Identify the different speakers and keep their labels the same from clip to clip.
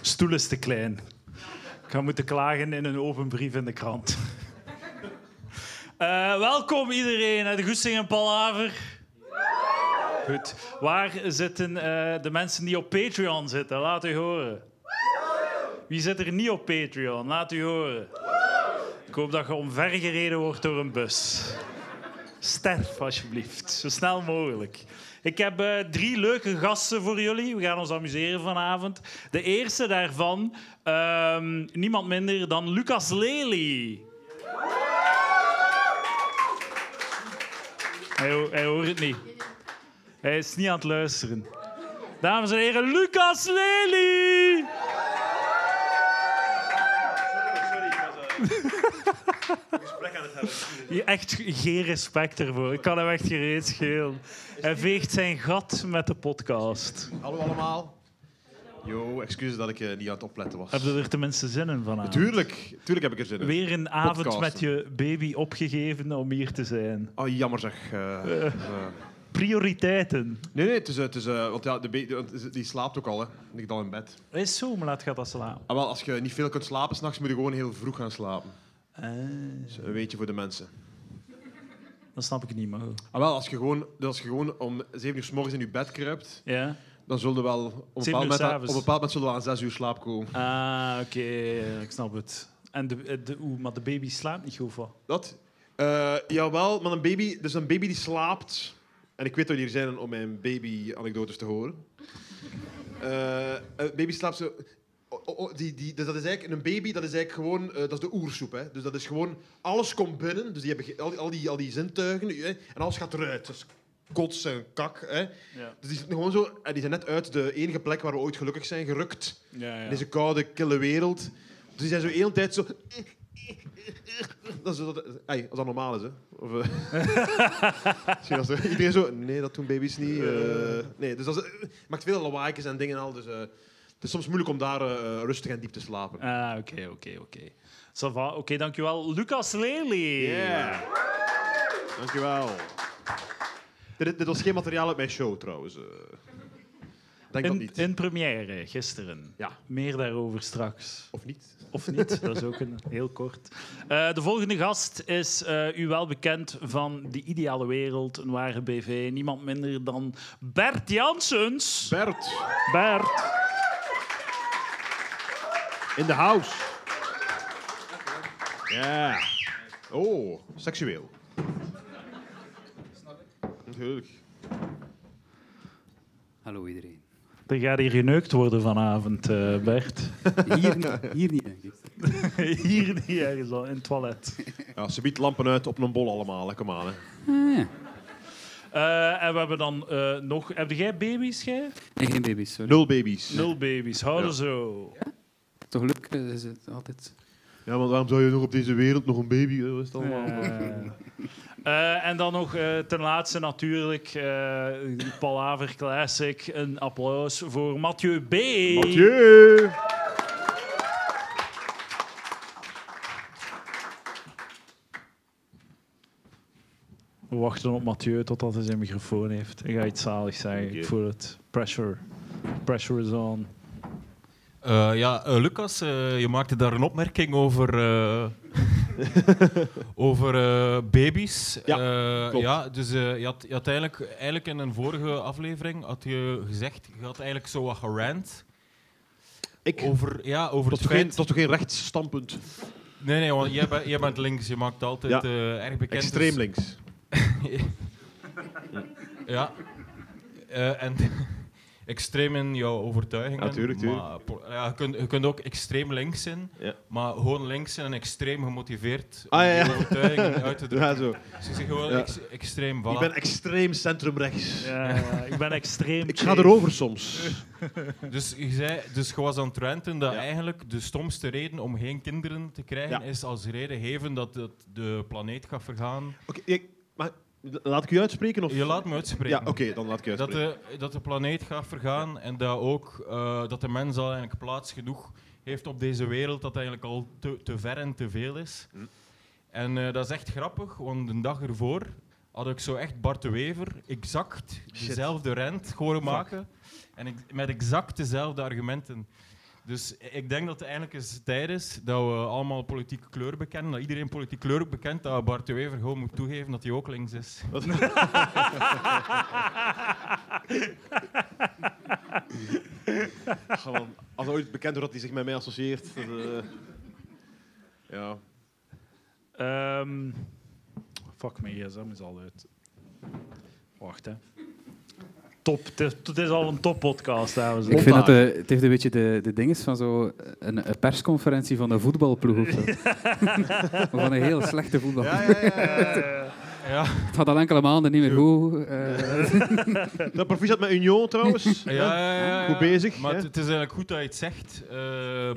Speaker 1: stoel is te klein. Ik ga moeten klagen in een open brief in de krant. Eh, welkom iedereen naar de Goesting en Palaver. Goed. Waar zitten eh, de mensen die op Patreon zitten? Laat u horen. Wie zit er niet op Patreon? Laat u horen. Ik hoop dat je omvergereden wordt door een bus. Sterf alsjeblieft, zo snel mogelijk. Ik heb eh, drie leuke gasten voor jullie. We gaan ons amuseren vanavond. De eerste daarvan, ehm, niemand minder dan Lucas Lely. Hij, ho- hij hoort het niet. Hij is niet aan het luisteren. Dames en heren, Lucas Lely! Je- Echt geen respect ervoor. Ik kan hem echt gereed schelen. Hij veegt zijn gat met de podcast.
Speaker 2: Hallo allemaal. Yo, excuses dat ik eh, niet aan het opletten was.
Speaker 1: Heb je er tenminste zin in vanavond?
Speaker 2: Tuurlijk, tuurlijk heb ik er zin in.
Speaker 1: Weer een avond
Speaker 2: Podcasten.
Speaker 1: met je baby opgegeven om hier te zijn.
Speaker 2: Oh, jammer zeg. eh, eh.
Speaker 1: Prioriteiten.
Speaker 2: Nee, nee, het is... eh, Het is eh, want ja, de be- de- want die slaapt ook al, hè. Die ligt al in bed.
Speaker 1: Is zo, maar laat gaat dat slaan.
Speaker 2: Ah, wel, als je niet veel kunt slapen, s'nachts moet je gewoon heel vroeg gaan slapen.
Speaker 1: Eh,
Speaker 2: Dus een weetje voor de mensen.
Speaker 1: dat snap ik niet, maar goed.
Speaker 2: Ah, wel, als je gewoon, dus als je gewoon om 7 uur s morgens in je bed kruipt,
Speaker 1: Ja?
Speaker 2: dan zullen we wel... Op een bepaald
Speaker 1: uur
Speaker 2: moment, aan- op
Speaker 1: s'avonds.
Speaker 2: een bepaald moment zullen we aan 6 uur slaap komen.
Speaker 1: Ah, oké. Ik snap het. En de, de, oeh, maar de baby slaapt niet goed van.
Speaker 2: Dat? Eh, jawel, maar een baby, dus een baby die slaapt. En ik weet dat jullie er zijn om mijn baby-anekdotes te horen. Eh, een baby slaapt zo. o- o- o- die, die, dus dat is eigenlijk, een baby dat is eigenlijk gewoon eh, dat is de oersoep. Hè? Dus dat is gewoon, alles komt binnen. Dus die hebben ge- al, die- al, die, al die zintuigen. Hè? En alles gaat eruit. Dus kots en kak. Hè?
Speaker 1: Ja.
Speaker 2: Dus die zitten gewoon zo. En die zijn net uit de enige plek waar we ooit gelukkig zijn gerukt.
Speaker 1: Ja,
Speaker 2: In
Speaker 1: ja.
Speaker 2: deze koude, kille wereld. Dus die zijn zo de hele tijd zo... Dat is, dat, ey, als dat normaal is, hè. Of, eh, misschien als er- iedereen zo... Nee, dat doen baby's niet. eh, nee, dus dat is- eh, maakt veel lawaaikjes en dingen en al. Dus, eh, het is soms moeilijk om daar eh, rustig en diep te slapen.
Speaker 1: Ah, oké, oké, oké. Ça va. Oké, dankjewel. Lucas Lely.
Speaker 2: Dankjewel. Dit, dit was geen materiaal uit mijn show, trouwens. eh. Denk dat
Speaker 1: In,
Speaker 2: niet.
Speaker 1: in première gisteren.
Speaker 2: Ja.
Speaker 1: Meer daarover straks.
Speaker 2: Of niet?
Speaker 1: Of niet, dat is ook een, heel kort. Eh, de volgende gast is eh, u wel bekend van De Ideale Wereld, een ware BV. Niemand minder dan Bert Janssens.
Speaker 2: Bert,
Speaker 1: Bert.
Speaker 2: in the house. Ja. Oh, seksueel. Natuurlijk.
Speaker 3: Hallo iedereen.
Speaker 1: Er gaat hier geneukt worden vanavond, eh, Bert.
Speaker 3: Hier niet, hier niet denk ik.
Speaker 1: hier niet ergens al, in het toilet.
Speaker 2: Ja, ze biedt lampen uit op een bol allemaal, hè. kom aan. Hè.
Speaker 1: Eh, en we hebben dan eh, nog... Heb jij baby's, jij?
Speaker 3: Nee, geen baby's, sorry.
Speaker 2: Nul baby's.
Speaker 1: Nul baby's, houden
Speaker 2: Ja.
Speaker 1: zo.
Speaker 3: Toch leuk eh, is het altijd.
Speaker 2: Ja, want waarom zou je nog op deze wereld nog een baby... eh, Wat is het allemaal?
Speaker 1: Eh, eh, en dan nog eh, ten laatste natuurlijk, eh Palaver Classic, een applaus voor Mathieu B.
Speaker 2: Mathieu!
Speaker 1: We wachten op Mathieu totdat hij zijn microfoon heeft. Ik ga iets zalig zeggen,
Speaker 2: Oké.
Speaker 1: ik voel het. Pressure. Pressure is on.
Speaker 4: Eh, ja, eh, Lucas, eh, je maakte daar een opmerking over, eh, over eh, baby's.
Speaker 2: Ja,
Speaker 4: Eh,
Speaker 2: klopt.
Speaker 4: ja dus eh, je had, je had eigenlijk, eigenlijk in een vorige aflevering had je gezegd, je had eigenlijk zo wat gerant
Speaker 2: Ik? Het
Speaker 4: over, ja, over
Speaker 2: was
Speaker 4: het
Speaker 2: toch geen,
Speaker 4: feit...
Speaker 2: het was toch geen rechts standpunt?
Speaker 4: Nee, nee, want jij, bent- jij bent links, je maakt altijd
Speaker 2: Ja.
Speaker 4: eh, erg bekend.
Speaker 2: Extreem
Speaker 4: dus-
Speaker 2: links.
Speaker 4: ja. Eh, en extreem in jouw overtuigingen.
Speaker 2: Ja, Ah, tuurlijk, tuurlijk.
Speaker 4: maar po- ja, je, kunt, je kunt ook extreem links zijn,
Speaker 2: Ja.
Speaker 4: maar gewoon links zijn en extreem gemotiveerd om
Speaker 2: Ah, ja, ja.
Speaker 4: die overtuigingen uit te drukken.
Speaker 2: Ja, zo.
Speaker 4: Dus je zegt gewoon
Speaker 2: Ja.
Speaker 4: ex- extreem, voilà.
Speaker 2: Ik ben extreem centrumrechts.
Speaker 1: Ja, ik ben extreem.
Speaker 2: Ik ga erover soms.
Speaker 4: Dus, je zei, dus je was aan het renten dat
Speaker 2: Ja.
Speaker 4: eigenlijk de stomste reden om geen kinderen te krijgen
Speaker 2: Ja.
Speaker 4: is als reden geven dat het de planeet gaat vergaan.
Speaker 2: Oké, ik- maar laat ik u uitspreken? Of?
Speaker 4: Je laat me uitspreken.
Speaker 2: Ja, oké, dan laat ik u
Speaker 4: Dat
Speaker 2: uitspreken.
Speaker 4: de, dat de planeet gaat vergaan en dat ook eh, dat de mens al eigenlijk plaats genoeg heeft op deze wereld dat eigenlijk al te, te ver en te veel is.
Speaker 2: Hm.
Speaker 4: En eh, dat is echt grappig, want een dag ervoor had ik zo echt Bart de Wever exact
Speaker 2: Shit.
Speaker 4: dezelfde rent horen maken en ik, met exact dezelfde argumenten. Dus ik denk dat het eigenlijk eens tijd is dat we allemaal politieke kleur bekennen. Dat iedereen politieke kleur bekent. Dat Bart de Wever gewoon moet toegeven dat hij ook links is.
Speaker 2: Ach, man. Als ooit bekend wordt dat hij zich met mij associeert. dat, eh, ja.
Speaker 1: Ehm, fuck, mijn gsm is al uit. Wacht, hè. Top. Het is, het is al een toppodcast, dames en
Speaker 3: Ik
Speaker 1: heren.
Speaker 3: vind dat de, het heeft een beetje de, de ding is van zo een, een persconferentie van een voetbalploeg of zo. van een heel slechte voetbal.
Speaker 2: Ja, ja, ja, ja.
Speaker 1: Eh,
Speaker 4: Ja,
Speaker 3: Het gaat al enkele maanden niet meer goed. eh.
Speaker 2: Dat proficiat met Union trouwens.
Speaker 4: ja, ja, ja, ja.
Speaker 2: Goed bezig,
Speaker 4: Maar
Speaker 2: hè?
Speaker 4: het, het is eigenlijk goed dat je het zegt, eh,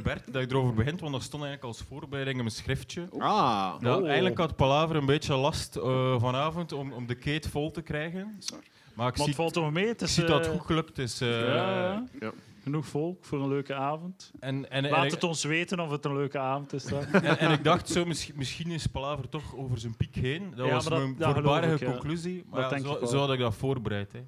Speaker 4: Bert, dat je erover begint. Want er stond eigenlijk als voorbereiding in mijn schriftje.
Speaker 2: Ah.
Speaker 4: Dat
Speaker 1: Oh.
Speaker 4: Eigenlijk had Palaver een beetje last eh, vanavond om, om de keet vol te krijgen. Maar ik
Speaker 1: Maar het
Speaker 4: zie,
Speaker 1: valt toch mee? Het
Speaker 4: ik
Speaker 1: is,
Speaker 4: zie dat
Speaker 1: eh,
Speaker 4: het goed gelukt is. eh.
Speaker 1: ja,
Speaker 2: Ja.
Speaker 1: ja. Genoeg volk voor een leuke avond.
Speaker 4: en, en, en,
Speaker 1: Laat het ons weten of het een leuke avond is. hè.
Speaker 4: en, en ik dacht, zo, misschien, misschien is Palaver toch over zijn piek heen. Dat
Speaker 1: Ja,
Speaker 4: was
Speaker 1: maar dat-
Speaker 4: mijn
Speaker 1: dat geloof
Speaker 4: voorbarige
Speaker 1: ik, ja.
Speaker 4: conclusie. Maar
Speaker 1: Dat
Speaker 4: ja,
Speaker 1: denk ik
Speaker 4: zo,
Speaker 1: wel.
Speaker 4: zo had ik dat voorbereid. Hè.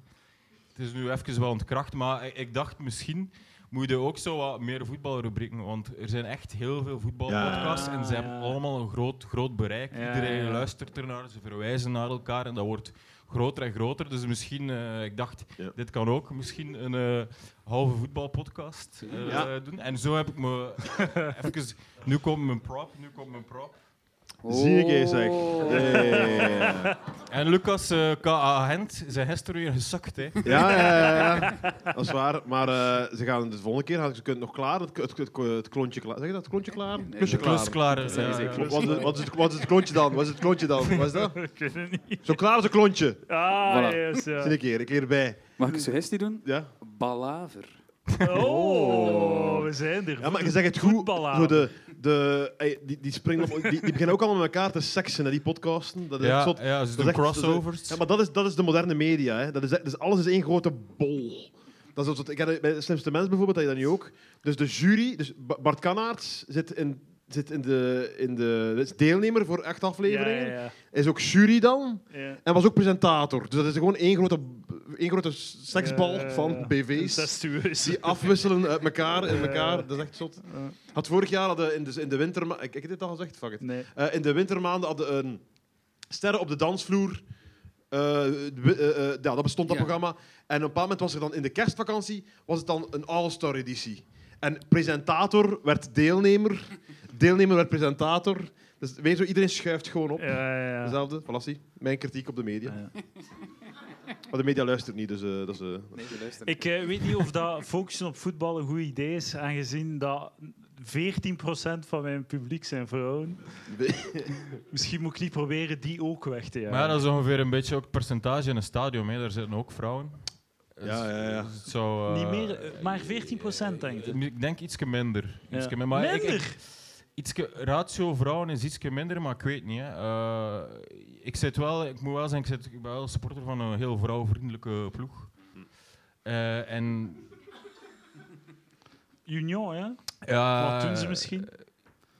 Speaker 4: Het is nu even wel ontkracht, maar ik, ik dacht misschien moet je ook zo wat meer voetbalrubrieken. Want er zijn echt heel veel voetbalpodcasts
Speaker 1: Ja,
Speaker 4: en ze
Speaker 1: ja.
Speaker 4: hebben allemaal een groot, groot bereik.
Speaker 1: Ja,
Speaker 4: Iedereen
Speaker 1: ja.
Speaker 4: luistert ernaar, ze verwijzen naar elkaar en dat wordt groter en groter. Dus misschien, eh, ik dacht,
Speaker 2: Ja.
Speaker 4: dit kan ook misschien een eh, halve voetbalpodcast eh,
Speaker 2: Ja.
Speaker 4: doen. En zo heb ik me even... Nu komt mijn prop, nu komt mijn prop.
Speaker 2: Zie ik je, zeg.
Speaker 3: Oh.
Speaker 2: Nee.
Speaker 4: En Lucas eh K.A. Hent, zijn gisteren weer gezakt, hè.
Speaker 2: Ja, ja, ja, ja. Dat is waar. Maar eh, ze gaan de volgende keer gaan ze kunnen nog klaar. Het, het, het, het klontje klaar. Zeg je dat? Het klontje klaar? Het klusje
Speaker 4: De klus
Speaker 2: klaar.
Speaker 4: klaar.
Speaker 3: zijn
Speaker 4: ja,
Speaker 3: ze
Speaker 4: ja.
Speaker 2: Wat- Wat is, het- wat, is het, wat is het klontje dan? Wat is het klontje dan? Wat is dat?
Speaker 1: Ik weet het niet.
Speaker 2: Zo klaar als een klontje.
Speaker 1: Ah,
Speaker 2: Voilà.
Speaker 1: yes, ja.
Speaker 2: Zit ik hier, ik leer erbij.
Speaker 3: Mag ik een suggestie doen?
Speaker 2: Ja?
Speaker 3: Balaver.
Speaker 1: Oh, we zijn er.
Speaker 2: ja, maar je zegt het goed. Zo
Speaker 1: Voetbalhaven.
Speaker 2: de, de, ey, die, die, springen op, die, die beginnen ook allemaal met elkaar te seksen, hè, die podcasten. Dat is echt
Speaker 4: Ja,
Speaker 2: zot.
Speaker 4: ja,
Speaker 2: Dat
Speaker 4: ze doen
Speaker 2: is echt-
Speaker 4: crossovers.
Speaker 2: Ja, maar dat is, dat is de moderne media. Hè. Dat is, echt- dus alles is één grote bol. Dat is, wat- ik had, bij de slimste mens bijvoorbeeld, had je dat nu ook. Dus de jury, dus Ba- Bart Kanaerts zit in, zit in de, in de dat is deelnemer voor acht
Speaker 1: Ja,
Speaker 2: afleveringen.
Speaker 1: ja,
Speaker 2: Is ook jury dan
Speaker 1: ja.
Speaker 2: en was ook presentator. Dus dat is gewoon één grote, één grote seksbal
Speaker 1: Ja, ja, ja.
Speaker 2: van BV's.
Speaker 1: Incestueus.
Speaker 2: Die afwisselen uit elkaar in elkaar.
Speaker 1: Ja.
Speaker 2: Dat is echt zot.
Speaker 1: Ja.
Speaker 2: Had vorig jaar hadden in de, in de wintermaanden. Ik, ik heb dit al gezegd, fuck it.
Speaker 1: Nee.
Speaker 2: Eh, in de wintermaanden hadden een sterren op de dansvloer. eh, wi- eh, eh, ja, dat bestond dat
Speaker 3: Ja.
Speaker 2: programma. En op een bepaald moment was er dan in de kerstvakantie was het dan een all-star editie. En presentator werd deelnemer. Deelnemer werd presentator. Dus weet je, zo, iedereen schuift gewoon op.
Speaker 1: Ja, ja, ja.
Speaker 2: Dezelfde, Falassi. Mijn kritiek op de media.
Speaker 1: Ja.
Speaker 2: Maar de media luistert niet, dus eh, dat is... eh,
Speaker 3: Nee, luister.
Speaker 1: Ik eh, weet niet of dat focussen op voetbal een goed idee is, aangezien dat 14% van mijn publiek zijn vrouwen.
Speaker 2: eh,
Speaker 1: Misschien moet ik niet proberen die ook weg te jagen.
Speaker 4: Maar ja, dat is ongeveer een beetje ook het percentage in een stadion, hè. Daar zitten ook vrouwen.
Speaker 2: Ja, ja, ja.
Speaker 4: Dus het zou, eh,
Speaker 1: Niet meer, eh, maar 14% denk ik.
Speaker 4: Ik denk ietsje minder.
Speaker 1: Ja.
Speaker 4: Ietsje minder. Maar ik-
Speaker 1: Minder?
Speaker 4: Ik, ietsje, ratio vrouwen is ietsje minder, maar ik weet niet. Hè. Eh, ik, zit wel, ik moet wel zeggen, ik, zit, ik ben wel supporter van een heel vrouwvriendelijke ploeg. Eh, en
Speaker 1: Union, hè?
Speaker 4: ja,
Speaker 1: Wat doen ze misschien?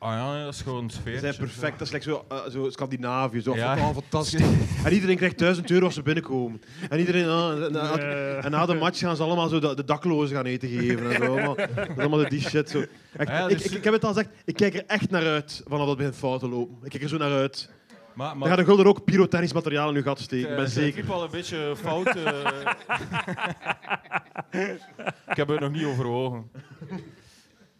Speaker 4: Ah ja, nee, dat is gewoon een
Speaker 2: Ze
Speaker 4: sfeer.
Speaker 2: zijn perfect. Dat is slechts zo, eh, zo Scandinavië. Zo
Speaker 4: Ja.
Speaker 2: oh, fantastisch. En iedereen krijgt 1000 euro als ze binnenkomen. En iedereen... ah, en, en- en-
Speaker 1: Eh,
Speaker 2: en na de match gaan ze allemaal zo de, de daklozen gaan eten geven. En zo. Allemaal, dat is allemaal die shit. Zo. Echt,
Speaker 4: Ja,
Speaker 2: ik,
Speaker 4: dus-
Speaker 2: ik, ik heb het al gezegd. Ik kijk er echt naar uit vanaf dat het begint fout te lopen. Ik kijk er zo naar uit.
Speaker 4: Maar,
Speaker 2: Dan
Speaker 4: maar
Speaker 2: gaat de Gulder ook pyrotechnisch materiaal in uw gat steken. Ik ben
Speaker 4: eh, Ik
Speaker 2: zeker.
Speaker 4: heb al een beetje fout. eh. ik heb het nog niet overwogen.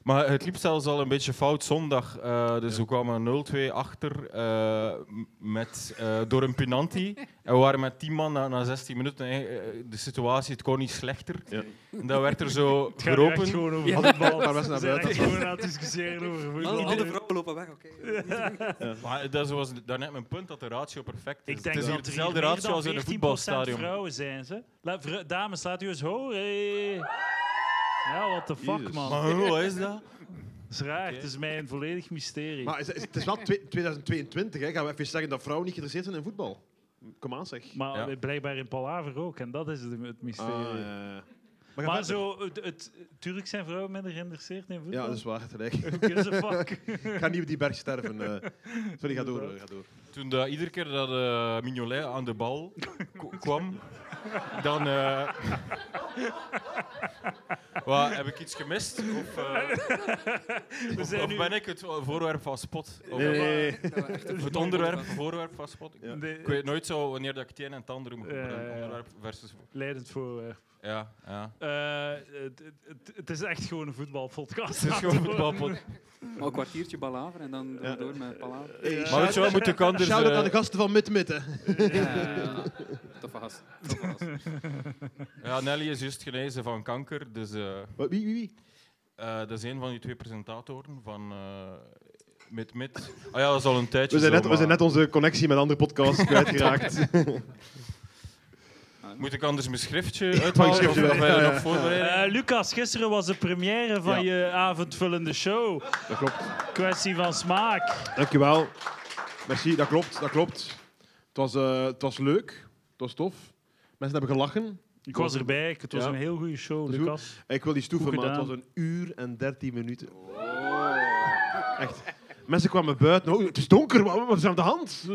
Speaker 4: Maar het liep zelfs al een beetje fout zondag. eh, dus we kwamen 0-2 achter eh, m- met, eh, door een penalty. En we waren met 10 man na, na 16 minuten. eh, eh, de situatie, het kon niet slechter.
Speaker 2: Ja.
Speaker 4: En dan werd er zo
Speaker 1: Het gaat nu echt
Speaker 4: geropen.
Speaker 1: gewoon over
Speaker 2: Had ik
Speaker 1: voetbal.
Speaker 2: maar best
Speaker 1: We
Speaker 2: naar
Speaker 1: zijn
Speaker 2: buiten.
Speaker 1: echt gewoon aan het discussiëren over voetbal.
Speaker 3: vrouwen lopen weg, oké.
Speaker 4: Maar dat was daarnet mijn punt, dat de ratio perfect is.
Speaker 1: Ik denk
Speaker 4: het is
Speaker 1: dat
Speaker 4: hier
Speaker 1: er
Speaker 4: dezelfde
Speaker 1: hier meer
Speaker 4: ratio
Speaker 1: dan
Speaker 4: als in een
Speaker 1: 14%
Speaker 4: voetbalstadion.
Speaker 1: vrouwen zijn ze. La- vrou- dames, laat u eens horen. Hey. Ja, what the fuck,
Speaker 2: Jezus.
Speaker 1: man.
Speaker 4: Maar hoe is dat?
Speaker 1: Dat is raar. Het is mij een volledig mysterie.
Speaker 2: Maar is- is- het is wel twee- 2022. Hè. Gaan we even zeggen dat vrouwen niet geïnteresseerd zijn in voetbal? Kom aan, zeg.
Speaker 1: Maar
Speaker 4: Ja.
Speaker 1: blijkbaar in Palaver ook, en dat is het, het mysterie.
Speaker 2: Ah, ja, ja. ga
Speaker 1: Maar
Speaker 2: verder.
Speaker 1: zo, het, het, tuurlijk zijn vrouwen minder geïnteresseerd in voetbal.
Speaker 2: Ja, dat is waar. Gelijk.
Speaker 1: Who gives a fuck?
Speaker 2: Ik ga niet op die berg sterven. eh. Sorry, ga door. eh, Ga door.
Speaker 4: Toen dat, iedere keer dat eh Mignolet aan de bal k- kwam, dan, eh, Wat, heb ik iets gemist? Of, eh,
Speaker 1: We
Speaker 4: of,
Speaker 1: zijn
Speaker 4: of
Speaker 1: nu-
Speaker 4: ben ik het voorwerp van spot? Of
Speaker 2: Nee, nee, nee.
Speaker 4: het onderwerp, voorwerp van spot? Ik-
Speaker 1: Nee,
Speaker 4: Ik weet nooit zo wanneer dat ik het een en het andere moet
Speaker 1: Ja, ja,
Speaker 4: gebruiken.
Speaker 1: ja.
Speaker 4: Onderwerp versus...
Speaker 1: Leidend voorwerp.
Speaker 4: Ja, ja.
Speaker 1: Eh, het- het- het- Het is echt gewoon een voetbalpodcast.
Speaker 4: Het is gewoon voetbalpot.
Speaker 3: Maar een kwartiertje balaver en dan doen we
Speaker 2: Ja.
Speaker 3: door met palaver.
Speaker 2: Hey,
Speaker 4: Maar weet
Speaker 2: shout-
Speaker 4: je wat, moet ik anders...
Speaker 2: Shout-out
Speaker 4: eh,
Speaker 2: aan de gasten van Mutmutten.
Speaker 3: Ja, ja, ja. Eh, Toffe gast. Toffe gast.
Speaker 4: ja, Nelly is juist genezen van kanker, dus... eh,
Speaker 2: Wat, Wie, wie, wie?
Speaker 4: eh, dat is een van die twee presentatoren van... eh Mit Mit. Ah ja, dat is al een tijdje
Speaker 2: We zijn,
Speaker 4: zo,
Speaker 2: net, we
Speaker 4: maar-
Speaker 2: zijn net onze connectie met andere podcasts kwijtgeraakt.
Speaker 4: Moet ik anders mijn schriftje uithalen?
Speaker 2: schriftje
Speaker 4: of
Speaker 2: wel,
Speaker 4: of wij
Speaker 2: ja,
Speaker 4: er
Speaker 2: ja.
Speaker 4: nog voorbereiden?
Speaker 1: Eh, Lucas, gisteren was de première van je avondvullende show.
Speaker 2: dat klopt.
Speaker 1: Kwestie van smaak.
Speaker 2: Dankjewel. Merci, dat klopt, dat klopt. Het was, eh, het was leuk, het was tof. Mensen hebben gelachen.
Speaker 1: Ik was erbij. Het was
Speaker 2: Ja.
Speaker 1: een heel goede show,
Speaker 2: Dat is goed. Oh.
Speaker 1: Lucas.
Speaker 2: Ik wil die stoeven,
Speaker 1: Goed
Speaker 2: maar het was
Speaker 1: gedaan.
Speaker 2: een uur en dertien minuten. Echt. Mensen kwamen buiten. Oh, het is donker, wat wat is er aan de hand?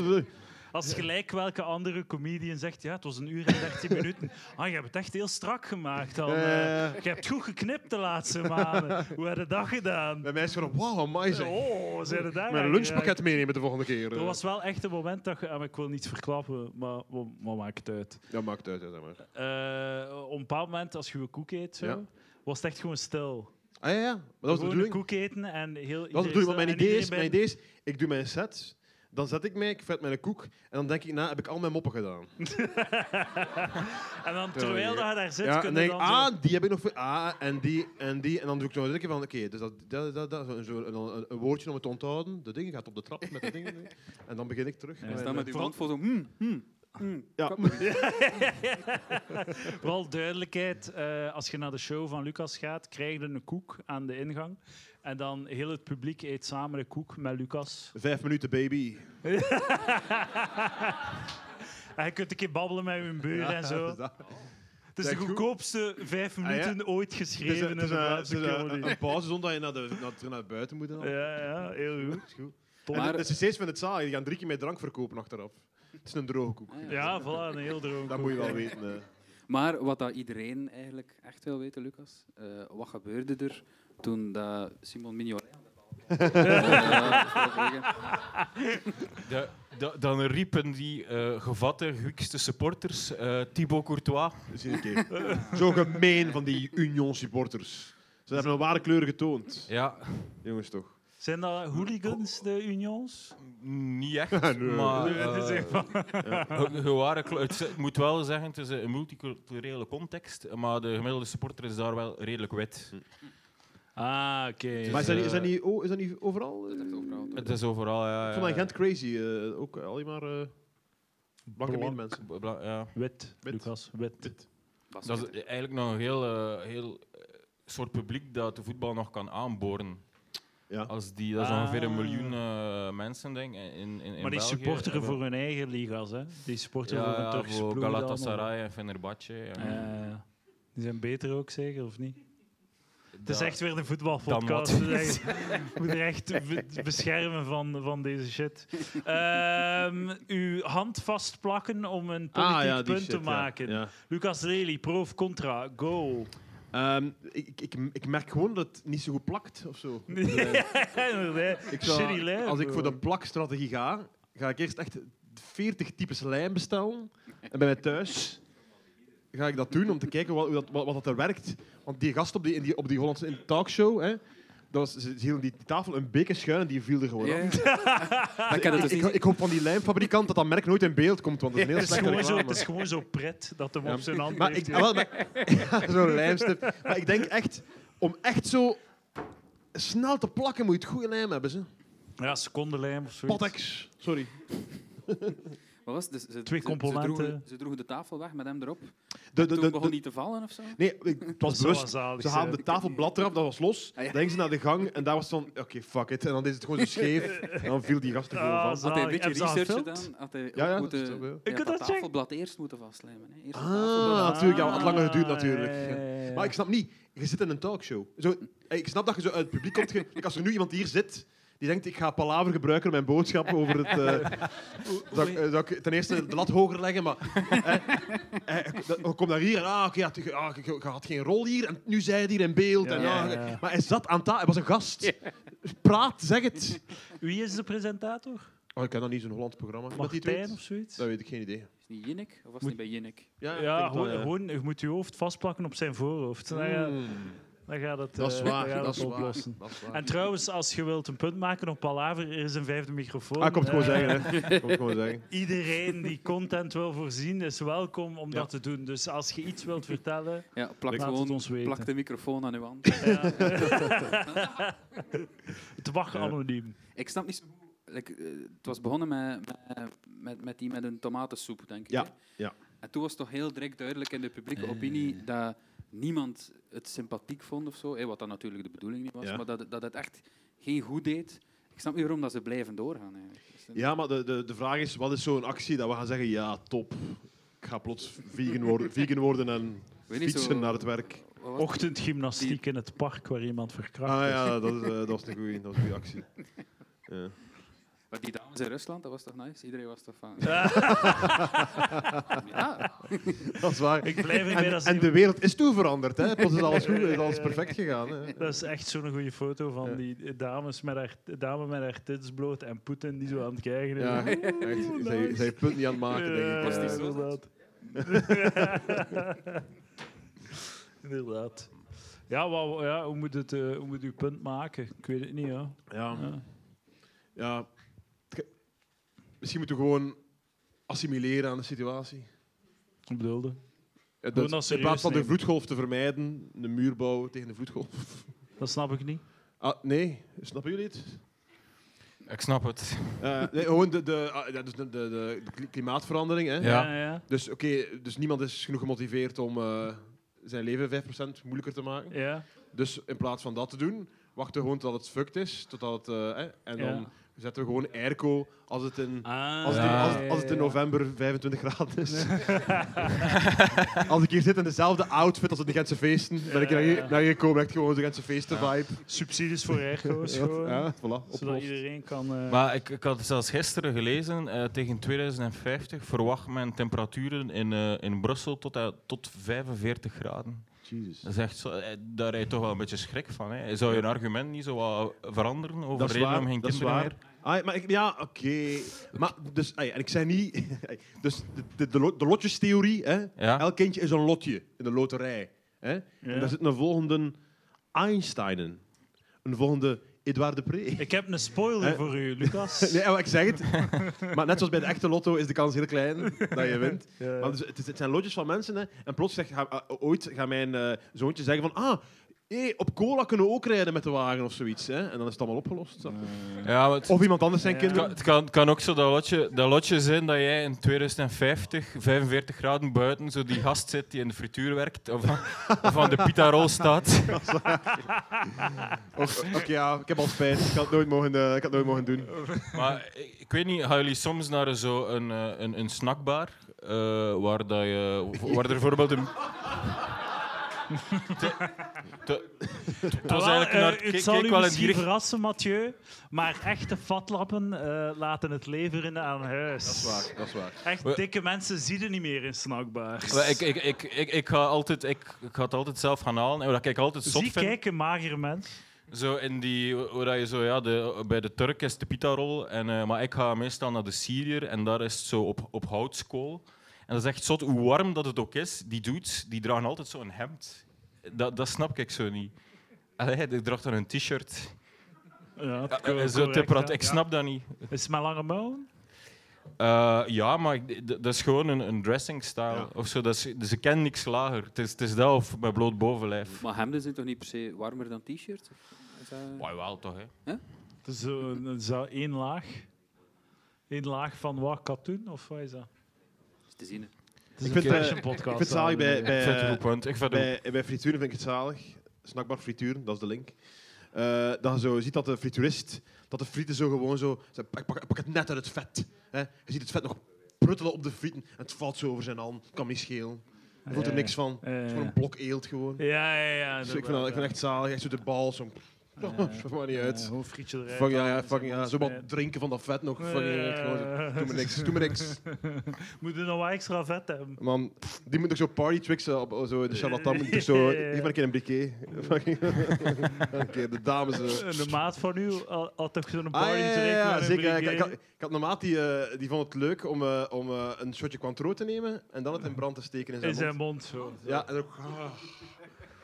Speaker 1: Als gelijk welke andere comedian zegt, ja, het was een uur en dertien minuten. Ah, je hebt het echt heel strak gemaakt dan. eh.
Speaker 2: Eh,
Speaker 1: je hebt goed geknipt de laatste maanden. Hoe heb je dat gedaan?
Speaker 2: bij mij is het gewoon, wauw, amai, zeg.
Speaker 1: Oh, zijn er daar
Speaker 2: Mijn
Speaker 1: aan
Speaker 2: lunchpakket meenemen de volgende keer. eh.
Speaker 1: Er was wel echt een moment dat je... ah, maar Ik wil niet verklappen, maar wat wat maakt het uit?
Speaker 2: Ja, maakt uit, hè, zeg maar.
Speaker 1: Eh, op een bepaald moment, als je een koek eet, zo,
Speaker 2: Ja.
Speaker 1: was het echt gewoon stil.
Speaker 2: Ah ja, ja. Maar dat was de
Speaker 1: gewoon een
Speaker 2: bedoeling.
Speaker 1: koek eten en heel...
Speaker 2: Dat was de bedoeling, want mijn idee, is, mijn idee is, ik doe mijn set, dan zet ik mij, ik vet mijn koek, en dan denk ik na, heb ik al mijn moppen gedaan.
Speaker 1: En dan, terwijl dat je daar zit,
Speaker 2: Ja, en
Speaker 1: kun
Speaker 2: dan
Speaker 1: je
Speaker 2: denk
Speaker 1: dan
Speaker 2: ik,
Speaker 1: zo-
Speaker 2: ah, die heb ik nog veel, ah, en die, en die, en dan doe ik nog een keer van, oké, dus dat, dat, dat, dat, zo, zo- en dan een, een woordje om het te onthouden, de dingen gaat op de trap met de dingen, nee. en dan begin ik terug.
Speaker 1: Ja,
Speaker 3: En
Speaker 2: Mijn-
Speaker 3: staan Dus met uw hand vol zo... hmm, hmm, hmm.
Speaker 2: Ja.
Speaker 3: Kap maar iets.
Speaker 1: Vooral duidelijkheid, eh, als je naar de show van Lucas gaat, krijg je een koek aan de ingang. En dan heel het publiek eet samen de koek met Lucas.
Speaker 2: Vijf minuten, baby.
Speaker 1: en je kunt een keer babbelen met je buren en zo.
Speaker 2: dus dat-
Speaker 1: het is de
Speaker 2: dat is goed. Ah,
Speaker 1: goedkoopste vijf
Speaker 2: ja.
Speaker 1: minuten ooit
Speaker 2: Het is
Speaker 1: geschreven
Speaker 2: een- het is
Speaker 1: in de
Speaker 2: een- het
Speaker 1: Vlaamse
Speaker 2: is een-
Speaker 1: comedy.
Speaker 2: dus een pauze zonder dat je naar, de, naar, terug naar buiten moet. En al.
Speaker 1: Ja, ja, heel goed.
Speaker 2: Dat is goed.
Speaker 1: Top.
Speaker 2: En
Speaker 3: Maar-
Speaker 2: de, de cc's van het zaal, die gaan drie keer met drank verkopen achteraf. Het is een droge koek.
Speaker 1: Ja, voilà, een heel droom.
Speaker 2: Dat moet je wel weten. eh. hè.
Speaker 3: Maar wat dat iedereen eigenlijk echt wil weten, Lucas, eh, wat gebeurde er toen dat Simon Mignolet aan de bal kwam?
Speaker 4: Da- da- dan riepen die eh, gevatte Griekse supporters eh Thibaut Courtois.
Speaker 2: Zie je een Dus keer. Zo gemeen van die Union supporters. Ze hebben een ware kleur getoond.
Speaker 4: Ja,
Speaker 2: Jongens toch.
Speaker 1: Zijn dat hooligans, de unions?
Speaker 4: niet echt, maar
Speaker 1: Nee, dat is
Speaker 4: eh,
Speaker 1: echt waar.
Speaker 4: ge- geware kle- het is- ik moet wel zeggen, het is een multiculturele context, maar de gemiddelde supporter is daar wel redelijk wit.
Speaker 1: Ah, oké.
Speaker 2: Maar is dat, niet- is dat,
Speaker 4: eh,
Speaker 2: niet, o- is dat niet overal? eh?
Speaker 4: Het is overal, ja.
Speaker 2: Ik
Speaker 4: ja.
Speaker 2: vond dat in Gent crazy. eh, ook alleen maar eh blanke
Speaker 1: Blank.
Speaker 2: mensen.
Speaker 4: Bla- bla- ja.
Speaker 1: eh, Wit,
Speaker 2: Wit.
Speaker 1: Lucas, wit.
Speaker 4: Dat is eigenlijk nog een heel, eh, heel eh, soort publiek dat de voetbal nog kan aanboren.
Speaker 2: Ja.
Speaker 4: Als die, dat is
Speaker 1: Ah.
Speaker 4: ongeveer een miljoen eh, mensen, denk ik. In, in, in
Speaker 1: Maar die
Speaker 4: België
Speaker 1: supporteren
Speaker 4: hebben-
Speaker 1: voor hun eigen liga's, hè? Die supporteren
Speaker 4: ja,
Speaker 1: voor hun
Speaker 4: ja,
Speaker 1: Turkse
Speaker 4: voor
Speaker 1: ploegen
Speaker 4: Galatasaray en Fenerbahçe. en-
Speaker 1: allemaal. Ja, ja, ja. die zijn beter ook zeker, of niet? Het is
Speaker 4: Ja.
Speaker 1: echt weer een voetbalpodcast.
Speaker 4: Dan wat.
Speaker 1: dus je moet er echt be- beschermen van, van deze shit. Ehm, uw hand vastplakken om een
Speaker 4: Ah,
Speaker 1: politiek
Speaker 2: Ah,
Speaker 1: punt te maken. Lucas Lely, pro of contra, go.
Speaker 2: Ehm, ik, ik, ik merk gewoon dat het niet zo goed plakt of zo.
Speaker 1: Inderdaad.
Speaker 2: Ik zou-
Speaker 1: Shitty lijf,
Speaker 2: als ik voor
Speaker 1: hoor.
Speaker 2: de plakstrategie ga, ga ik eerst echt 40 types lijm bestellen. En bij mij thuis ga ik dat doen om te kijken wat, hoe dat, wat, wat dat er werkt. Want die gast op die, in die, op die Hollandse in- talkshow, hè, dat was, ze ze hielden die tafel een beker schuin en die viel er gewoon
Speaker 3: Ja,
Speaker 2: af.
Speaker 3: ja. Maar ik heb
Speaker 2: Ik,
Speaker 3: het dus
Speaker 2: ik,
Speaker 3: niet.
Speaker 2: ik hoop van die lijmfabrikant dat dat merk nooit in beeld komt, want dat is een
Speaker 1: Het is,
Speaker 2: heel slechte
Speaker 1: gewoon zo, het
Speaker 2: reclame.
Speaker 1: is gewoon zo pret dat hem
Speaker 2: Ja.
Speaker 1: op zijn hand
Speaker 2: Maar
Speaker 1: heeft.
Speaker 2: ik, ah, wel, maar, Ja, zo'n lijmstip. Maar ik denk echt, om echt zo snel te plakken moet je het goede lijm hebben. Ze.
Speaker 1: Ja, secondenlijm of zoiets.
Speaker 2: Potex. Sorry.
Speaker 3: Wat was het? Dus ze,
Speaker 1: Twee eh.
Speaker 3: ze- ze droegen- Ze droegen,
Speaker 1: complimenten.
Speaker 3: de tafel weg met hem erop.
Speaker 2: De, de,
Speaker 3: Toen
Speaker 2: de,
Speaker 3: begon
Speaker 2: de-
Speaker 3: niet te vallen of zo.
Speaker 1: Ah,
Speaker 2: nee, ik- het was
Speaker 1: Dat
Speaker 2: bewust.
Speaker 1: zou wel zalig
Speaker 2: Ze
Speaker 1: zijn.
Speaker 2: haalden de tafelblad eraf, dat was los.
Speaker 3: Ah, ja.
Speaker 2: Dan gingen ze naar de gang en daar was van, oké, fuck it. En dan deed het gewoon zo scheef. En dan viel die gast er
Speaker 1: Ah,
Speaker 2: gewoon van.
Speaker 1: zo.
Speaker 3: Had hij een beetje
Speaker 1: Hebben ze
Speaker 3: research
Speaker 1: aangevuld?
Speaker 3: gedaan? Had hij
Speaker 2: Ja, ja,
Speaker 3: moeten,
Speaker 2: dat is toch, ja.
Speaker 1: Ik kan
Speaker 3: dat
Speaker 1: dat checken.
Speaker 3: tafelblad eerst moeten vastlijmen. Hè. Eerst het
Speaker 2: Ah,
Speaker 3: tafelblad.
Speaker 2: natuurlijk. Ja, het had langer geduurd natuurlijk.
Speaker 1: Ah, ja, ja, ja.
Speaker 2: Maar ik snap niet, je zit in een talkshow. Zo, ik snap dat je zo uit het publiek komt. ge- Like, als er nu iemand hier zit die denkt, ik ga palaver gebruiken om mijn boodschap over het... eh, dat, ik- eh, dat ik ten eerste de lat hoger leggen, maar... eh, eh, dat- je komt naar hier en... Ah, oké, ja, het- ah, je, je had geen rol hier en nu zij hier in beeld. en,
Speaker 1: Ja,
Speaker 2: ah,
Speaker 1: ja, ja.
Speaker 2: Maar hij zat aan tafel. Hij was een gast. Praat, zeg het.
Speaker 1: Wie is de presentator?
Speaker 2: Oh, ik ken dat niet, zo'n Hollands programma. Iemand die het
Speaker 1: Martijn
Speaker 2: weet?
Speaker 1: of zoiets?
Speaker 2: Dat weet ik, geen idee.
Speaker 3: Is het niet Jinnik? Of was het
Speaker 1: Moet-
Speaker 3: niet bij Jinnik?
Speaker 2: Ja, ik
Speaker 1: Ja,
Speaker 2: denk
Speaker 1: gewoon,
Speaker 2: dat, eh, ja.
Speaker 1: gewoon, je moet je hoofd vastplakken op zijn voorhoofd. Dan, ga-
Speaker 2: Mm,
Speaker 1: dan gaat het,
Speaker 2: Hmm, dat is
Speaker 1: eh, dan
Speaker 2: waar,
Speaker 1: gaat
Speaker 2: dat
Speaker 1: het
Speaker 2: is waar.
Speaker 1: oplossen.
Speaker 2: Dat is waar. Ah,
Speaker 1: En trouwens, als je wilt een punt maken op Palaver, er is een vijfde microfoon.
Speaker 2: Ah, komt gewoon
Speaker 1: Eh,
Speaker 2: zeggen, hè. Komt gewoon zeggen.
Speaker 1: Iedereen die content wil voorzien, is welkom om dat te doen. Dus als je iets wilt vertellen,
Speaker 3: Ja, plak
Speaker 1: laat het
Speaker 3: gewoon
Speaker 1: ons weten.
Speaker 3: plak de microfoon aan uw hand.
Speaker 1: Het mag anoniem.
Speaker 3: Ik snap niet zo goed. like, eh, het was begonnen met, met, met, met die met een tomatensoep, denk ik.
Speaker 2: Ja,
Speaker 3: hè?
Speaker 2: ja.
Speaker 3: En toen was het toch heel direct duidelijk in de publieke opinie dat niemand het sympathiek vond of zo. hè, wat dan natuurlijk de bedoeling niet was,
Speaker 2: Ja.
Speaker 3: maar dat, dat het echt geen goed deed. Ik snap niet waarom dat ze blijven doorgaan. Eigenlijk. Dus, eh,
Speaker 2: Ja, maar de, de, de vraag is, wat is zo'n actie dat we gaan zeggen, ja, top. Ik ga plots vegan worden, vegan worden en
Speaker 3: weet niet,
Speaker 2: fietsen
Speaker 3: zo-
Speaker 2: naar het werk.
Speaker 3: wat was het?
Speaker 1: Ochtendgymnastiek in het park waar iemand verkracht
Speaker 2: Ah
Speaker 1: is.
Speaker 2: ja, dat, is, eh, dat was een goeie, dat was een goeie actie. Ja.
Speaker 3: Maar die dames in Rusland, dat was toch nice? Iedereen was toch van... ja,
Speaker 2: Dat is waar.
Speaker 1: Ik blijf erbij
Speaker 2: En,
Speaker 1: dat
Speaker 2: en
Speaker 1: ze-
Speaker 2: de wereld is toe veranderd, hè. Plots is alles goed, is alles perfect gegaan. Hè.
Speaker 1: Dat is echt zo'n goede foto van
Speaker 2: Ja.
Speaker 1: die dames met haar, dame met haar tits bloot en Poetin die zo aan het kijken is.
Speaker 2: Ja, echt. Zij, zij punt niet aan het maken, denk ik. eh.
Speaker 1: Ja,
Speaker 3: Was die
Speaker 2: Ja.
Speaker 3: zo?
Speaker 1: inderdaad. inderdaad. Ja, wat, ja hoe, moet het, eh, hoe moet je punt maken? Ik weet het niet, ja.
Speaker 2: Ja.
Speaker 1: Ja.
Speaker 2: ja. Het ge- Misschien moeten we gewoon assimileren aan de situatie.
Speaker 1: Ik bedoelde.
Speaker 2: Ja, dat-
Speaker 1: Gewoon dat
Speaker 2: in
Speaker 1: serieus
Speaker 2: plaats van de
Speaker 1: nemen.
Speaker 2: vloedgolf te vermijden, de muur bouwen tegen de vloedgolf.
Speaker 1: Dat snap ik niet.
Speaker 2: Ah, nee, snappen jullie het?
Speaker 4: Ik snap het.
Speaker 2: Eh, nee, gewoon de, de, ah, ja, dus de, de, de- de kli- klimaatverandering. Hè?
Speaker 4: Ja.
Speaker 1: ja, ja.
Speaker 2: Dus, oké, dus niemand is genoeg gemotiveerd om eh, zijn leven 5% moeilijker te maken.
Speaker 1: Ja.
Speaker 2: Dus in plaats van dat te doen, wachten we gewoon totdat het fucked is. Totdat het, eh, hè, en dan
Speaker 1: Ja.
Speaker 2: zetten we gewoon airco als het in Als, het in,
Speaker 4: Ja.
Speaker 2: als, het- als het in november 25 graden is. als ik hier zit in dezelfde outfit als op de Gentse feesten, ben ik naar hier, naar hier gekomen. Echt gewoon de Gentse feesten vibe.
Speaker 1: Subsidies voor airco's gewoon.
Speaker 2: Ja, voilà.
Speaker 1: Zodat
Speaker 2: opgelost.
Speaker 1: iedereen kan... eh,
Speaker 4: Maar ik, ik had het zelfs gisteren gelezen, eh, tegen 2050 verwacht men temperaturen in, eh, in Brussel tot, eh, tot 45 graden.
Speaker 2: Jezus.
Speaker 4: Dat is echt zo, eh, daar rijd je toch wel een beetje schrik van. Hè. Zou je een argument niet zo wat veranderen over
Speaker 2: Dat is
Speaker 4: reden
Speaker 2: waar,
Speaker 4: om geen
Speaker 2: dat is
Speaker 4: kinderen
Speaker 2: waar.
Speaker 4: meer?
Speaker 2: Ah, maar ik, ja, oké. Maar dus, ah ja, en ik zei niet... dus de, de, de, lo- de lotjestheorie, hè.
Speaker 4: Ja?
Speaker 2: Elk kindje is een lotje in de loterij. Hè?
Speaker 1: ja.
Speaker 2: En daar zit een volgende Einstein in. Een volgende Edouard de Pre.
Speaker 1: Ik heb een spoiler
Speaker 2: Eh?
Speaker 1: voor u, Lucas.
Speaker 2: Nee, maar ik zeg het. Maar net zoals bij de echte lotto is de kans heel klein dat je wint.
Speaker 1: Ja.
Speaker 2: Maar dus, het, is- het zijn lotjes van mensen. Hè. En plots zegt, ga- eh, ooit gaat mijn eh, zoontje zeggen van... Ah, hé, op cola kunnen we ook rijden met de wagen of zoiets. Hè. En dan is het allemaal opgelost. snap je?
Speaker 4: Ja, maar het,
Speaker 2: Of iemand anders zijn
Speaker 1: Ja.
Speaker 4: het kan,
Speaker 2: kinderen.
Speaker 4: het kan, het kan ook zo dat lotje, dat lotje zijn dat jij in 2050 45 graden buiten zo die gast zit die in de frituur werkt of, of aan de pitarol staat.
Speaker 2: Of, Oké, ja, ik heb al spijt. Ik had het nooit mogen, eh, ik had het nooit mogen doen.
Speaker 4: Maar ik, ik weet niet, gaan jullie soms naar zo een, eh, een, een snackbar eh, waar, dat je, waar er bijvoorbeeld een... Te- te- Het was
Speaker 1: Ah, wel,
Speaker 4: eigenlijk
Speaker 1: eh,
Speaker 4: naar...
Speaker 1: het
Speaker 4: keek-
Speaker 1: zal
Speaker 4: keek
Speaker 1: u
Speaker 4: wel in die
Speaker 1: misschien
Speaker 4: richting.
Speaker 1: verrassen, Mathieu, maar echte vatlappen eh, laten het leveren aan huis.
Speaker 2: Dat is waar, dat is waar.
Speaker 1: Echt
Speaker 4: We-
Speaker 1: dikke mensen zien er niet meer in snackbars.
Speaker 4: Maar Ik, ik, ik, ik, ik, ga altijd, ik, ik ga het altijd zelf gaan halen. En wat ik altijd zot
Speaker 1: Zie
Speaker 4: vind...
Speaker 1: kijken, magere mens.
Speaker 4: Zo in die, waar dat je zo, ja, de, bij de Turk is de pita-rol, en, eh, maar ik ga meestal naar de Syriër en daar is het zo op, op houtskool. En dat is echt zot, hoe warm dat het ook is, die dudes, die dragen altijd zo'n hemd. Dat, dat snap ik zo niet. Allee, ik draag dan een t-shirt.
Speaker 1: Ja, het
Speaker 4: Eh,
Speaker 1: co-
Speaker 4: Zo
Speaker 1: correct,
Speaker 4: temperat-
Speaker 1: hè.
Speaker 4: ik snap dat niet.
Speaker 1: Ja. Is het mijn lange mouwen?
Speaker 4: Eh, ja, maar ik- d- d- dat is gewoon een, een dressing-style.
Speaker 2: Ja.
Speaker 4: Of zo, dat is, ze kennen niks lager. Het is, het is dat of mijn bloot bovenlijf.
Speaker 3: maar hemden zijn toch niet per se warmer dan t-shirts? eh, Is dat-
Speaker 4: Wauw, wel toch, hè?
Speaker 1: Het is zo, een- een- zo één laag. Eén laag van wat, katoen? Of wat is dat?
Speaker 3: is te zien. hè.
Speaker 1: Het is
Speaker 2: Ik
Speaker 1: een
Speaker 2: vind, eh,
Speaker 1: fashion podcast.
Speaker 2: Ik vind het zalig bij,
Speaker 1: eigenlijk.
Speaker 4: Ik vind het een
Speaker 2: bij,
Speaker 4: goed punt. Ik vind het
Speaker 2: Bij, bij frituren vind ik het zalig. Snackbar frituren, dat is de link. Eh, dat je zo ziet dat de frituurist, dat de frieten zo gewoon zo... ze- Pak, pak, pak het net uit het vet. Hè. Je ziet het vet nog pruttelen op de frieten. En het valt zo over zijn hand. Kan niet schelen. Je voelt er
Speaker 1: Ja,
Speaker 2: niks van.
Speaker 1: ja,
Speaker 2: Het is
Speaker 1: ja.
Speaker 2: gewoon een blok eelt gewoon.
Speaker 1: Ja, ja, ja.
Speaker 2: Dus ik, vind dat, ik vind het echt zalig. Echt zo de bal. Zo. Oh, dat maakt niet uit.
Speaker 1: Gewoon frietje eruit.
Speaker 2: Fuck, ja,
Speaker 1: halen
Speaker 2: ja,
Speaker 1: en
Speaker 2: fucking, ja.
Speaker 1: dan
Speaker 2: Zo wat
Speaker 1: smijten.
Speaker 2: drinken van dat vet nog. Fucking,
Speaker 1: Eh.
Speaker 2: gewoon, doe me niks, doe me niks.
Speaker 1: Moet je nog wat extra vet hebben?
Speaker 2: Man, die moet toch zo party tricks, eh, op, zo, de charlatan moet toch zo... Geef maar een keer een briquet. Fucking. Oké, de dames... eh.
Speaker 1: De maat van u had had toch zo'n
Speaker 2: Ah, ja,
Speaker 1: party
Speaker 2: ja, ja,
Speaker 1: drink
Speaker 2: ja,
Speaker 1: met een
Speaker 2: zeker. Ik,
Speaker 1: briquet?
Speaker 2: ik, had, ik had een maat die, eh, die vond het leuk om, eh, om eh, een shotje Cointreau te nemen en dan het in brand te steken in zijn,
Speaker 1: in zijn
Speaker 2: mond.
Speaker 1: mond. Zo.
Speaker 2: Ja, en, ook, ah.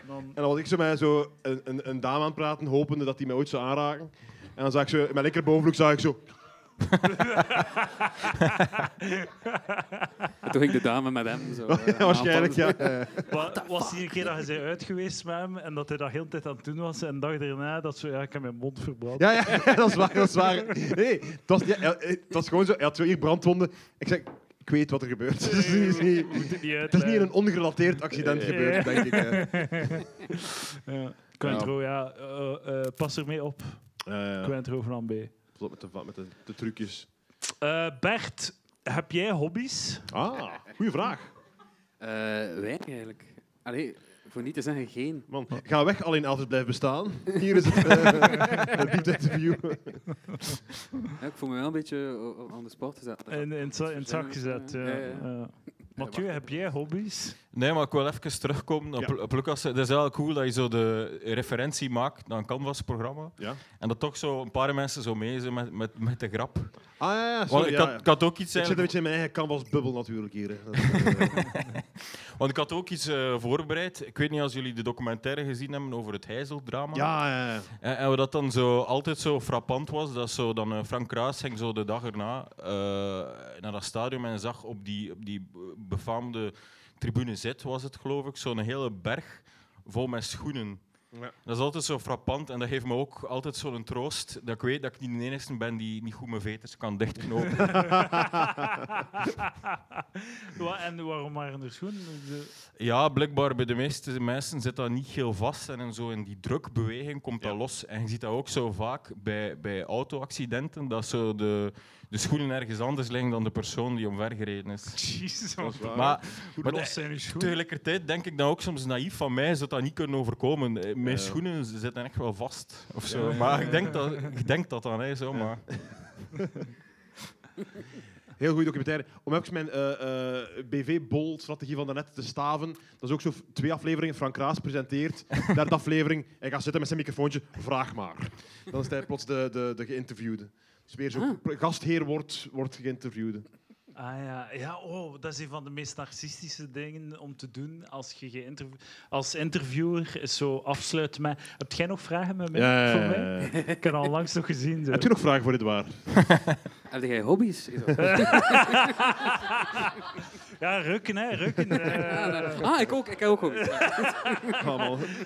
Speaker 1: Dan,
Speaker 2: en dan was ik zo met zo een, een, een dame aan het praten, hopende dat die mij ooit zou aanraken. En dan zag ik zo, in mijn lekker bovenvloek zag ik zo...
Speaker 3: En toen ging de dame met hem. Zo, eh,
Speaker 2: waarschijnlijk, Oh, ja.
Speaker 3: aanpakken.
Speaker 1: Wa- was hij een keer dat hij zei uit geweest met hem en dat hij dat heel de tijd aan het doen was en de dag daarna dat zo, ja, ik heb mijn mond verbrand.
Speaker 2: Ja, ja, dat is waar, dat is waar. Nee, het was, ja, ja, het was gewoon zo, hij had zo hier brandwonden. Ik zeg, ik weet wat er gebeurt. Het is niet, het is niet-
Speaker 1: Moet het niet
Speaker 2: het is niet in
Speaker 1: uitleggen.
Speaker 2: een ongerelateerd accident gebeurd, denk ik. hè.
Speaker 1: Ja. Quintro, ja, eh, eh, pas ermee op.
Speaker 2: Eh,
Speaker 1: Quintro van B.
Speaker 2: pas op met, de, va- met de, de trucjes.
Speaker 1: Eh, Bert, heb jij hobby's?
Speaker 2: Ah, goede vraag.
Speaker 3: Eh, weinig eigenlijk. Allee, voor niet te zeggen geen.
Speaker 2: Man, ga weg, alleen Elvis blijft bestaan. Hier is het, eh het diepte interview.
Speaker 3: Ja, ik voel me wel een beetje o- o- aan de sport gezet.
Speaker 1: In, in, het za- in het zak gezet. Ja.
Speaker 3: Ja, ja.
Speaker 1: ja. Mathieu,
Speaker 3: wacht.
Speaker 1: heb jij hobby's?
Speaker 4: Nee, maar ik wil even terugkomen op,
Speaker 2: Ja.
Speaker 4: op Lucas. Het is wel cool dat je zo de referentie maakt naar een Canvas-programma.
Speaker 2: Ja.
Speaker 4: En dat toch zo een paar mensen zo mee zijn met, met, met de grap.
Speaker 2: Ah ja, ja,
Speaker 4: Want
Speaker 2: sorry.
Speaker 4: ik
Speaker 2: ja,
Speaker 4: had,
Speaker 2: ja.
Speaker 4: ik had ook iets eh,
Speaker 2: Ik zit een
Speaker 4: eigenlijk-
Speaker 2: beetje in mijn eigen canvasbubbel natuurlijk hier. hè. Dat is, eh,
Speaker 4: Want ik had ook iets eh, voorbereid. Ik weet niet als jullie de documentaire gezien hebben over het Heizeldrama.
Speaker 2: ja, ja, ja.
Speaker 4: En, en wat dat dan zo altijd zo frappant was, dat zo dan eh, Frank Kraas ging zo de dag erna eh, naar dat stadion en zag op die, op die befaamde tribune Z, was het geloof ik, zo'n hele berg vol met schoenen.
Speaker 2: Ja.
Speaker 4: Dat is altijd zo frappant en dat geeft me ook altijd zo'n troost dat ik weet dat ik niet de enige ben die niet goed mijn veters kan dichtknopen.
Speaker 1: Wa- en waarom waren er schoenen? De-
Speaker 4: Ja, blijkbaar bij de meeste mensen zit dat niet heel vast. En in zo in die drukbeweging komt dat
Speaker 2: Ja.
Speaker 4: los. En je ziet dat ook zo vaak bij, bij auto-accidenten, dat zo de, de schoenen ergens anders liggen dan de persoon die omvergereden is.
Speaker 1: Jezus,
Speaker 2: Dat is
Speaker 1: wat
Speaker 2: waar.
Speaker 4: Maar
Speaker 1: hoe
Speaker 4: maar
Speaker 1: los zijn uw schoenen?
Speaker 4: tegelijkertijd denk ik dan ook soms naïef van mij, zou dat niet kunnen overkomen. Eh, Mijn
Speaker 2: Ja.
Speaker 4: schoenen zitten echt wel vast. Of zo.
Speaker 2: Ja.
Speaker 4: Maar ik denk dat, ik denk dat dan, hè, zo. Maar.
Speaker 2: Heel goede documentaire. Om even mijn eh, eh, BV-bol-strategie van daarnet te staven. Dat is ook zo f- twee afleveringen. Frank Raas presenteert. Derde aflevering. Hij gaat zitten met zijn microfoontje. Vraag maar. Dan is hij plots de, de, de geïnterviewde. Dus weer zo pr- gastheer wordt, wordt geïnterviewd.
Speaker 1: Ah ja, ja oh, dat is een van de meest narcistische dingen om te doen als je geïnterv- als interviewer is zo afsluit met. Heb jij nog vragen met mij, voor mij? Ik heb al langs nog gezien. Zo.
Speaker 2: Heb je nog vragen voor dit waar?
Speaker 3: Heb jij hobby's? Is dat-
Speaker 1: Ja, rukken, hè, rukken. eh.
Speaker 3: ah, ik ook. Ik heb ook hobby's.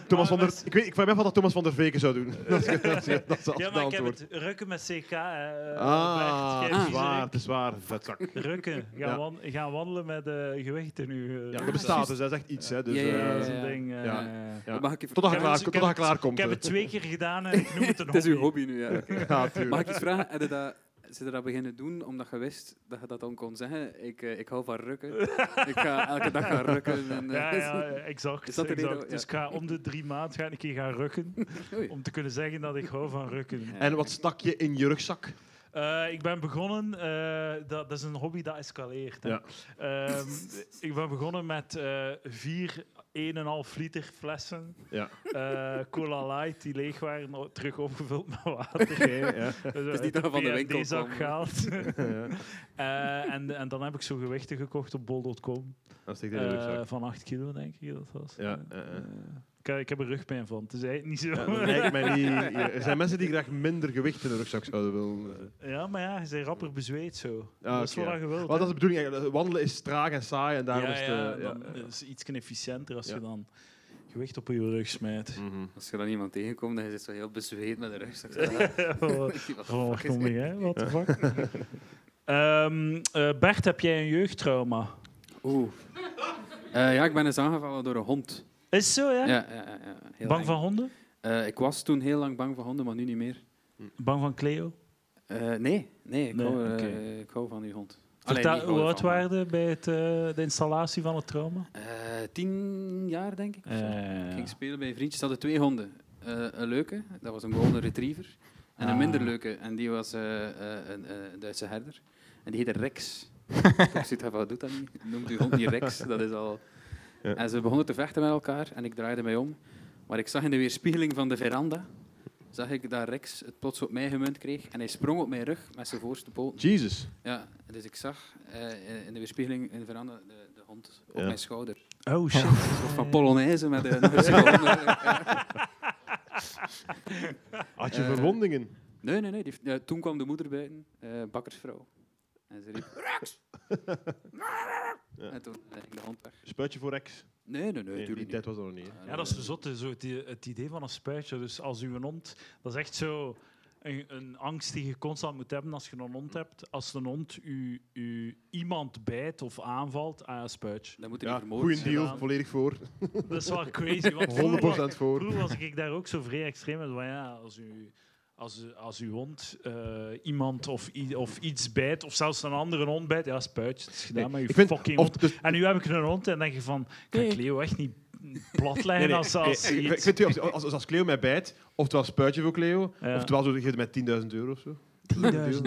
Speaker 2: Thomas van
Speaker 1: Ah,
Speaker 2: der,
Speaker 1: dat is-
Speaker 2: ik, weet, ik vraag me af wat Thomas van der Veken zou doen. Dat is, dat is, dat is altijd
Speaker 1: Ja,
Speaker 2: de
Speaker 1: maar ik heb
Speaker 2: antwoord.
Speaker 1: het rukken met CK. hè, eh,
Speaker 2: Ah,
Speaker 1: Bert, jij
Speaker 2: het is
Speaker 1: viezerik.
Speaker 2: waar, het is waar. Vetzak.
Speaker 1: Rukken, gaan,
Speaker 2: Ja.
Speaker 1: wan- gaan wandelen met eh gewichten nu. eh.
Speaker 2: Ja, dat bestaat, dus dat is echt iets. Hè, dus,
Speaker 3: Ja, ja,
Speaker 1: Ja,
Speaker 2: eh,
Speaker 1: dat is een
Speaker 3: Ja.
Speaker 1: ding. eh.
Speaker 2: Ja.
Speaker 3: Dat Mag ik even...
Speaker 2: Totdat
Speaker 1: Ik
Speaker 2: je
Speaker 1: heb het-
Speaker 2: klaar,
Speaker 1: ik
Speaker 2: tot
Speaker 1: heb
Speaker 2: dat je
Speaker 1: het-
Speaker 2: klaarkomt.
Speaker 1: Ik heb het
Speaker 2: hè.
Speaker 1: twee keer gedaan en ik noem het een
Speaker 3: Het is uw
Speaker 1: hobby.
Speaker 3: hobby nu, ja. oké.
Speaker 2: Ja, tuurlijk.
Speaker 3: Mag ik iets vragen? Heb je dat, ze dat beginnen doen omdat je wist dat je dat dan kon zeggen? Ik, eh, ik hou van rukken. Ik ga elke dag gaan rukken. En, eh,
Speaker 1: Ja, ja, exact.
Speaker 3: Is dat de
Speaker 1: exact.
Speaker 3: reden? Ja.
Speaker 1: Dus ik ga om de drie maanden ga ik een keer gaan rukken.
Speaker 3: Oei.
Speaker 1: Om te kunnen zeggen dat ik hou van rukken.
Speaker 2: En wat stak je in je rugzak?
Speaker 1: Eh, ik ben begonnen, eh, dat, dat is een hobby dat escaleert. hè.
Speaker 2: Ja.
Speaker 1: Ehm, ik ben begonnen met eh vier 1,5 liter flessen
Speaker 2: Ja.
Speaker 1: eh, cola light die leeg waren, o- terug opgevuld met water. Dus
Speaker 3: is niet dat we van de winkel
Speaker 1: zak
Speaker 3: komen.
Speaker 1: gehaald. Eh, en, en dan heb ik zo gewichten gekocht op bol.com.
Speaker 2: Dat steekt in je
Speaker 1: Eh,
Speaker 2: rugzak.
Speaker 1: van 8 kilo, denk ik dat was.
Speaker 2: Ja,
Speaker 1: Eh,
Speaker 2: eh, eh.
Speaker 1: ik, ik heb er rugpijn van. Het is eigenlijk niet zo.
Speaker 2: Ja, dat lijkt mij niet. Er zijn mensen die graag minder gewicht in hun rugzak zouden willen. eh.
Speaker 1: Ja, maar ja, je bent rapper bezweet zo.
Speaker 2: Ah,
Speaker 1: dat is
Speaker 2: oké,
Speaker 1: wat je wilt.
Speaker 2: Wat dat
Speaker 1: hè.
Speaker 2: is de bedoeling eigenlijk. Wandelen is traag en saai en daarom
Speaker 1: ja,
Speaker 2: is het...
Speaker 1: ja,
Speaker 2: eh,
Speaker 1: dan
Speaker 2: ja.
Speaker 1: is het iets efficiënter als
Speaker 2: Ja.
Speaker 1: je dan gewicht op je rug smijt.
Speaker 2: Mhm.
Speaker 3: Als je dan iemand tegenkomt, dan is het zo heel bezweet met de rugzak.
Speaker 1: Gewoon wat kom je, hè? Wat de fuck? Ehm, eh, Bert, heb jij een jeugdtrauma?
Speaker 3: Oeh. Eh, ja, ik ben eens aangevallen door een hond.
Speaker 1: Is het zo, ja?
Speaker 3: Ja, ja, ja, ja. Heel
Speaker 1: Bang
Speaker 3: eng.
Speaker 1: van honden?
Speaker 3: Eh, ik was toen heel lang bang voor honden, maar nu niet meer.
Speaker 1: Bang van Cleo?
Speaker 3: Eh, nee, nee, ik,
Speaker 1: Nee,
Speaker 3: hou, eh,
Speaker 1: oké.
Speaker 3: ik hou van die hond. Allee,
Speaker 1: Vertel,
Speaker 3: niet hou
Speaker 1: hoe oud
Speaker 3: ervan, maar-
Speaker 1: waren je bij het, eh, de installatie van het trauma?
Speaker 3: Eh, tien jaar, denk ik. of zo.
Speaker 1: Eh,
Speaker 3: Ik ging spelen bij vriendjes, ze hadden twee honden. Eh, eh, een leuke, dat was een gewone retriever. En een
Speaker 1: Ah.
Speaker 3: minder leuke, en die was eh, eh, een eh, Duitse herder. En die heette Rex. ik zit wat doet dat niet? Noemt uw hond niet Rex, dat is al...
Speaker 4: Ja.
Speaker 3: En ze begonnen te vechten met elkaar en ik draaide mij om. Maar ik zag in de weerspiegeling van de veranda, zag ik dat Rex het plots op mij gemunt kreeg. En hij sprong op mijn rug met zijn voorste poot.
Speaker 2: Jesus.
Speaker 3: Ja, dus ik zag eh, in de weerspiegeling in de veranda de, de hond op
Speaker 2: Ja.
Speaker 3: mijn schouder.
Speaker 1: Oh shit.
Speaker 3: Een soort van Polonaise met een nog een seconde.
Speaker 2: Had je
Speaker 3: Eh,
Speaker 2: verwondingen?
Speaker 3: Nee, nee, nee. die heeft- ja, toen kwam de moeder buiten, eh, bakkersvrouw. En ze riep... Rex! En toen eh, ging de hond weg.
Speaker 2: Spuitje voor Rex?
Speaker 3: Nee, nee, nee,
Speaker 2: die
Speaker 3: natuurlijk
Speaker 2: tijd
Speaker 3: niet. Eh,
Speaker 2: was er nog niet. hè.
Speaker 1: Ja, dat is de zotte, zo het, i- het idee van een spuitje. Dus als uw hond, dat is echt zo een, een angst die je constant moet hebben als je een hond hebt. Als een hond u, u iemand bijt of aanvalt, ah ja, spuitje.
Speaker 3: Dat moet er
Speaker 2: Ja,
Speaker 3: niet vermoord
Speaker 2: goeie
Speaker 3: zijn.
Speaker 2: deal,
Speaker 1: gedaan.
Speaker 2: volledig voor.
Speaker 1: Dat is wel crazy. Want
Speaker 2: 100%
Speaker 1: vroeger, wa-
Speaker 2: voor.
Speaker 1: vroeger was ik daar ook zo vrij extreem. in, Van ja, als u... Als, u- als uw hond eh, iemand of, i- of iets bijt, of zelfs een andere hond bijt, ja, spuitje, het is gedaan met
Speaker 2: ik
Speaker 1: je
Speaker 2: vind-
Speaker 1: fucking
Speaker 2: of
Speaker 1: hond.
Speaker 2: dus-
Speaker 1: En nu heb ik een hond en denk je van, kan ik
Speaker 3: Nee.
Speaker 1: Leo echt niet platleggen als, als
Speaker 2: Nee, ik,
Speaker 1: iets-
Speaker 2: ik vind het, als, als, als Cleo mij bijt, oftewel spuitje voor Cleo,
Speaker 1: Ja.
Speaker 2: oftewel zo, geef mij 10.000 euro of zo.
Speaker 1: 10.000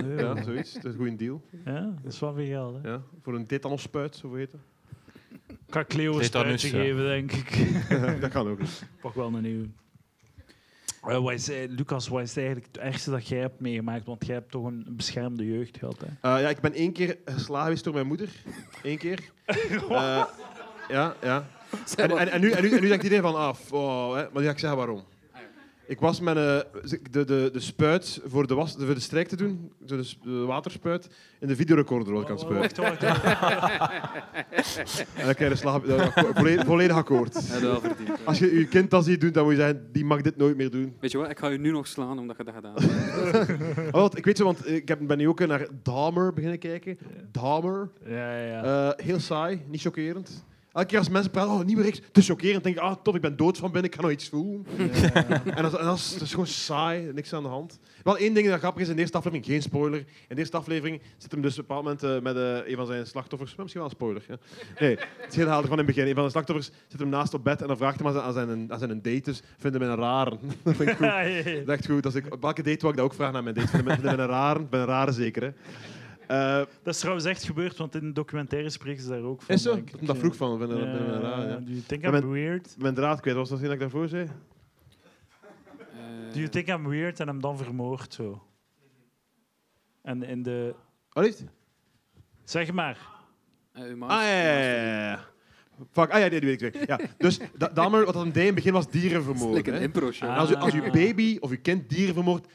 Speaker 1: euro.
Speaker 2: Ja, zoiets. Dat is een goede deal.
Speaker 1: Ja, dat is wel veel geld. Hè.
Speaker 2: Ja. Voor een tetanospuit, zo heet dat.
Speaker 1: Ik ga Cleo een
Speaker 4: Tetanus,
Speaker 1: spuitje
Speaker 4: ja.
Speaker 1: geven, denk ik.
Speaker 2: dat kan ook.
Speaker 1: Pak wel een nieuwe. Eh, wat is, eh, Lucas, wat is eigenlijk het ergste dat jij hebt meegemaakt? Want jij hebt toch een beschermde jeugd gehad. Hè?
Speaker 2: Eh, ja, ik ben één keer geslagen geweest door mijn moeder. Eén keer. Eh, ja, ja.
Speaker 3: Zeg
Speaker 2: En,
Speaker 3: maar,
Speaker 2: en, en, nu, en, nu, en nu denkt iedereen van, ah, f- oh, hè. maar nu ga ik zeggen waarom. Ik was met eh, de, de, de spuit voor de, was, voor de strijk te doen, zo de, s- de waterspuit, in de videorecorder was ik aan het spuiten.
Speaker 1: Oh, Wacht, wacht, wacht.
Speaker 2: En dan krijg je slag, eh, volledig, volledig akkoord.
Speaker 3: Ja, dat wel verdiend.
Speaker 2: Als je je kind dat ziet doen, dan moet je zeggen, die mag dit nooit meer doen.
Speaker 3: Weet je wat, ik ga je nu nog slaan omdat je dat gedaan hebt.
Speaker 2: Ah, want, ik weet zo, want ik heb, ben nu ook naar Dahmer beginnen kijken. Dahmer.
Speaker 1: Ja, ja, ja.
Speaker 2: Eh, heel saai, niet chockerend. Elke keer als mensen praten, oh, nieuwe reeks, het is chockerend. denk ik, ah, top, ik ben dood van binnen, ik ga nog iets voelen. Eh, en dat, is- en dat is, dat is gewoon saai, niks aan de hand. Wel één ding dat grappig is, in de eerste aflevering, geen spoiler, in de eerste aflevering zit hem dus op een bepaald moment eh, met eh, een van zijn slachtoffers, maar misschien wel een spoiler, ja. Nee, het is heel helder van in het begin. Een van de slachtoffers zit hem naast op bed en dan vraagt hem aan zijn, aan zijn, aan zijn date, dus vindt hem een raar. dat vind ik goed.
Speaker 1: Ja, ja, ja.
Speaker 2: Dat is echt goed. Als ik, op welke date wil ik dat ook vragen aan mijn date? Vind je me een raar? Ik ben een rare zeker, hè. Eh,
Speaker 1: Dat is trouwens echt gebeurd, want in de documentaire spreken ze daar ook van.
Speaker 2: is zo?
Speaker 1: denk ik.
Speaker 2: Dat hem dat vroeg van, vind je me een raar, ja.
Speaker 1: Do you think
Speaker 2: Maar
Speaker 1: I'm
Speaker 2: met-
Speaker 1: weird?
Speaker 2: mijn draad kwijt. Was dat zin dat ik daarvoor zei?
Speaker 3: Eh,
Speaker 1: Do you think I'm weird? En hem dan vermoord, zo. En in de...
Speaker 2: Oh, niet?
Speaker 1: Zeg maar.
Speaker 3: eh, uw maas-
Speaker 2: Ah, ja, ja, ja, ja, ja. Fuck, ah ja, die weet ik weer. Ja, dus da Dahmer, wat dat hem deed in het begin was
Speaker 3: Dat is
Speaker 2: dierenvermoord.
Speaker 3: like
Speaker 2: hè.
Speaker 3: een
Speaker 2: En
Speaker 3: impro-show.
Speaker 1: Ah.
Speaker 2: Als, u, als uw baby of uw kind dieren vermoordt,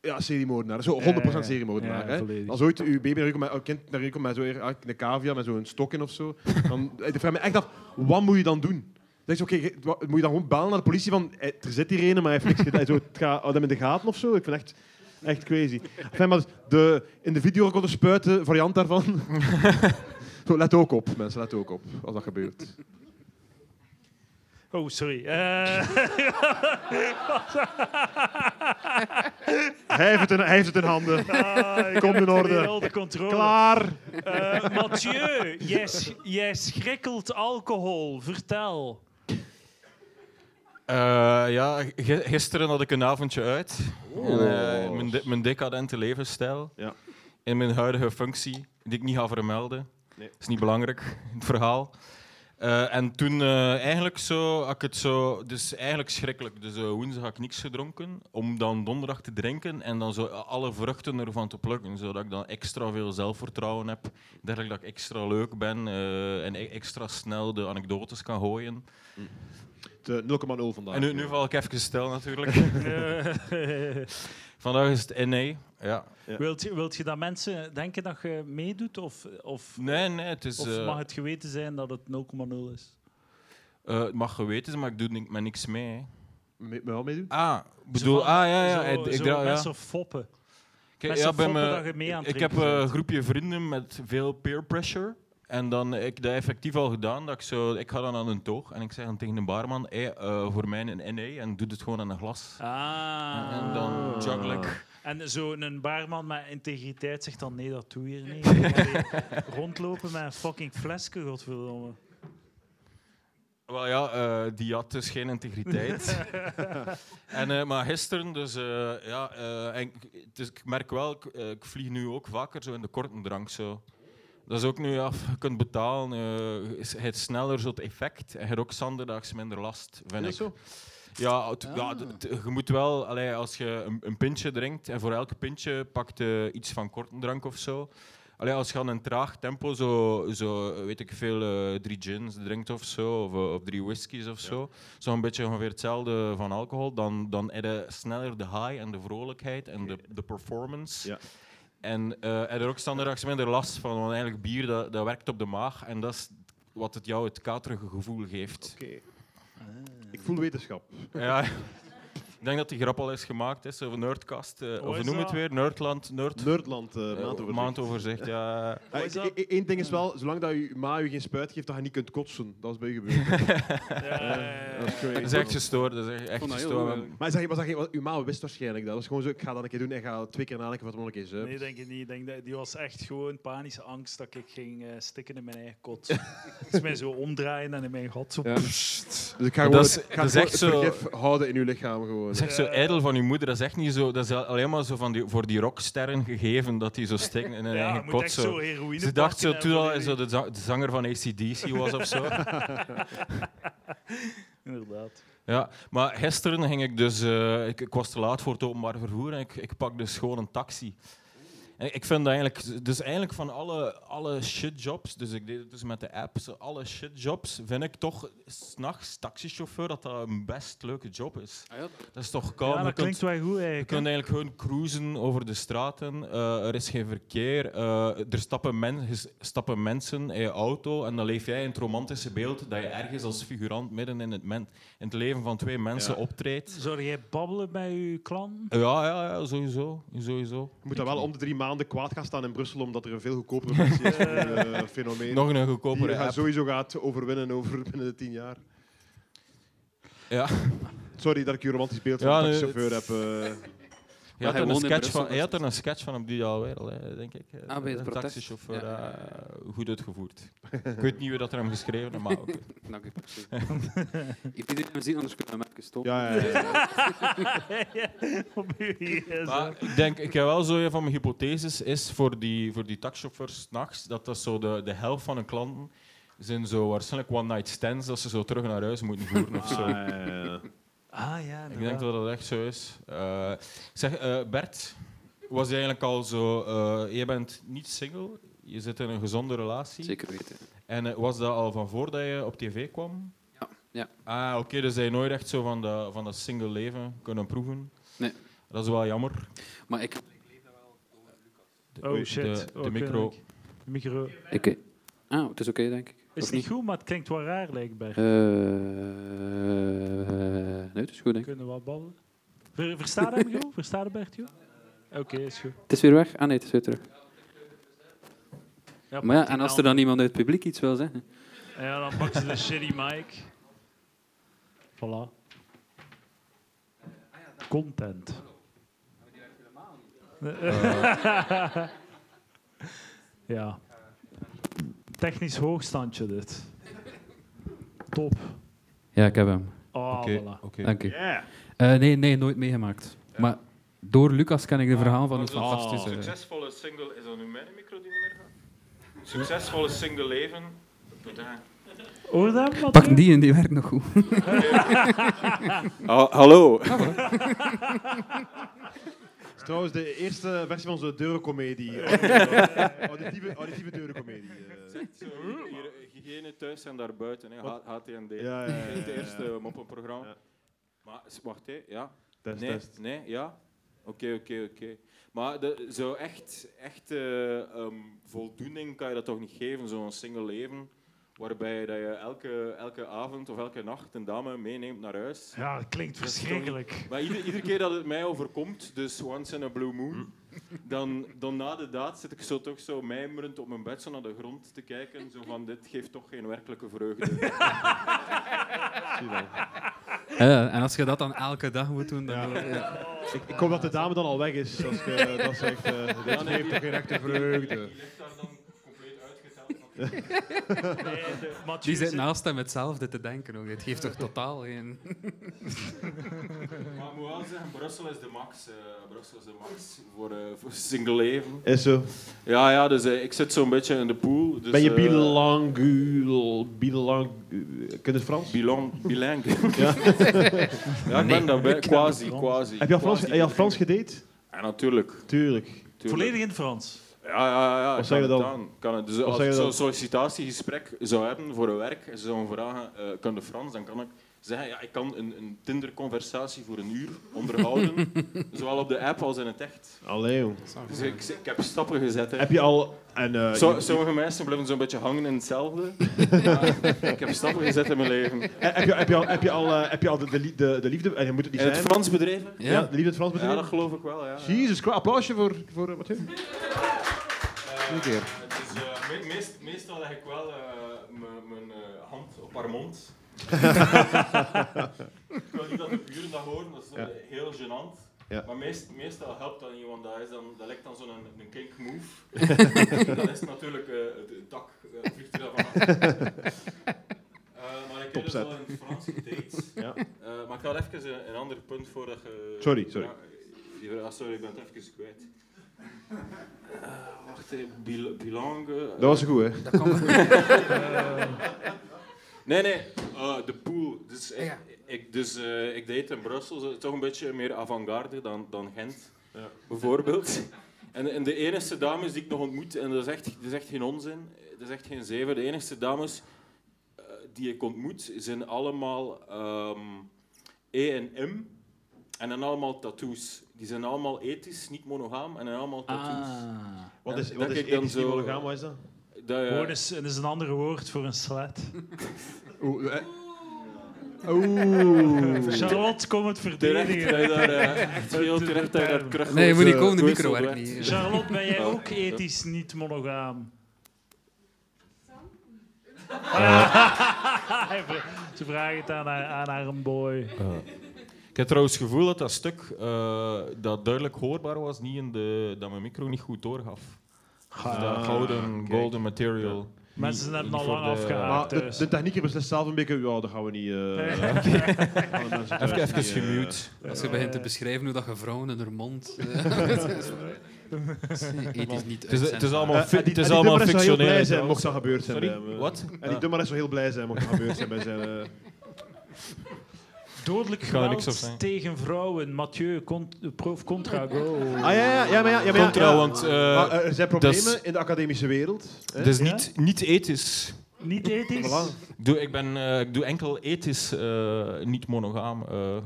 Speaker 2: ja, seriemoordenaar. Zo 100%
Speaker 1: Ja, ja, ja.
Speaker 2: seriemoordenaar.
Speaker 1: Ja,
Speaker 2: hè.
Speaker 1: volledig.
Speaker 2: Als ooit uw baby naar u komt met, uw kind naar u komt met zo'n ah, een cavia, met zo'n stok in of zo, dan ik vraag me echt af, wat moet je dan doen? Dan denk je, oké, ge- wat- moet je dan gewoon bellen naar de politie van, eh, er zit hier een, maar hij heeft niks gedaan. Zo, het gaat, houdt hem in de gaten of zo? Ik vind echt... Echt crazy. Enfin, maar dus, de, in de video konden spuiten, variant daarvan. Zo, let ook op, mensen, let ook op als dat gebeurt.
Speaker 1: Oh, sorry. Eh,
Speaker 2: Hij heeft het in, hij heeft het in handen.
Speaker 1: ah, ik heb
Speaker 2: Komt in
Speaker 1: het
Speaker 2: orde.
Speaker 1: weer onder controle.
Speaker 2: Klaar.
Speaker 1: Eh, Mathieu, jij, sch- jij schrikkelt alcohol. Vertel.
Speaker 4: Eh, ja, g- gisteren had ik een avondje uit. En,
Speaker 2: Oh.
Speaker 4: eh, mijn, de- mijn decadente levensstijl.
Speaker 2: Ja.
Speaker 4: In mijn huidige functie, die ik niet ga vermelden.
Speaker 2: Nee.
Speaker 4: is niet belangrijk in het verhaal. Eh, en toen eh, eigenlijk zo, had ik het zo, dus eigenlijk schrikkelijk. Dus eh, woensdag had ik niks gedronken, om dan donderdag te drinken en dan zo alle vruchten ervan te plukken, zodat ik dan extra veel zelfvertrouwen heb, dergelijk dat ik extra leuk ben eh, en e- extra snel de anekdotes kan gooien.
Speaker 2: De 0,0 vandaag.
Speaker 4: En nu, nu val ik even stil natuurlijk.
Speaker 1: Eh,
Speaker 4: Vandaag is het NA. Ja.
Speaker 1: wilt, je, wilt je dat mensen denken dat je meedoet? Of, of,
Speaker 4: Nee, nee, het is.
Speaker 1: of
Speaker 4: eh,
Speaker 1: mag het geweten zijn dat het 0,0 is?
Speaker 4: eh, het mag geweten zijn, maar ik doe ni- met niks mee. hè.
Speaker 2: Me- me wel meedoen?
Speaker 4: Ah, bedoel,
Speaker 1: Zo
Speaker 4: ah
Speaker 1: van-
Speaker 4: ja, ja.
Speaker 1: zo-
Speaker 4: ik- ik
Speaker 1: zo
Speaker 4: draai- ja.
Speaker 1: Mensen foppen.
Speaker 4: Ik-
Speaker 1: Mensen
Speaker 4: ja, bij
Speaker 1: foppen
Speaker 4: me-
Speaker 1: dat je mee aan het
Speaker 4: Ik heb
Speaker 1: drinken
Speaker 4: eh,
Speaker 1: bent.
Speaker 4: een groepje vrienden met veel peer pressure. En dan eh, ik dat effectief al gedaan. Dat ik, zo, ik ga dan aan een toog en ik zeg dan tegen de barman: hey, eh, voor mij een NA en doe het gewoon aan een glas.
Speaker 1: Ah.
Speaker 4: En dan juggle ik.
Speaker 1: En zo'n baarman met integriteit zegt dan nee, dat doe je hier niet. Je moet hier Rondlopen met een fucking flesje, godverdomme.
Speaker 4: Wel ja, eh, die had dus geen integriteit. en, eh, maar gisteren, dus eh, ja, eh, en, ik- het is- ik merk wel, ik, eh, ik vlieg nu ook vaker zo in de korte drank. Zo. Dat is ook nu, ja, je kunt betalen, eh, is- je hebt sneller zo het effect en je hebt ook zanderdaags minder last, vind ik.
Speaker 2: zo?
Speaker 4: Ja, het- ja,
Speaker 3: Ah.
Speaker 4: het- je moet wel, allee, als je een, een pintje drinkt en voor elke pintje pakt je iets van kortendrank of zo. Allee, als je aan een traag tempo zo, zo eh, weet ik veel, eh, drie gins drinkt of zo, of, eh, of drie whiskies of zo, zo'n beetje ongeveer hetzelfde van alcohol, dan, dan heb je sneller de high en de vrolijkheid en de, de performance.
Speaker 2: Ja.
Speaker 4: En eh, heb je er ook standaards minder last van, want eigenlijk bier dat, dat werkt op de maag en dat is wat het jou het katerige gevoel geeft.
Speaker 2: Oké. Ik voel wetenschap.
Speaker 4: Ja. Ik denk dat die grap al eens gemaakt is over Nerdcast. eh,
Speaker 1: Hoe
Speaker 4: of
Speaker 1: is
Speaker 4: noem het
Speaker 1: dat?
Speaker 4: weer, Nerdland, Nerd...
Speaker 2: Nerdland, eh
Speaker 4: eh,
Speaker 2: maandoverzicht.
Speaker 4: maandoverzicht, ja.
Speaker 2: Ah,
Speaker 1: Wat is
Speaker 2: ik-
Speaker 1: dat?
Speaker 2: e- e- Eén ding is wel, zolang dat je ma je geen spuit geeft, dat je niet kunt kotsen. Dat is bij u gebeurd.
Speaker 1: Ja, ja, ja.
Speaker 2: Dat is crazy.
Speaker 4: Dat is echt gestoord, dat is echt- echt
Speaker 3: vond dat heel eh,
Speaker 4: gestoord.
Speaker 3: goed,
Speaker 2: Maar zeg, was dat geen, wat- uw ma wist waarschijnlijk dat. Dat was gewoon zo, ik ga dat een keer doen en ik ga twee keer nadenken wat er nog is. Hè.
Speaker 1: Nee, denk ik niet. Ik Denk dat, die was echt gewoon panische angst dat ik ging eh, stikken in mijn eigen kot. dus mij zo omdraaien en in mijn gat zo...
Speaker 2: Ja.
Speaker 1: Pssst.
Speaker 2: Dus ik ga
Speaker 4: Dat
Speaker 2: gewoon
Speaker 4: is-
Speaker 2: ik ga
Speaker 4: dat is
Speaker 2: gewoon
Speaker 4: echt
Speaker 2: het
Speaker 4: zo-
Speaker 2: vergif houden in uw lichaam gewoon.
Speaker 4: Dat is echt zo
Speaker 1: Ja.
Speaker 4: ijdel van uw moeder, dat is echt niet zo... Dat is alleen maar zo van die, voor die rocksterren gegeven, dat die zo steken in hun
Speaker 1: Ja, je
Speaker 4: eigen
Speaker 1: moet
Speaker 4: kot.
Speaker 1: echt zo
Speaker 4: Zo.
Speaker 1: heroïne
Speaker 4: Ze dacht
Speaker 1: pakken
Speaker 4: zo
Speaker 1: en
Speaker 4: toen al
Speaker 1: voor die-
Speaker 4: zo de, za- de zanger van ACDC was of zo.
Speaker 1: Inderdaad.
Speaker 4: Ja, maar gisteren ging ik dus... eh, ik, ik was te laat voor het openbaar vervoer en ik, ik pak dus gewoon een taxi. En ik vind dat eigenlijk... Dus eigenlijk van alle, alle shitjobs, dus ik deed het dus met de app, zo alle shitjobs, vind ik toch s'nachts taxichauffeur dat dat een best leuke job is.
Speaker 3: Ah, ja.
Speaker 4: Dat is toch
Speaker 1: Ja,
Speaker 4: kalm. je
Speaker 1: dat
Speaker 4: kunt-
Speaker 1: klinkt wel goed
Speaker 4: je
Speaker 1: eigenlijk.
Speaker 4: kunt eigenlijk gewoon cruisen over de straten. eh, er is geen verkeer. eh, er stappen, men- ges- stappen mensen in je auto. En dan leef jij in het romantische beeld dat je ergens als figurant midden in het, men- in het leven van twee mensen
Speaker 2: Ja.
Speaker 4: optreedt.
Speaker 1: Zou jij babbelen bij je klanten?
Speaker 4: Ja, ja, ja, sowieso. sowieso.
Speaker 2: Je moet dan wel om de drie maanden kwaad gaan staan in Brussel, omdat er een veel goedkopere versie is van het fenomeen.
Speaker 4: Nog een
Speaker 2: die je
Speaker 4: goedkopere
Speaker 2: gaat
Speaker 4: app.
Speaker 2: sowieso gaat overwinnen over binnen de tien jaar.
Speaker 4: Ja.
Speaker 2: Sorry dat ik je romantisch beeld
Speaker 4: Ja,
Speaker 2: van een
Speaker 4: nee,
Speaker 2: chauffeur heb. eh.
Speaker 4: Je had,
Speaker 3: hij
Speaker 4: er een
Speaker 3: woont in
Speaker 4: sketch
Speaker 3: Brussel.
Speaker 4: van,
Speaker 3: dus
Speaker 4: hij had er een sketch van op die alweer, al, hè, denk ik.
Speaker 3: Ah, bij het
Speaker 4: een
Speaker 3: protest.
Speaker 4: taxichauffeur.
Speaker 3: Ja, ja,
Speaker 4: eh, goed uitgevoerd. ik weet niet wie dat er hem geschreven heeft, maar oké.
Speaker 3: Dank u. Heeft iedereen hem zien, anders kunnen we hem even stoppen.
Speaker 2: ja, ja, ja.
Speaker 1: Op je gsm.
Speaker 4: Maar ik denk, ik heb wel zo een van mijn hypotheses is voor die, voor die taxichauffeurs 's nachts dat dat zo de, de helft van hun klanten zijn zo waarschijnlijk one night stands dat ze zo terug naar huis moeten voeren of zo.
Speaker 2: Ah, ja, ja, ja.
Speaker 1: Ah ja,
Speaker 4: Ik denk dat dat echt zo is. Eh, zeg, eh, Bert, was je eigenlijk al zo? eh je bent niet single, je zit in een gezonde relatie.
Speaker 3: Zeker weten.
Speaker 4: En eh, was dat al van voordat je op tv kwam?
Speaker 3: Ja, ja.
Speaker 4: Ah, oké, dus heb je nooit echt zo van dat, van dat single leven kunnen proeven.
Speaker 3: Nee.
Speaker 4: Dat is wel jammer.
Speaker 3: Maar ik...
Speaker 4: De-
Speaker 1: Oh shit.
Speaker 4: De, de
Speaker 1: Oh,
Speaker 4: micro.
Speaker 1: kennelijk. De micro.
Speaker 3: Oké. Ah, het is oké, denk ik.
Speaker 1: Is
Speaker 3: Of
Speaker 1: niet goed, maar het klinkt wel raar, blijkbaar.
Speaker 3: Eh, nee, het is goed, denk ik.
Speaker 1: Kunnen we wel babbelen? Ver, verstaat hem, joh? Verstaat hem, Bert, joh? Oké, is goed.
Speaker 3: Het is weer weg? Ah nee, het is weer terug.
Speaker 1: Ja,
Speaker 3: Maar ja,
Speaker 1: pak die
Speaker 3: en als er dan
Speaker 1: naam.
Speaker 3: iemand uit het publiek iets wil zeggen...
Speaker 1: Ja, dan pakken ze de shitty mic. Voilà. Content. Eh. ja. Technisch hoogstandje, dit. Top.
Speaker 5: Ja, ik heb hem.
Speaker 1: Ah,
Speaker 4: Oké,
Speaker 1: voilà.
Speaker 4: oké.
Speaker 5: Dank u.
Speaker 2: Yeah.
Speaker 5: Eh, nee, nee, nooit meegemaakt. Maar door Lucas ken ik de verhaal van het
Speaker 2: Oh,
Speaker 4: Ah,
Speaker 5: fantastische.
Speaker 4: Succesvolle single... Is dat nu mijn micro die niet meer gaat? Succesvolle single leven...
Speaker 1: Hoor je dat, Mathieu?
Speaker 5: Pak die en die werkt nog goed.
Speaker 4: Ah, hallo.
Speaker 2: is trouwens de eerste versie van onze deurencomedie. eh, auditieve, auditieve deurencomedie. eh.
Speaker 4: eh, Hygiëne thuis en daarbuiten, hè. H- HTND.
Speaker 2: Ja, ja, ja, ja,
Speaker 4: Het
Speaker 2: ja.
Speaker 4: eerste eh, moppenprogramma.
Speaker 2: Ja.
Speaker 4: Maar, s- wacht, hè. Ja.
Speaker 2: Test,
Speaker 4: nee,
Speaker 2: test.
Speaker 4: nee, ja. Oké, oké, oké. Maar de, zo echt, echt eh, ehm, voldoening kan je dat toch niet geven, zo'n single leven, waarbij dat je elke, elke avond of elke nacht een dame meeneemt naar huis.
Speaker 1: Ja, dat klinkt
Speaker 4: Dat is toch-
Speaker 1: verschrikkelijk.
Speaker 4: Maar ieder- iedere keer dat het mij overkomt, dus once in a blue moon, dan, dan na de daad zit ik zo toch zo mijmerend op mijn bed zo naar de grond te kijken. Zo van, dit geeft toch geen werkelijke vreugde.
Speaker 5: Ja, Eh, en als je dat dan elke dag moet doen, dan...
Speaker 2: Ja. Ik, ik hoop dat de dame dan al weg is. Als ik, eh, dat zegt, eh dit
Speaker 4: nee,
Speaker 2: geeft
Speaker 4: die-
Speaker 2: toch geen echte vreugde.
Speaker 4: ligt daar dan compleet uitgezet.
Speaker 1: Nee, de- Mathieu
Speaker 5: Die zit
Speaker 1: zit-
Speaker 3: nou-
Speaker 5: naast hem hetzelfde te denken. Ook. Dit geeft toch totaal geen...
Speaker 4: Maar ik moet wel zeggen, Brussel is de max. eh, Brussel is de max voor, eh, voor single leven.
Speaker 2: Is zo.
Speaker 4: Ja, ja, dus eh, ik zit zo'n beetje in de pool. Dus,
Speaker 2: ben je
Speaker 4: eh,
Speaker 2: bilanguel... bilang... Kun je Frans?
Speaker 4: bilang- bilang.
Speaker 2: Ja.
Speaker 4: Ja, ik ben daarbij. Quasi, quasi.
Speaker 2: Heb je al Frans,
Speaker 4: Quasi
Speaker 2: heb je al Frans gedate?
Speaker 4: Ja, natuurlijk.
Speaker 2: Tuurlijk.
Speaker 4: tuurlijk.
Speaker 1: Volledig in het Frans.
Speaker 4: Ja, ja, ja.
Speaker 2: Wat
Speaker 4: ik
Speaker 2: zeg
Speaker 4: kan
Speaker 2: je
Speaker 4: het
Speaker 2: dan?
Speaker 4: aan, ik Kan het. Dus
Speaker 2: zeg
Speaker 4: als
Speaker 2: je
Speaker 4: ik
Speaker 2: dan?
Speaker 4: zo'n sollicitatiegesprek zou hebben voor een werk, en ze zouden vragen, eh kan de Frans? Dan kan ik zeggen, ja, ik kan een, een Tinder-conversatie voor een uur onderhouden. zowel op de app als in het echt.
Speaker 2: Allee, jong.
Speaker 4: Dus ik, ik heb stappen gezet. Hè.
Speaker 2: Heb je al... En, eh,
Speaker 4: Zo,
Speaker 2: je-
Speaker 4: sommige mensen blijven zo'n beetje hangen in hetzelfde. Maar ik heb stappen gezet in mijn leven.
Speaker 2: eh, heb, je, heb, je al, heb je al, eh, heb je al de, de, li- de, de liefde... En je moet het niet
Speaker 4: In het
Speaker 2: zijn.
Speaker 4: Frans bedrijven?
Speaker 2: Ja, de liefde in het Frans
Speaker 4: Ja,
Speaker 2: bedrijf?
Speaker 4: dat geloof ik wel. Ja.
Speaker 2: Jezus, Christus, applausje voor... voor eh, wat hè? Een keer.
Speaker 4: Het is, eh, me- meest- meestal leg ik wel eh, mijn mijn, eh, hand op haar mond. ik wil niet dat de buren dat horen, dat is eh,
Speaker 2: Ja.
Speaker 4: heel gênant.
Speaker 2: Ja.
Speaker 4: Maar meest, meestal helpt dat niet, want dat, is dan, dat lijkt dan zo'n een, een kink move. dat is natuurlijk eh, het, het dak, eh, vliegt er dan vanaf. Eh, maar ik heb dus
Speaker 2: Topzet.
Speaker 4: wel een Franse date.
Speaker 2: Ja.
Speaker 4: Eh, maar ik had even een, een ander punt voordat je...
Speaker 2: Sorry, sorry.
Speaker 4: Ja, die vraag- ah, sorry, ik ben het even kwijt. Eh, wacht, eh, bil- bilang... eh,
Speaker 2: Dat was goed, hè?
Speaker 3: Dat kan
Speaker 4: Nee, nee, eh, de pool. Dus, ik,
Speaker 3: Ja.
Speaker 4: ik, dus eh, ik deed in Brussel zo- toch een beetje meer avant-garde dan, dan Gent,
Speaker 2: Ja.
Speaker 4: bijvoorbeeld. En, en de enige dames die ik nog ontmoet, en dat is echt, dat is echt geen onzin, eh, dat is echt geen zeven, de enige dames eh, die ik ontmoet zijn allemaal ehm, E en M. En dan allemaal tattoos. Die zijn allemaal ethisch, niet monogaam, en dan allemaal tattoos.
Speaker 2: Wat
Speaker 4: Ja,
Speaker 2: is,
Speaker 4: dat
Speaker 2: wat is
Speaker 4: ik dan
Speaker 2: ethisch niet
Speaker 4: zo-
Speaker 2: monogaam? Wat is dat?
Speaker 4: Dat, eh,
Speaker 1: Gewoon is, is een ander woord voor een slet.
Speaker 2: Oeh. eh. Oeh.
Speaker 1: Charlotte, kom het verdedigen.
Speaker 4: terecht dat je daar eh, echt veel terecht dat je daar kruchelt,
Speaker 5: Nee, je moet niet
Speaker 4: eh,
Speaker 5: komen, de micro
Speaker 4: kruiselt
Speaker 5: werkt
Speaker 4: weg.
Speaker 5: niet.
Speaker 1: Charlotte, ben jij
Speaker 4: Oh.
Speaker 1: ook ethisch niet monogaam? Ze vragen het aan haar, aan haar boy.
Speaker 4: Ik heb trouwens het gevoel dat dat stuk eh, dat duidelijk hoorbaar was, niet in de, dat mijn micro niet goed doorgaf. Dus dat gouden,
Speaker 2: Ah, kijk.
Speaker 4: golden material.
Speaker 1: Mensen
Speaker 4: Niet-
Speaker 1: hebben
Speaker 4: niet
Speaker 1: al
Speaker 4: voor
Speaker 1: lang
Speaker 4: de-
Speaker 1: afgehaald.
Speaker 2: Maar Ah, de,
Speaker 1: thuis.
Speaker 2: de technieker beslist zelf een beetje, ja, dat gaan we niet... eh
Speaker 1: Nee.
Speaker 2: alle mensen thuis
Speaker 4: Even, even
Speaker 2: niet, eh,
Speaker 4: gemute.
Speaker 5: Als je
Speaker 1: Eh,
Speaker 5: begint te beschrijven hoe dat je vrouwen in haar mond... eh, Het is niet
Speaker 4: Het is, het is
Speaker 5: uitzendbaar.
Speaker 4: allemaal,
Speaker 2: Eh,
Speaker 4: fi-
Speaker 2: en die-
Speaker 4: het is
Speaker 2: en die
Speaker 4: allemaal
Speaker 2: Dummer zou heel
Speaker 4: fictioneel.
Speaker 2: blij
Speaker 4: hè,
Speaker 2: zijn, mocht
Speaker 4: trouwens.
Speaker 2: dat gebeurd zijn bij hem,
Speaker 4: Sorry,
Speaker 2: eh.
Speaker 4: wat?
Speaker 2: En die Dummer zou heel blij zijn mocht dat gebeurd zijn bij zijn... eh,
Speaker 1: Dodelijk
Speaker 4: Ik ga er niks op
Speaker 1: geweld
Speaker 4: zeggen.
Speaker 1: tegen vrouwen. Mathieu, cont- eh, prof contra go.
Speaker 2: Ah ja, ja, ja, maar ja, ja, maar ja,
Speaker 4: Contra,
Speaker 2: ja.
Speaker 4: want eh,
Speaker 2: Maar, eh, er zijn problemen
Speaker 4: dat is-
Speaker 2: in de academische wereld. Hè?
Speaker 4: het is
Speaker 1: Ja?
Speaker 4: niet, niet ethisch.
Speaker 1: Niet ethisch?
Speaker 2: Belang.
Speaker 4: Ik doe, ik, ben, eh, ik doe enkel ethisch, eh, niet monogaam. eh.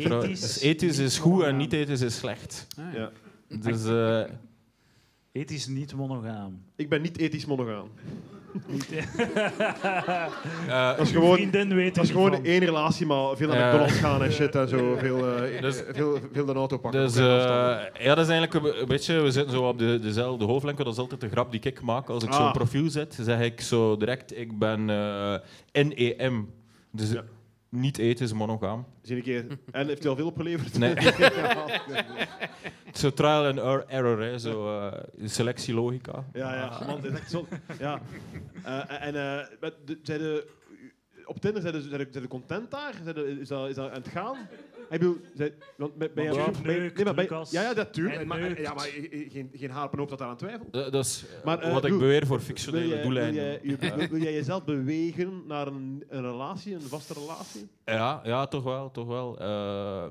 Speaker 4: Trouw-
Speaker 1: Ethisch,
Speaker 4: dus ethisch
Speaker 1: niet
Speaker 4: is goed en
Speaker 1: monogaam.
Speaker 4: niet ethisch is slecht.
Speaker 5: Ah,
Speaker 2: Ja.
Speaker 4: Dus, eh,
Speaker 1: Ethisch niet monogaam.
Speaker 2: Ik ben niet ethisch monogaam.
Speaker 1: Niet
Speaker 4: eh,
Speaker 2: Dat is
Speaker 1: Uw
Speaker 2: gewoon,
Speaker 1: vriendin weet er
Speaker 2: dat is
Speaker 1: niet
Speaker 2: gewoon
Speaker 1: van.
Speaker 2: één relatie, maar veel naar
Speaker 4: Ja.
Speaker 2: McDonald's gaan en shit en zo. Veel, eh,
Speaker 4: Dus-
Speaker 2: veel, veel de auto pakken.
Speaker 4: Dus
Speaker 2: op kleine afstanden.
Speaker 4: eh, ja, dat is eigenlijk een be- een beetje, we zitten zo op de, dezelfde hoofdlenken. Dat is altijd de grap die ik maak als ik
Speaker 2: Ah.
Speaker 4: zo'n profiel zet. Zeg ik zo direct, ik ben eh, NEM. Dus
Speaker 2: Ja.
Speaker 4: niet eten is monogaam.
Speaker 2: Zie een keer. En heeft hij al veel opgeleverd?
Speaker 4: Nee.
Speaker 2: ja,
Speaker 4: Zo trial and er- error, hè. zo eh, selectielogica.
Speaker 2: ja, man, dat is echt zo. Ja. Eh, en eh, maar de- zijn de, op Tinder zijn de, zijn de, zijn de content daar? Zijn de- is, dat, is dat aan het gaan? Ik bedoel, zijn, want bij, bij,
Speaker 1: Want
Speaker 2: bij-
Speaker 1: je
Speaker 2: bij-
Speaker 1: neukt,
Speaker 2: nee, maar bij-
Speaker 1: Lucas.
Speaker 2: ja, ja, dat tuurlijk.
Speaker 1: Hij
Speaker 2: Maar,
Speaker 1: neukt.
Speaker 2: ja, maar eh, eh, geen, geen haar op mijn hoofd dat daaraan twijfelt.
Speaker 4: Dat, dat is eh,
Speaker 2: Maar, eh,
Speaker 4: wat ik
Speaker 2: doe-
Speaker 4: beweer voor fictionele doeleinden.
Speaker 2: Wil jij, je- wil- wil jij jezelf bewegen naar een, een relatie, een vaste relatie?
Speaker 4: Ja, ja, toch wel, toch wel. Eh,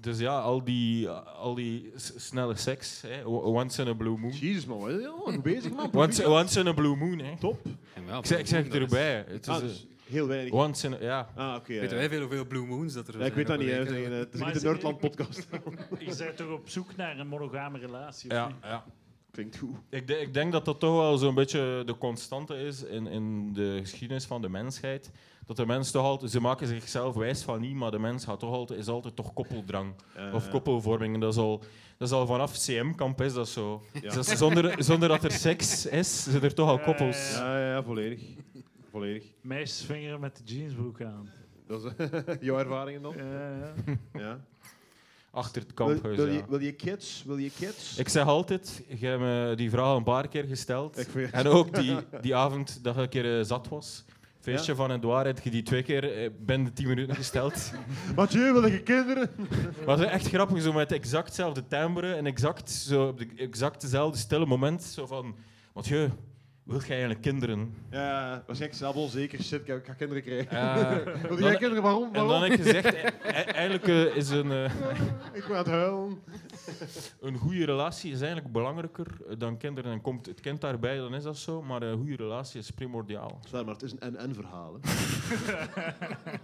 Speaker 4: dus ja, al die, al die s- snelle seks, hè. once in a blue moon.
Speaker 2: Jezus man, wat is heel lang bezig man.
Speaker 4: Once, once in a blue moon, hè.
Speaker 2: Top.
Speaker 5: En wel,
Speaker 4: Ik zeg, ik zeg het
Speaker 5: dat is-
Speaker 4: erbij. Het is,
Speaker 2: Ah,
Speaker 4: eh,
Speaker 2: dus heel weinig.
Speaker 4: once in a- ja.
Speaker 2: Ah, oké. ja,
Speaker 5: Weten wij
Speaker 2: ja.
Speaker 5: veel hoeveel Blue Moons dat er
Speaker 2: Ja, ik weet dat niet. hè. Het is geen, eh, het is
Speaker 1: Maar
Speaker 2: niet de
Speaker 1: is het-
Speaker 2: Nerdland podcast.
Speaker 1: Je bent toch op zoek naar een monogame relatie? of
Speaker 4: ja,
Speaker 1: niet?
Speaker 4: ja.
Speaker 2: Klinkt goed.
Speaker 4: Ik, de- ik denk dat dat toch wel zo'n beetje de constante is in, in de geschiedenis van de mensheid. Dat de mens toch altijd, ze maken zichzelf wijs van niet, maar de mens gaat toch altijd, is altijd toch koppeldrang
Speaker 2: Eh,
Speaker 4: of koppelvorming. En dat is al, dat is al vanaf CM-kamp is dat zo. Dus dat is zonder, zonder dat er seks is, zijn er toch al koppels.
Speaker 1: Ja,
Speaker 2: Ja, ja, ja, volledig. Volledig.
Speaker 1: Meisjes vingeren met de jeansbroek aan.
Speaker 2: eh, Dat is jouw ervaringen dan?
Speaker 1: Eh,
Speaker 2: Ja.
Speaker 4: Achter het
Speaker 2: Wil,
Speaker 4: kamphuis.
Speaker 2: wil
Speaker 4: ja.
Speaker 2: je, wil je kids? Wil je kids?
Speaker 4: Ik zeg altijd, je hebt me die vraag een paar keer gesteld.
Speaker 2: Ik weet-
Speaker 4: En ook die, die avond dat ik een keer eh, zat was. Feestje van Edouard, heb je die twee keer eh, binnen de tien minuten gesteld.
Speaker 2: Mathieu, wil je kinderen?
Speaker 4: Maar het was echt grappig, zo met exact hetzelfde timbre en exact, zo, op de, exact dezelfde stille moment. Zo van, Mathieu, wil jij eigenlijk kinderen?
Speaker 2: Ja, waarschijnlijk zelf onzeker. Shit, ik ga- ik ga kinderen krijgen.
Speaker 4: Eh,
Speaker 2: Wil
Speaker 4: dan-
Speaker 2: jij kinderen? Waarom?
Speaker 4: en
Speaker 2: Waarom?
Speaker 4: dan heb ik gezegd, e- e- eigenlijk eh, is een, eh,
Speaker 2: Ik ga het huilen.
Speaker 4: een goede relatie is eigenlijk belangrijker dan kinderen. En komt het kind daarbij, dan is dat zo. Maar een goede relatie is primordiaal.
Speaker 2: Zwaar, maar het is een en-en verhaal. hè.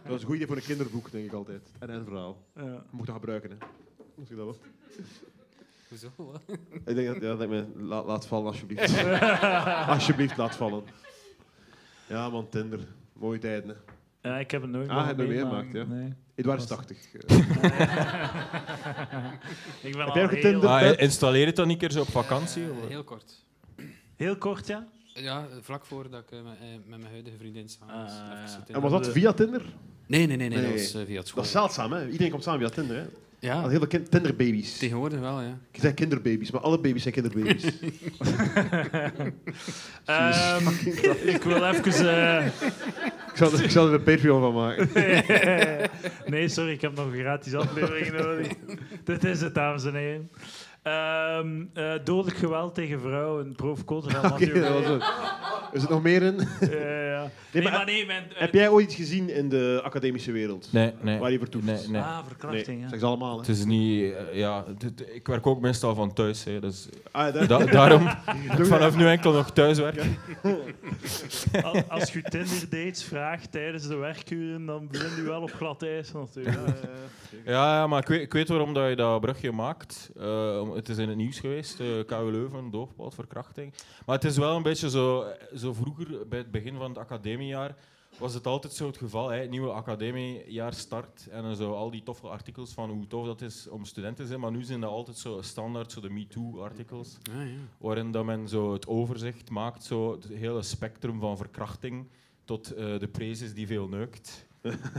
Speaker 2: dat is een goed idee voor een kinderboek, denk ik altijd. En-en verhaal.
Speaker 1: Ja.
Speaker 2: Je moet dat gebruiken, hè. Als ik dat wil.
Speaker 3: Hoezo?
Speaker 2: Ik denk dat, ja, dat ik me... Laat, laat vallen, alsjeblieft. alsjeblieft, laat vallen. Ja, man, Tinder. Mooie tijden, hè.
Speaker 1: Ja, ik heb het nooit
Speaker 2: Ah, heb je
Speaker 1: meer
Speaker 2: meegemaakt, ja.
Speaker 1: Nee.
Speaker 2: Edouard is 80. eh.
Speaker 1: ik ben
Speaker 2: Heb
Speaker 1: al
Speaker 2: jij ook
Speaker 1: heel,
Speaker 2: getinderd?
Speaker 4: Ah, installeer het dan niet keer zo op vakantie? of-
Speaker 3: Heel kort.
Speaker 1: heel kort, ja.
Speaker 3: Ja, eh, vlak voordat ik eh, met, eh, met mijn huidige vriendin samen was.
Speaker 1: Ah,
Speaker 3: even zo
Speaker 2: En
Speaker 3: Tinder.
Speaker 2: was dat via Tinder?
Speaker 3: Nee, nee, nee, nee,
Speaker 2: Nee.
Speaker 3: dat was eh, via het school.
Speaker 2: Dat is zeldzaam, hè. Iedereen komt samen via Tinder, hè. Al
Speaker 3: ja,
Speaker 2: heel veel kind- Tinderbabies.
Speaker 3: tegenwoordig wel, ja.
Speaker 2: Ik zei kinderbabies, maar alle baby's zijn kinderbabies.
Speaker 1: Ehm, ik wil even. eh,
Speaker 2: ik, zal, er- ik zal er een Patreon van maken.
Speaker 1: eh, nee, sorry, ik heb nog een gratis aflevering nodig. Dit is het, dames en heren. Ehm, eh, dodelijk geweld tegen vrouwen, prof cultural
Speaker 2: Oké, dat was
Speaker 1: natuurlijk.
Speaker 2: het. Is er nog meer in?
Speaker 1: Nee,
Speaker 2: maar-
Speaker 1: maar nee, mijn, eh,
Speaker 2: Heb jij ooit iets gezien in de academische wereld?
Speaker 4: Nee, nee.
Speaker 2: Waar je vertoeft?
Speaker 4: Nee, nee.
Speaker 1: Ah, verkrachting.
Speaker 2: Zeg
Speaker 1: ja.
Speaker 2: ze allemaal,
Speaker 4: Het
Speaker 2: hè.
Speaker 4: is niet... eh, ja, het- het- ik werk ook meestal van thuis, hè, dus
Speaker 2: Ah, daar-
Speaker 4: da- daarom dat ik vanaf nu enkel nog thuis werk.
Speaker 1: Al- Als je Tinder dates vraagt tijdens de werkuren, dan begint u wel op glad ijs natuurlijk.
Speaker 2: Eh.
Speaker 4: Ja, ja, maar ik weet, ik weet waarom dat je dat brugje maakt. Eh, om- het is in het nieuws geweest, eh KU Leuven, doofpot, verkrachting. Maar het is wel een beetje zo, eh, zo vroeger, bij het begin van het academiejaar, was het altijd zo het geval. Hè, het nieuwe academiejaar start en dan zo al die toffe artikels van hoe tof dat is om studenten te zijn. Maar nu zijn dat altijd zo standaard, zo de MeToo-artikels.
Speaker 3: Ja, ja.
Speaker 4: waarin dat men zo het overzicht maakt, zo het hele spectrum van verkrachting tot eh, de prezes die veel neukt.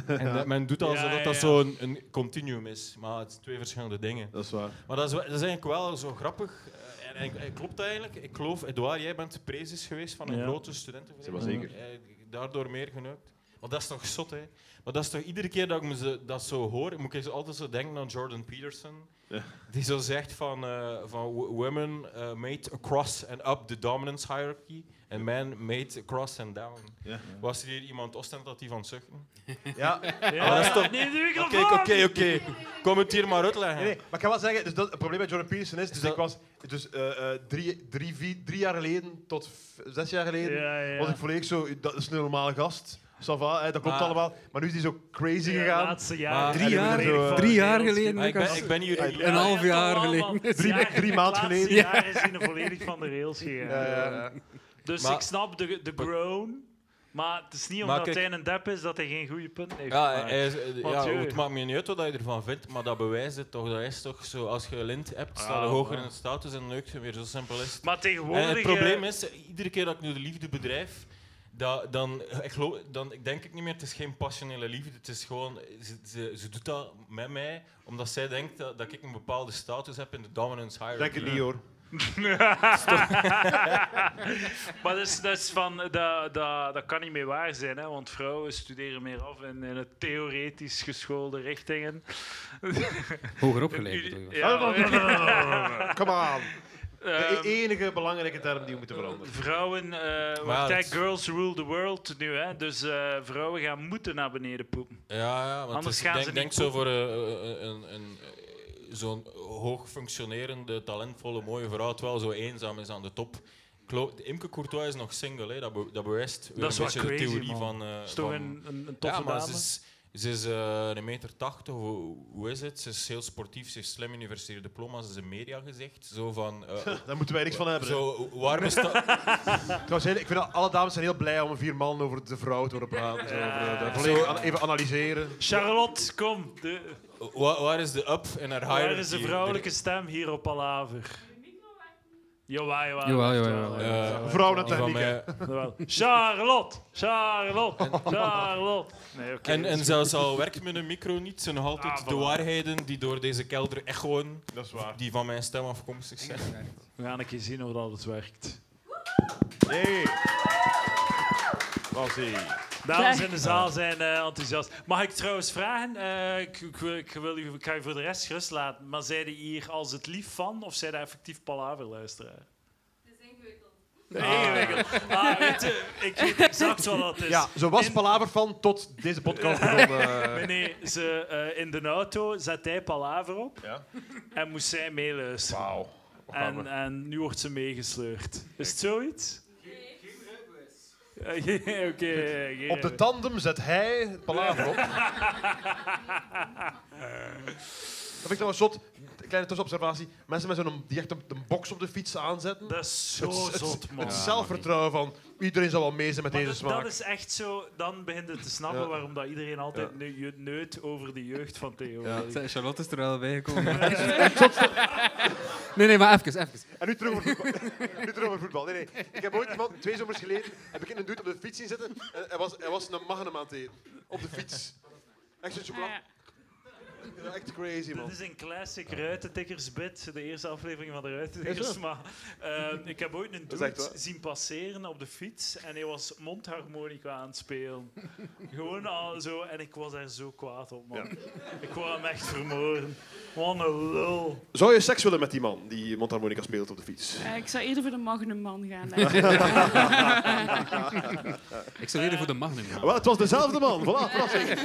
Speaker 4: En dat men doet alsof
Speaker 1: Ja,
Speaker 4: dat,
Speaker 1: ja,
Speaker 4: dat
Speaker 1: ja.
Speaker 4: zo'n een continuum is, maar het zijn twee verschillende dingen.
Speaker 2: Dat is waar.
Speaker 4: Maar dat is, wel- dat is eigenlijk wel zo grappig. Eh, En, en- en klopt dat eigenlijk? Ik geloof, Edouard, jij bent prezes geweest van een
Speaker 1: Ja.
Speaker 4: grote studentenvereniging.
Speaker 2: Zeg maar zeker.
Speaker 4: Eh, Daardoor meer geneukt. Maar dat is toch zot, hè? Maar dat is toch iedere keer dat ik me ze- dat zo hoor, moet ik zo altijd zo denken aan Jordan Peterson.
Speaker 2: Ja.
Speaker 4: Die zo zegt van, eh, van wo- women eh, made across and up the dominance hierarchy and men made across and down.
Speaker 2: Ja.
Speaker 4: Was hier iemand ostentatief aan het zuchten?
Speaker 2: Ja,
Speaker 1: Ja,
Speaker 4: dat is toch-
Speaker 1: neem de
Speaker 4: Oké,
Speaker 1: microfoon!
Speaker 4: oké, oké. Kom het hier maar uitleggen.
Speaker 2: Nee, nee, maar ik kan wel zeggen, dus dat, het probleem met Jordan Peterson is, dus
Speaker 4: Ah. dat-
Speaker 2: ik was dus, eh, eh, drie, drie, vier- drie jaar geleden tot v- zes jaar geleden,
Speaker 1: Ja, ja.
Speaker 2: was ik volledig zo, dat is een normale gast, ça va, hè, dat klopt
Speaker 4: Maar-
Speaker 2: allemaal, maar nu is hij zo crazy
Speaker 1: Ja,
Speaker 2: gegaan.
Speaker 1: laatste jaar. Ja,
Speaker 4: Drie
Speaker 2: jaar-
Speaker 1: volledig
Speaker 6: drie
Speaker 1: van de
Speaker 6: jaar
Speaker 1: wereld.
Speaker 6: geleden.
Speaker 4: Ah, ik, ben, ik ben hier...
Speaker 1: Ja,
Speaker 6: Een half
Speaker 1: ja, toch
Speaker 6: jaar
Speaker 1: wel,
Speaker 6: geleden.
Speaker 1: want
Speaker 2: Drie-
Speaker 1: het jaar-
Speaker 2: drie maand
Speaker 1: het laatste
Speaker 2: geleden.
Speaker 1: jaar is hij volledig van de rails gegaan.
Speaker 2: Ja, ja, ja.
Speaker 1: Dus
Speaker 4: Maar-
Speaker 1: ik snap de, de groan. Maar het is niet
Speaker 4: Maar
Speaker 1: omdat
Speaker 4: kijk-
Speaker 1: hij een dep is dat hij geen goede punten heeft.
Speaker 4: Ja,
Speaker 1: gemaakt.
Speaker 4: hij is- eh,
Speaker 1: Want
Speaker 4: ja,
Speaker 1: je-
Speaker 4: het maakt me niet uit wat je ervan vindt, maar dat bewijst het toch. Dat is toch zo, als je lint hebt, sta je
Speaker 1: Ah,
Speaker 4: hoger
Speaker 1: ja.
Speaker 4: in de status en neukt je weer. Zo simpel is het.
Speaker 1: Maar tegenwoordig...
Speaker 4: En het probleem
Speaker 1: eh,
Speaker 4: is, eh, iedere keer dat ik nu de liefde bedrijf, dat, dan, ik geloof, dan ik denk ik niet meer, het is geen passionele liefde. Het is gewoon, ze, ze, ze doet dat met mij, omdat zij denkt dat, dat ik een bepaalde status heb in de dominance hierarchy.
Speaker 2: Denk het niet hoor.
Speaker 1: maar dat is, dat is van... Dat, dat, dat kan niet meer waar zijn, hè, want vrouwen studeren meer af in, in het theoretisch geschoolde richtingen.
Speaker 3: Hoger opgeleid, bedoel je?
Speaker 2: Oh, Come on. De
Speaker 1: Ehm,
Speaker 2: e- enige belangrijke term die we moeten veranderen.
Speaker 1: Vrouwen, eh
Speaker 4: Maar ja,
Speaker 1: want kijk,
Speaker 4: dat-
Speaker 1: girls rule the world nu, hè? Dus eh, vrouwen gaan moeten naar beneden poepen.
Speaker 4: Ja, ja want
Speaker 1: Anders
Speaker 4: het is-
Speaker 1: gaan
Speaker 4: denk,
Speaker 1: ze niet
Speaker 4: denk zo voor eh, eh, een, een, eh, zo'n hoog functionerende, talentvolle, mooie vrouw, terwijl zo eenzaam is aan de top. Ik geloof- Imke Courtois is nog single, hè. Dat, be- dat bewijst weer
Speaker 1: Dat is
Speaker 4: een
Speaker 1: wel
Speaker 4: beetje de
Speaker 1: crazy,
Speaker 4: theorie
Speaker 1: man.
Speaker 4: van... eh,
Speaker 1: Dat is toch
Speaker 4: van-
Speaker 1: een, een, een toffe
Speaker 4: ja, maar
Speaker 1: dame?
Speaker 4: ze is, ze is eh, een meter tachtig, hoe, hoe is het? Ze is heel sportief, ze heeft slim universitair diploma, ze is een mediagezicht. Zo van... eh,
Speaker 2: Daar moeten wij niks van hebben. hè.
Speaker 4: zo, waar bestaat...
Speaker 2: Trouwens, heel- ik vind dat alle dames zijn heel blij om een vier man over de vrouw te horen praten. Zo, over, eh, dat
Speaker 4: Zo-
Speaker 2: volledig an- even analyseren.
Speaker 1: Charlotte, kom. De,
Speaker 4: Waar, waar is de up in haar
Speaker 1: waar
Speaker 4: hierarchy?
Speaker 1: is de vrouwelijke stem hier op Palaver? Jawel, jawel.
Speaker 5: Jawel, jawel, jawel.
Speaker 4: Eh,
Speaker 2: Vrouw
Speaker 4: die van
Speaker 2: natuurlijk.
Speaker 4: mij-
Speaker 1: Jawel. Charlotte, Charlotte, Charlotte. Nee, oké.
Speaker 4: En, en zelfs al werkt met een micro niet, zijn nog altijd
Speaker 1: Ah,
Speaker 4: de
Speaker 1: voilà.
Speaker 4: waarheden die door deze kelder echoen,
Speaker 2: Dat is waar.
Speaker 4: die van mijn stem afkomstig zijn.
Speaker 1: We gaan een keer zien hoe dat het werkt.
Speaker 2: Nee. Was hij.
Speaker 1: Dames in de zaal zijn eh, enthousiast. Mag ik trouwens vragen? eh, ik, ik, wil- ik wil, u- ik ga u voor de rest gerust laten. Maar zijn die hier als het lief van of zijn die effectief palaverluisteraar? Het is ingewikkeld. Ingewikkeld. Ah, weet je, ik weet exact wat dat is.
Speaker 2: Ja, zo was
Speaker 1: In-
Speaker 2: Palaver van tot deze podcast begon. eh.
Speaker 1: Meneer, ze, eh, in de auto zet hij palaver op en moest zij meeluisteren.
Speaker 2: Wauw.
Speaker 1: En, eh, en nu wordt ze meegesleurd. Is het zoiets? Eh, Geen rijbewijs. Oké, geen
Speaker 2: Op de
Speaker 1: rijbewijs.
Speaker 2: tandem zet hij Palaver op. Dat vind ik trouwens zot. Kleine tussenobservatie. Mensen met zo'n, die echt een, een box op de fiets aanzetten.
Speaker 1: Dat is zo
Speaker 2: Het- het-
Speaker 1: zot, man.
Speaker 2: Het zelfvertrouwen van iedereen zal wel mee zijn met
Speaker 1: Maar
Speaker 2: deze
Speaker 1: dat, dat
Speaker 2: smaak.
Speaker 1: is echt zo, dan begin je te snappen
Speaker 2: Ja.
Speaker 1: waarom dat iedereen altijd ne- je neut over de jeugd van Theo.
Speaker 5: Zijn Charlotte is er wel bij gekomen. nee, nee, maar even, even.
Speaker 2: En nu terug over voetbal. nu terug over voetbal. Nee, nee. Ik heb ooit iemand, twee zomers geleden, heb ik in een dude op de fiets zien zitten. En hij was, hij was een magnum aan het eten. Op de fiets. Echt zo'n chocola. Ja, Echt crazy,
Speaker 1: Dit
Speaker 2: man.
Speaker 1: is een classic Ruitentikkersbit, de eerste aflevering van de Ruitentikkers. Maar eh, ik heb ooit een
Speaker 2: Dat is echt
Speaker 1: dude
Speaker 2: waar.
Speaker 1: zien passeren op de fiets en hij was mondharmonica aan het spelen. Gewoon al zo, en ik was daar zo kwaad op, man. Ik wou hem echt vermoorden. Wat een lul.
Speaker 2: Zou je seks willen met die man die mondharmonica speelt op de fiets?
Speaker 7: Eh, ik zou eerder voor de Magnum Man gaan.
Speaker 5: Ik zou eerder voor de magnum gaan.
Speaker 2: Wel, het was dezelfde man. Voilà, verrassing.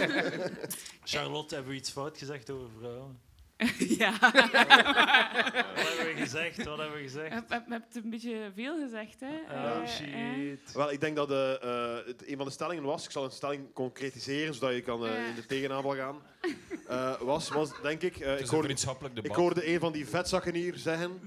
Speaker 1: Charlotte, hebben we iets fout gezegd over vrouwen?
Speaker 7: ja.
Speaker 1: Wat hebben we gezegd? Wat hebben we
Speaker 7: Je
Speaker 1: gezegd?
Speaker 7: hebt- je hebt een beetje veel gezegd, hè?
Speaker 2: Ah,
Speaker 1: Oh,
Speaker 7: Eh, eh.
Speaker 1: shit.
Speaker 2: Wel, ik denk dat eh, eh, het een van de stellingen was, ik zal een stelling concretiseren, zodat je kan eh, in de tegenaanval gaan, Eh, was, was, denk ik... eh,
Speaker 4: Het
Speaker 2: ik
Speaker 4: is een
Speaker 2: hoorde
Speaker 4: vriendschappelijk
Speaker 2: Ik
Speaker 4: debat.
Speaker 2: hoorde een van die vetzakken hier zeggen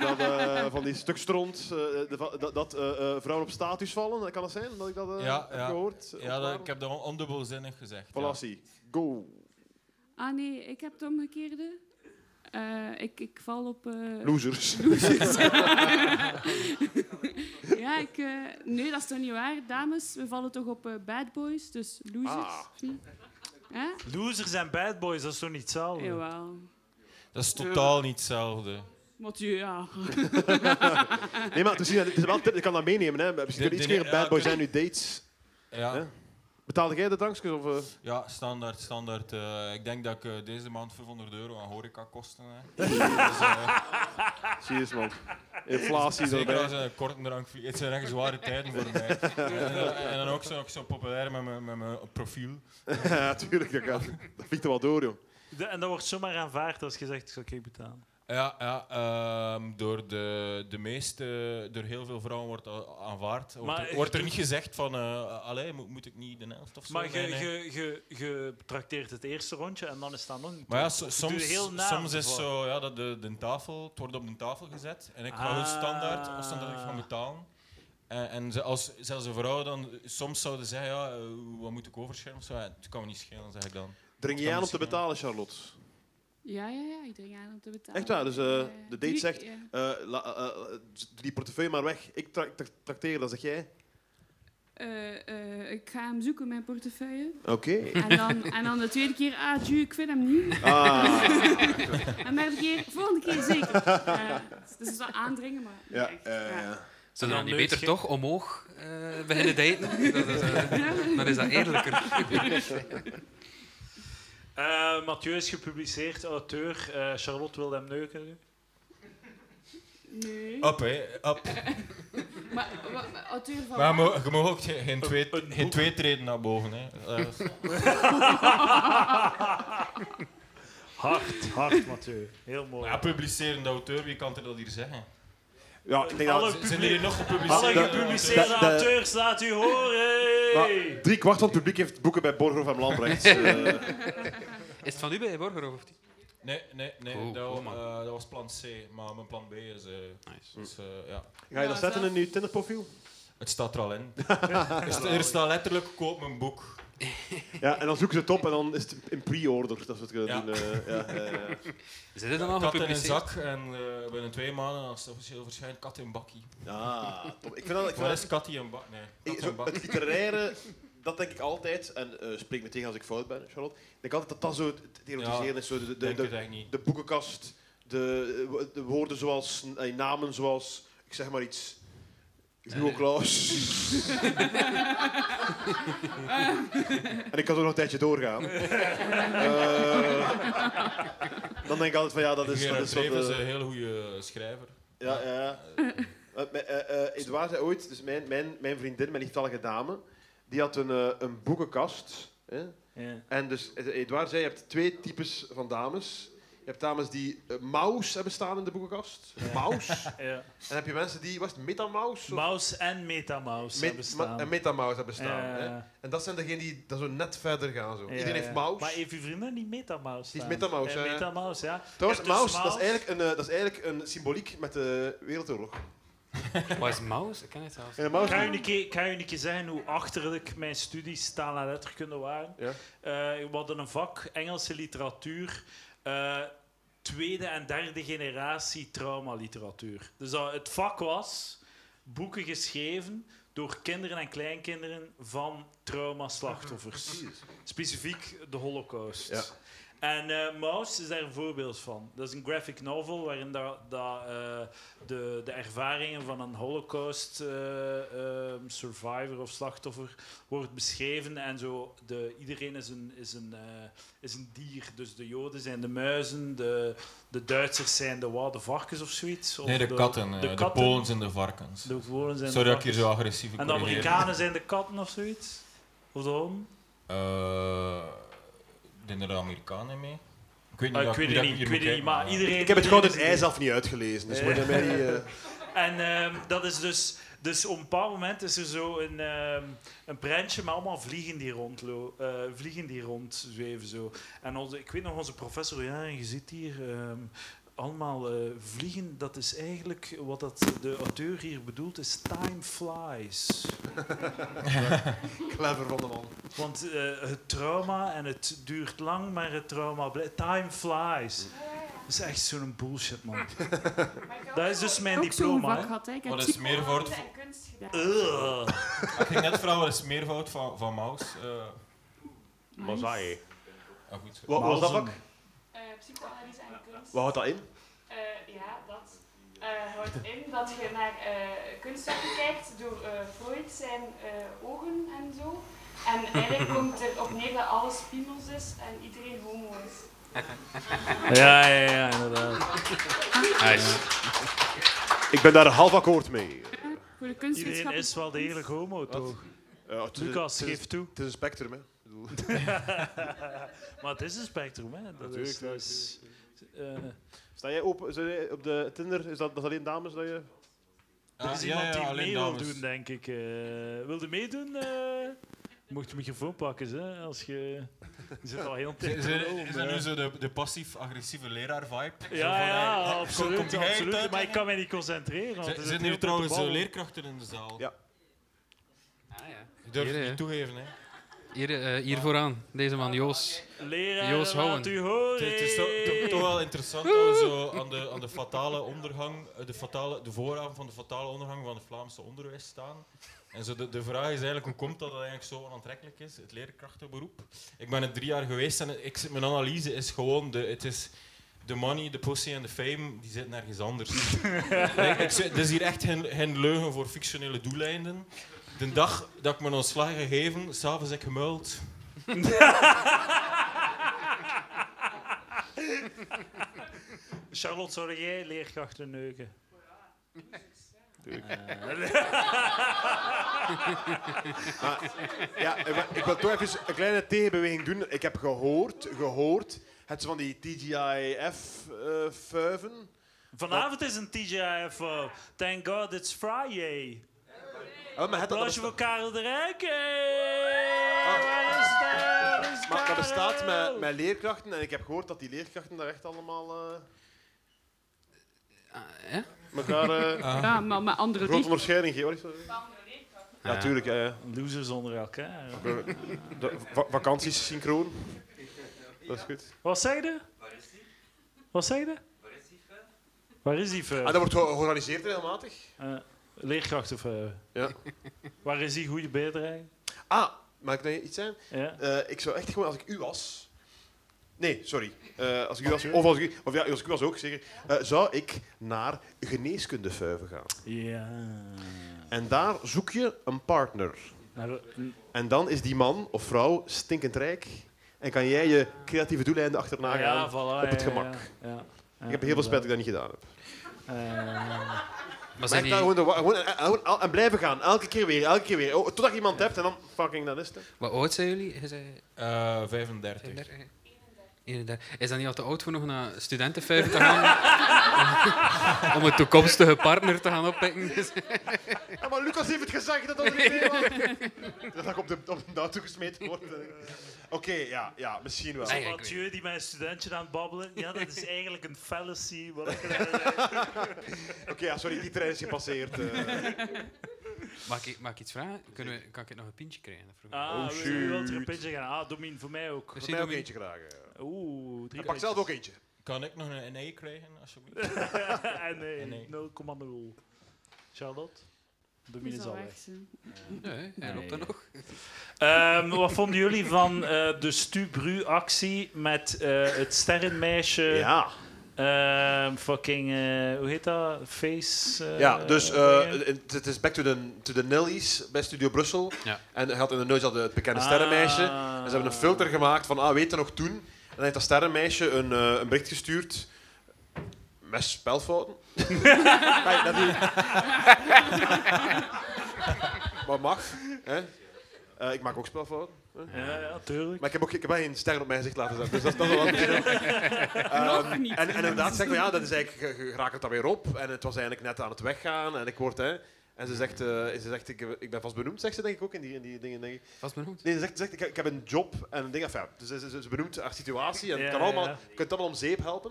Speaker 2: dat eh, van die stuk stront, eh, de va- dat, dat eh, eh, vrouwen op status vallen. Kan dat zijn dat ik dat eh,
Speaker 4: Ja,
Speaker 2: heb
Speaker 4: ja.
Speaker 2: gehoord?
Speaker 4: Ja, dat, ik heb dat on- ondubbelzinnig gezegd. ja.
Speaker 2: Palassi, go.
Speaker 7: Ah nee, ik heb het omgekeerde. Eh, ik, ik val op... eh,
Speaker 2: Losers.
Speaker 7: losers. ja, ik... eh, nee, dat is toch niet waar, dames? We vallen toch op eh, bad boys, dus losers.
Speaker 2: Ah.
Speaker 7: Hm. Hè?
Speaker 1: Losers en bad boys, dat is toch niet hetzelfde?
Speaker 7: Jawel.
Speaker 4: Dat is totaal niet hetzelfde.
Speaker 7: Want je- ja...
Speaker 2: Nee, maar het is, niet- het is wel een tip, je kan dat meenemen. Hè. Misschien
Speaker 4: Dit-
Speaker 2: kunnen iets
Speaker 4: dit-
Speaker 2: meer
Speaker 4: ja,
Speaker 2: bad boys zijn,
Speaker 4: kunnen-
Speaker 2: nu dates.
Speaker 4: Ja,
Speaker 2: Ja. Betaalde jij de drankjes? Of, eh?
Speaker 4: ja standaard, standaard. eh, ik denk dat ik eh, deze maand 500 euro aan horeca kosten. Hè.
Speaker 2: Zie je eens, man. Inflatie
Speaker 4: Zeker
Speaker 2: erbij.
Speaker 4: als een korte drank vliegt. Het zijn echt zware tijden voor mij. En, eh, en dan ook zo, ook zo populair met mijn, met mijn profiel.
Speaker 2: ja, tuurlijk. Dat, gaat- dat vliegt er wel door, joh.
Speaker 1: De- en dat wordt zomaar aanvaard als je zegt, ik zal geen betalen.
Speaker 4: Ja, ja ehm, door de, de meeste, door heel veel vrouwen wordt dat aanvaard. Wordt,
Speaker 1: Maar
Speaker 4: er,
Speaker 1: ik-
Speaker 4: wordt er niet gezegd van, eh allee, moet, moet ik niet de helft of zo?
Speaker 1: Maar
Speaker 4: Nee, nee.
Speaker 1: je trakteert het eerste rondje en dan is dat nog niet.
Speaker 4: Maar ja, so- soms,
Speaker 1: doe heel na
Speaker 4: soms is
Speaker 1: voor.
Speaker 4: zo ja, dat de, de tafel, het wordt op de tafel gezet en ik ga
Speaker 1: Ah.
Speaker 4: heel standaard, afstand dat ik van betalen. En, en ze- als, zelfs een vrouw dan, soms zouden zeggen, ja, eh, wat moet ik overschermen of zo? Ja, het kan me niet schelen, zeg ik dan.
Speaker 2: Dring
Speaker 4: Dat
Speaker 2: jij aan om te
Speaker 4: misschien, ja.
Speaker 2: betalen, Charlotte?
Speaker 7: Ja, ja, ja, ik drink aan om te betalen.
Speaker 2: Echt waar, dus, eh,
Speaker 7: Ja,
Speaker 2: de date
Speaker 7: Jullie-
Speaker 2: zegt-
Speaker 7: ja.
Speaker 2: Eh, la- eh, eh, doe die portefeuille maar weg. Ik tra tra- trakteer, dat zeg jij.
Speaker 7: Eh, eh, ik ga hem zoeken, mijn portefeuille.
Speaker 2: Oké.
Speaker 7: En dan, en dan de tweede keer, ah, ju, ik vind hem niet.
Speaker 2: Ah.
Speaker 7: En de derde keer, volgende keer zeker. Eh, dus het is wel aandringen, maar niet
Speaker 2: Ja,
Speaker 7: echt.
Speaker 2: eh,
Speaker 7: Ja.
Speaker 2: ja.
Speaker 1: Zou je dan niet beter
Speaker 5: toch omhoog beginnen daten?
Speaker 3: eh,
Speaker 5: dan is dat eerlijker.
Speaker 1: Eh, Mathieu is gepubliceerd, auteur. Eh, Charlotte wil hem neuken. nu.
Speaker 2: Oh.
Speaker 7: Nee.
Speaker 4: Up, hè. Up.
Speaker 7: Maar wa- wa- auteur van...
Speaker 4: Maar je mag- je mag ook geen, geen twee,
Speaker 1: een
Speaker 4: geen
Speaker 1: boek.
Speaker 4: twee treden naar boven. Hè. Eh,
Speaker 1: Hard, hard, Mathieu. Heel mooi.
Speaker 4: ja, publicerende auteur, wie kan er dat hier zeggen?
Speaker 2: Ja, ik denk dat...
Speaker 1: Alle,
Speaker 4: Z- Zijn er hier
Speaker 1: publi-
Speaker 4: nog
Speaker 1: alle
Speaker 4: gepubliceerde auteurs?
Speaker 1: gepubliceerde
Speaker 2: de- de-
Speaker 1: auteurs, laat u horen.
Speaker 2: Maar Nou, drie kwart van het publiek heeft boeken bij Borger van Lambrecht. Eh,
Speaker 5: Is het van u bij Borger of niet?
Speaker 4: Nee, nee, nee.
Speaker 5: Cool,
Speaker 4: dat,
Speaker 5: cool, man.
Speaker 4: eh, dat was plan C, maar mijn plan B is... eh, dus, eh, ja.
Speaker 2: ga je dat zetten in je Tinder-profiel?
Speaker 4: Het staat er al in. Er sta- er staat letterlijk, koop mijn boek.
Speaker 2: Ja, en dan zoeken ze het op en dan is het in pre-order. Dat is wat ik
Speaker 4: Ja.
Speaker 2: ja. doen. eh, ja, ja, ja.
Speaker 8: Zit dit dan al
Speaker 4: Kat in een
Speaker 8: gepubliceerd?
Speaker 4: zak en eh, binnen twee maanden, als het officieel verschijnt, kat in bakkie.
Speaker 2: Ah, top. Ik vind dat, ik vind
Speaker 4: Waar
Speaker 2: dat
Speaker 4: is Katty en bak? Nee,
Speaker 2: Ik-
Speaker 4: kat
Speaker 2: zo-
Speaker 4: en bak.
Speaker 2: het literaire, dat denk ik altijd, en eh, spreek me tegen als ik fout ben, Charlotte. Ik denk altijd dat dat zo het het erotiseren is. Zo de, de, de,
Speaker 4: Denk het
Speaker 2: de,
Speaker 4: eigenlijk niet.
Speaker 2: de boekenkast, de, de woorden zoals, eh, namen zoals, ik zeg maar iets, Hugo Claus. en ik kan zo nog een tijdje doorgaan. Eh, dan denk ik altijd van ja, dat is, dat is
Speaker 4: Gerard
Speaker 2: wat...
Speaker 4: Streven is
Speaker 2: eh,
Speaker 4: een heel goede schrijver.
Speaker 2: ja, ja. ja. Eh, mijn- eh, eh, Edouard zei ooit, dus mijn, mijn, mijn vriendin, mijn lieftallige dame, die had een, eh, een boekenkast. Hè?
Speaker 1: Ja.
Speaker 2: En dus eh, Edouard zei, je hebt twee types van dames. Je hebt dames die eh, mouse hebben staan in de boekenkast. Mouse. en
Speaker 1: Ja.
Speaker 2: dan heb je mensen die, was het metamouse? Of
Speaker 1: Mouse en metamouse
Speaker 2: Met-
Speaker 1: hebben staan. Eh,
Speaker 2: ma- en metamouse hebben staan.
Speaker 1: Ja.
Speaker 2: Hè? En dat zijn degenen die dat zo net verder gaan. Zo.
Speaker 1: Ja,
Speaker 2: Iedereen heeft
Speaker 1: ja.
Speaker 2: mouse.
Speaker 1: Maar heeft uw vriendin niet metamouse
Speaker 2: Die
Speaker 1: staan?
Speaker 2: heeft metamouse,
Speaker 1: Eh,
Speaker 2: ja, ja.
Speaker 1: metamouse, ja.
Speaker 2: Trouwens,
Speaker 1: Je hebt dus
Speaker 2: mouse, Dat, is eigenlijk een, eh, dat is eigenlijk een symboliek met de Wereldoorlog.
Speaker 8: Wat is mouse? Ik ken het zelfs.
Speaker 2: En een
Speaker 1: Ik
Speaker 2: mouse
Speaker 1: ga, je een keer, ik ga je een keer zeggen hoe achterlijk mijn studies taal en letterkunde waren.
Speaker 2: Ja.
Speaker 1: Eh, we hadden een vak Engelse literatuur, eh, tweede en derde generatie traumaliteratuur. Dus dat, het vak was boeken geschreven door kinderen en kleinkinderen van traumaslachtoffers. Specifiek de Holocaust.
Speaker 2: Ja.
Speaker 1: En eh, Mouse is daar een voorbeeld van. Dat is een graphic novel waarin dat, dat, eh, de, de ervaringen van een holocaust eh, eh, survivor of slachtoffer wordt beschreven. En zo de, iedereen is een, is, een, eh, is een dier. Dus de Joden zijn de muizen, de, de Duitsers zijn de wat, de varkens of zoiets. Of
Speaker 4: Nee, de katten. eh, De,
Speaker 1: katten.
Speaker 4: Polen en de varkens.
Speaker 1: De Polen zijn
Speaker 4: Sorry
Speaker 1: de
Speaker 4: dat ik hier
Speaker 1: varkens.
Speaker 4: zo agressief
Speaker 1: En de Amerikanen zijn de katten of zoiets. Of de honden.
Speaker 4: Eh, Zijn er Amerikanen mee? Ik weet niet.
Speaker 1: Ah,
Speaker 4: dat
Speaker 1: ik weet het
Speaker 4: dat
Speaker 1: niet,
Speaker 4: hier
Speaker 1: ik weet het
Speaker 4: moet
Speaker 1: niet,
Speaker 4: kijken,
Speaker 1: maar iedereen...
Speaker 2: Ik heb het gewoon
Speaker 1: iedereen
Speaker 2: het
Speaker 1: is een dier.
Speaker 2: ei zelf niet uitgelezen, dus moet je mij niet... eh,
Speaker 1: En ehm, dat is dus, dus op een bepaald moment is er zo een, ehm een prentje met allemaal vliegen die, rondlo- eh, vliegen die rondzweven. Zo. En onze, ik weet nog, onze professor, ja, je ziet hier ehm, allemaal eh, vliegen. Dat is eigenlijk wat dat de auteur hier bedoelt, is time flies.
Speaker 2: Clever van de man.
Speaker 1: Want eh, het trauma, en het duurt lang, maar het trauma blijft. Time flies. Dat is echt zo'n bullshit, man. Dat is dus mijn
Speaker 9: Ook zo'n
Speaker 1: diploma.
Speaker 9: vak
Speaker 1: hè.
Speaker 9: had, hè. Ik heb
Speaker 4: Wat is meer voor het-
Speaker 9: en kunst gedaan.
Speaker 1: Eh, Ugh.
Speaker 4: eh, Ik ging net vragen, wat is het meervoud van, van mouse? Eh,
Speaker 2: Mazai.
Speaker 4: ah, goed.
Speaker 2: Wat was dat
Speaker 1: Mausen.
Speaker 2: vak?
Speaker 7: Eh, psychoanalyse en kunst.
Speaker 2: Wat houdt dat in?
Speaker 7: Eh, ja, dat eh, houdt in dat je naar eh kunstwerken kijkt door eh, Freud zijn eh, ogen en zo. En eigenlijk komt er op neer dat alles Pinos is en iedereen homo is.
Speaker 1: Ja, ja, ja, inderdaad.
Speaker 8: Nice.
Speaker 2: Ik ben daar half akkoord mee.
Speaker 9: Voor de
Speaker 1: Iedereen
Speaker 9: kunstwetenschappen.
Speaker 1: is wel degelijk homo, toch?
Speaker 2: Ja, Eh, het is-
Speaker 1: Lucas,
Speaker 2: het is-
Speaker 1: geef toe.
Speaker 2: Het is een spectrum, hè. Ik bedoel,
Speaker 1: Maar het is een spectrum, hè? Dat
Speaker 2: Natuurlijk,
Speaker 1: is, dat is, eh,
Speaker 2: Sta jij open sta jij op de Tinder? Is dat, dat is alleen dames dat je...
Speaker 4: Ah,
Speaker 1: er is
Speaker 4: ja,
Speaker 1: iemand
Speaker 4: ja,
Speaker 1: die
Speaker 4: alleen
Speaker 1: mee wil
Speaker 4: dames.
Speaker 1: doen, denk ik. eh wilde meedoen? eh mocht de microfoon pakken, hè? Als je, je zit al heel
Speaker 4: Is
Speaker 1: tijd. te
Speaker 4: er,
Speaker 1: lopen,
Speaker 4: is er
Speaker 1: hè. eh.
Speaker 4: nu zo de, de passief-agressieve leraar-vibe? Zo
Speaker 1: Ja,
Speaker 4: van,
Speaker 1: ja,
Speaker 4: eh, zo komt
Speaker 1: absoluut,
Speaker 4: hij uit,
Speaker 1: absoluut.
Speaker 4: uit,
Speaker 1: Maar
Speaker 4: en-
Speaker 1: ik kan mij niet concentreren. want
Speaker 4: Zijn-
Speaker 1: het is
Speaker 4: Zijn
Speaker 1: heel
Speaker 4: hier trouwens eh,
Speaker 1: protocol.
Speaker 4: leerkrachten in de zaal?
Speaker 2: Ja.
Speaker 8: Ah, ja.
Speaker 4: Ik durf
Speaker 3: Hier,
Speaker 4: het
Speaker 3: hè.
Speaker 4: niet toegeven, hè.
Speaker 3: Hier, eh, hier vooraan, deze man, Joos.
Speaker 1: Leraar,
Speaker 3: Joost
Speaker 1: laat
Speaker 3: Houwen.
Speaker 1: u horen.
Speaker 4: Het is toch, toch- toch wel interessant dat we zo aan de, aan de fatale ondergang, eh, de, fatale, de vooravond van de fatale ondergang van het Vlaamse onderwijs staan. En zo de, de vraag is eigenlijk hoe komt dat dat eigenlijk zo onaantrekkelijk is, het leerkrachtenberoep. Ik ben er drie jaar geweest en ik, mijn analyse is gewoon, de, het is de money, de pussy en de fame, die zitten ergens anders. ik, ik, zeg, er is hier echt geen, geen leugen voor fictionele doeleinden. De dag dat ik mijn ontslag gegeven, s'avonds heb ik gemuild.
Speaker 1: Charlotte, zou jij leerkrachten neuken?
Speaker 2: Ja, ik wil- ik wil toch even een kleine tegenbeweging doen. Ik heb gehoord, gehoord, het is van die eh, TGIF-fuiven.
Speaker 1: Vanavond is een TGIF. eh, Thank God it's Friday.
Speaker 2: oh, maar het, dat,
Speaker 1: Applausje voor
Speaker 2: bestaat,
Speaker 1: Karel de Rijk. Hey, waar is hij? Waar is
Speaker 2: Oh. maar dat bestaat
Speaker 1: Karel?
Speaker 2: met, met leerkrachten en ik heb gehoord dat die leerkrachten daar echt allemaal eh
Speaker 3: ja?
Speaker 2: elkaar eh
Speaker 9: Ja, maar met andere liefde.
Speaker 2: grote eh,
Speaker 7: Ah.
Speaker 2: onderscheiding geven. Hoor.
Speaker 7: Van de leerkracht.
Speaker 2: Ja, tuurlijk. Ja, ja.
Speaker 1: Losers onder elkaar.
Speaker 2: De va- vakanties synchroon. Dat is goed.
Speaker 1: Wat zei je? Wat zei je? Waar is die
Speaker 2: En
Speaker 1: vuil?
Speaker 2: Ah, dat wordt ge- georganiseerd regelmatig.
Speaker 1: Eh, leerkrachtenvuil.
Speaker 2: Ja.
Speaker 1: Waar is die goede bijdrage?
Speaker 2: Ah, mag ik nou iets zeggen?
Speaker 1: Ja.
Speaker 2: Eh, ik zou echt gewoon, als ik u was... Nee, sorry. Eh, als ik u was, of als ik, u- of ja, als ik u was ook, zeker. Eh, zou ik naar geneeskunde vuiven gaan.
Speaker 1: ja.
Speaker 2: En daar zoek je een partner.
Speaker 1: Nou,
Speaker 2: En dan is die man of vrouw stinkend rijk. En kan jij je creatieve doeleinden achterna gaan.
Speaker 1: ja, voilà,
Speaker 2: op het
Speaker 1: ja,
Speaker 2: gemak.
Speaker 1: ja, ja. Ja,
Speaker 2: ik heb heel veel spijt dat
Speaker 1: inderdaad.
Speaker 2: ik dat niet gedaan heb.
Speaker 1: Eh,
Speaker 3: Maar
Speaker 2: Maar
Speaker 3: zijn
Speaker 2: ik
Speaker 3: die,
Speaker 2: daar gewoon, de wa- gewoon, eh, gewoon al- en blijven gaan. Elke keer weer, elke keer weer. Oh, totdat je iemand hebt en dan fucking dat is het. hè.
Speaker 3: wat oud zijn jullie? Je zei
Speaker 4: Eh, 35.
Speaker 3: 35? 31. Is dat niet al te oud voor nog naar studentenvijf te gaan? Om een toekomstige partner te gaan oppikken?
Speaker 2: Ja, maar Lucas heeft het gezegd dat dat er niet mee was. dat ik op de, op de auto gesmeten word. Oké, ja, ja, misschien wel.
Speaker 3: Ah, ja, ik weet
Speaker 1: Mathieu die met een studentje aan het babbelen. Ja, dat is eigenlijk een fallacy. Wat ik
Speaker 2: Oh, Oké, ja, sorry, die trein is gepasseerd. eh.
Speaker 3: Mag ik, mag ik iets vragen? Kunnen we, kan ik nog een pintje krijgen? Dat vroeg ik.
Speaker 1: Ah, we
Speaker 2: shoot.
Speaker 1: willen wel er een pintje gaan. Ah, Domien, voor mij ook.
Speaker 3: Merci,
Speaker 2: Voor mij ook
Speaker 3: Domien.
Speaker 2: eentje graag. ja.
Speaker 1: Oeh, drie
Speaker 2: Ik pak zelf ook eentje.
Speaker 4: Kan ik nog een NE krijgen, alsjeblieft?
Speaker 1: en eh, nee,
Speaker 4: Nee.
Speaker 1: 0,0. Charlotte? Domien
Speaker 7: Die
Speaker 1: is
Speaker 7: zal
Speaker 1: al
Speaker 7: weg
Speaker 1: weg.
Speaker 7: zijn.
Speaker 3: Ja, hè? hij loopt
Speaker 1: Nee.
Speaker 3: dan nog.
Speaker 1: Ehm, wat vonden jullie van eh, de Stubru-actie met eh, het sterrenmeisje?
Speaker 2: Ja,
Speaker 1: Ehm, fucking, eh, hoe heet dat? Face? eh,
Speaker 2: ja dus eh,
Speaker 1: dingen?
Speaker 2: het het is back to the, to the Nellies bij Studio Brussel.
Speaker 3: Ja.
Speaker 2: En hij had in de neus al het
Speaker 1: Ah.
Speaker 2: bekende sterrenmeisje. En ze hebben een filter gemaakt van, ah, weet je nog toen? En dan heeft dat sterrenmeisje een, eh, een bericht gestuurd. Met spelfouten. Nee, dat niet. maar mag. Hè? Eh, ik maak ook spelfouten.
Speaker 1: Ja, ja, tuurlijk.
Speaker 2: Maar ik heb ook ik heb wel geen sterren op mijn gezicht laten zetten. Dus dat, is- dat is wel wat verschil.
Speaker 7: Nog niet.
Speaker 2: En, en inderdaad zegt van ja, dat is eigenlijk, je, je raakt het dan weer op. En het was eigenlijk net aan het weggaan. En ik word, hè. En ze zegt, eh, ze zegt ik, ik ben vast benoemd, zegt ze denk ik ook in die, in die dingen. Denk ik.
Speaker 3: Was benoemd.
Speaker 2: Nee, ze zegt, ze zegt ik, heb- ik heb een job en een ding. Enfin, dus ze, ze, ze benoemt haar situatie en het
Speaker 1: Ja,
Speaker 2: kan allemaal,
Speaker 1: ja.
Speaker 2: je kunt allemaal om zeep helpen.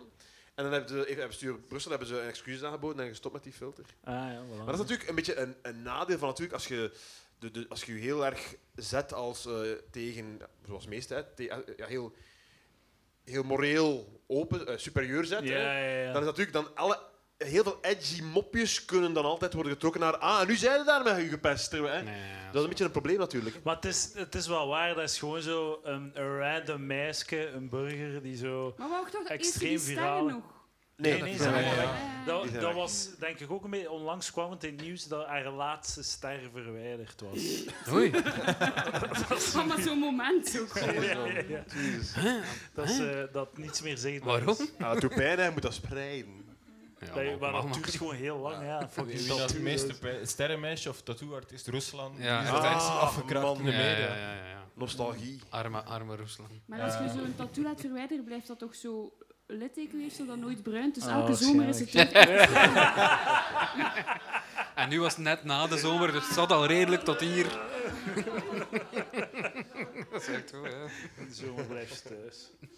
Speaker 2: En dan hebben ze, heeft- hebben Stuur Brussel hebben ze een excuus aangeboden en gestopt met die filter.
Speaker 1: Ah, ja, voilà.
Speaker 2: Maar dat is natuurlijk een beetje een, een nadeel van natuurlijk als je de, de, als je, je heel erg zet als eh, tegen, zoals meestal, hè, te- eh, ja, heel, heel moreel open, eh, superieur zet. hè.
Speaker 1: Ja, ja, ja.
Speaker 2: Dan is natuurlijk dan alle, heel veel edgy mopjes kunnen dan altijd worden getrokken naar. Ah, en nu zijn ze daar met u gepest. hè. dat is een beetje een probleem natuurlijk.
Speaker 1: Maar het is, het is wel waar, dat is gewoon zo een, een random meisje, een burger die zo...
Speaker 7: Maar wou ik toch dat eerst
Speaker 1: Extreem
Speaker 7: die sterren
Speaker 1: viraal.
Speaker 7: nog?
Speaker 2: Nee,
Speaker 1: nee,
Speaker 2: dat-
Speaker 1: ze-
Speaker 4: Ja, ja.
Speaker 7: Eh,
Speaker 1: Dat,
Speaker 2: Die zijn
Speaker 1: dat
Speaker 2: weg.
Speaker 1: was denk ik ook een beetje... Onlangs kwam het in het nieuws dat haar laatste ster verwijderd was.
Speaker 3: Oei.
Speaker 7: Van dat zo'n moment zo.
Speaker 1: Ja, ja, ja. Dat, ze, dat niets meer zegt.
Speaker 3: Waarom?
Speaker 2: Ah, het doet pijn, hè. je moet dat spreiden.
Speaker 3: Ja,
Speaker 1: Dat, je- maar
Speaker 3: mag,
Speaker 1: dat
Speaker 3: mag.
Speaker 1: duurt gewoon heel lang. Ja.
Speaker 4: Wie
Speaker 1: Fucking
Speaker 4: is dat
Speaker 1: tattoo.
Speaker 4: het meeste pijn- sterrenmeisje of tattooartiest Rusland?
Speaker 3: Ja,
Speaker 4: die is
Speaker 3: ah,
Speaker 4: altijd afgekraakt
Speaker 2: man.
Speaker 4: in de
Speaker 3: Ja, ja,
Speaker 4: media.
Speaker 3: ja, ja, ja.
Speaker 2: Nostalgie.
Speaker 3: Arme, arme Rusland.
Speaker 7: Maar als je zo'n tattoo laat verwijderen, blijft dat toch zo littekenweefsel dat nooit bruint.
Speaker 2: Ah,
Speaker 7: Dus elke
Speaker 1: Oh,
Speaker 7: zomer is het
Speaker 1: waarschijnlijk.
Speaker 7: weer...
Speaker 3: En nu was het net na de zomer, dus het zat al redelijk tot hier. Dat is echt zo, ja.
Speaker 1: In de zomer blijft je thuis.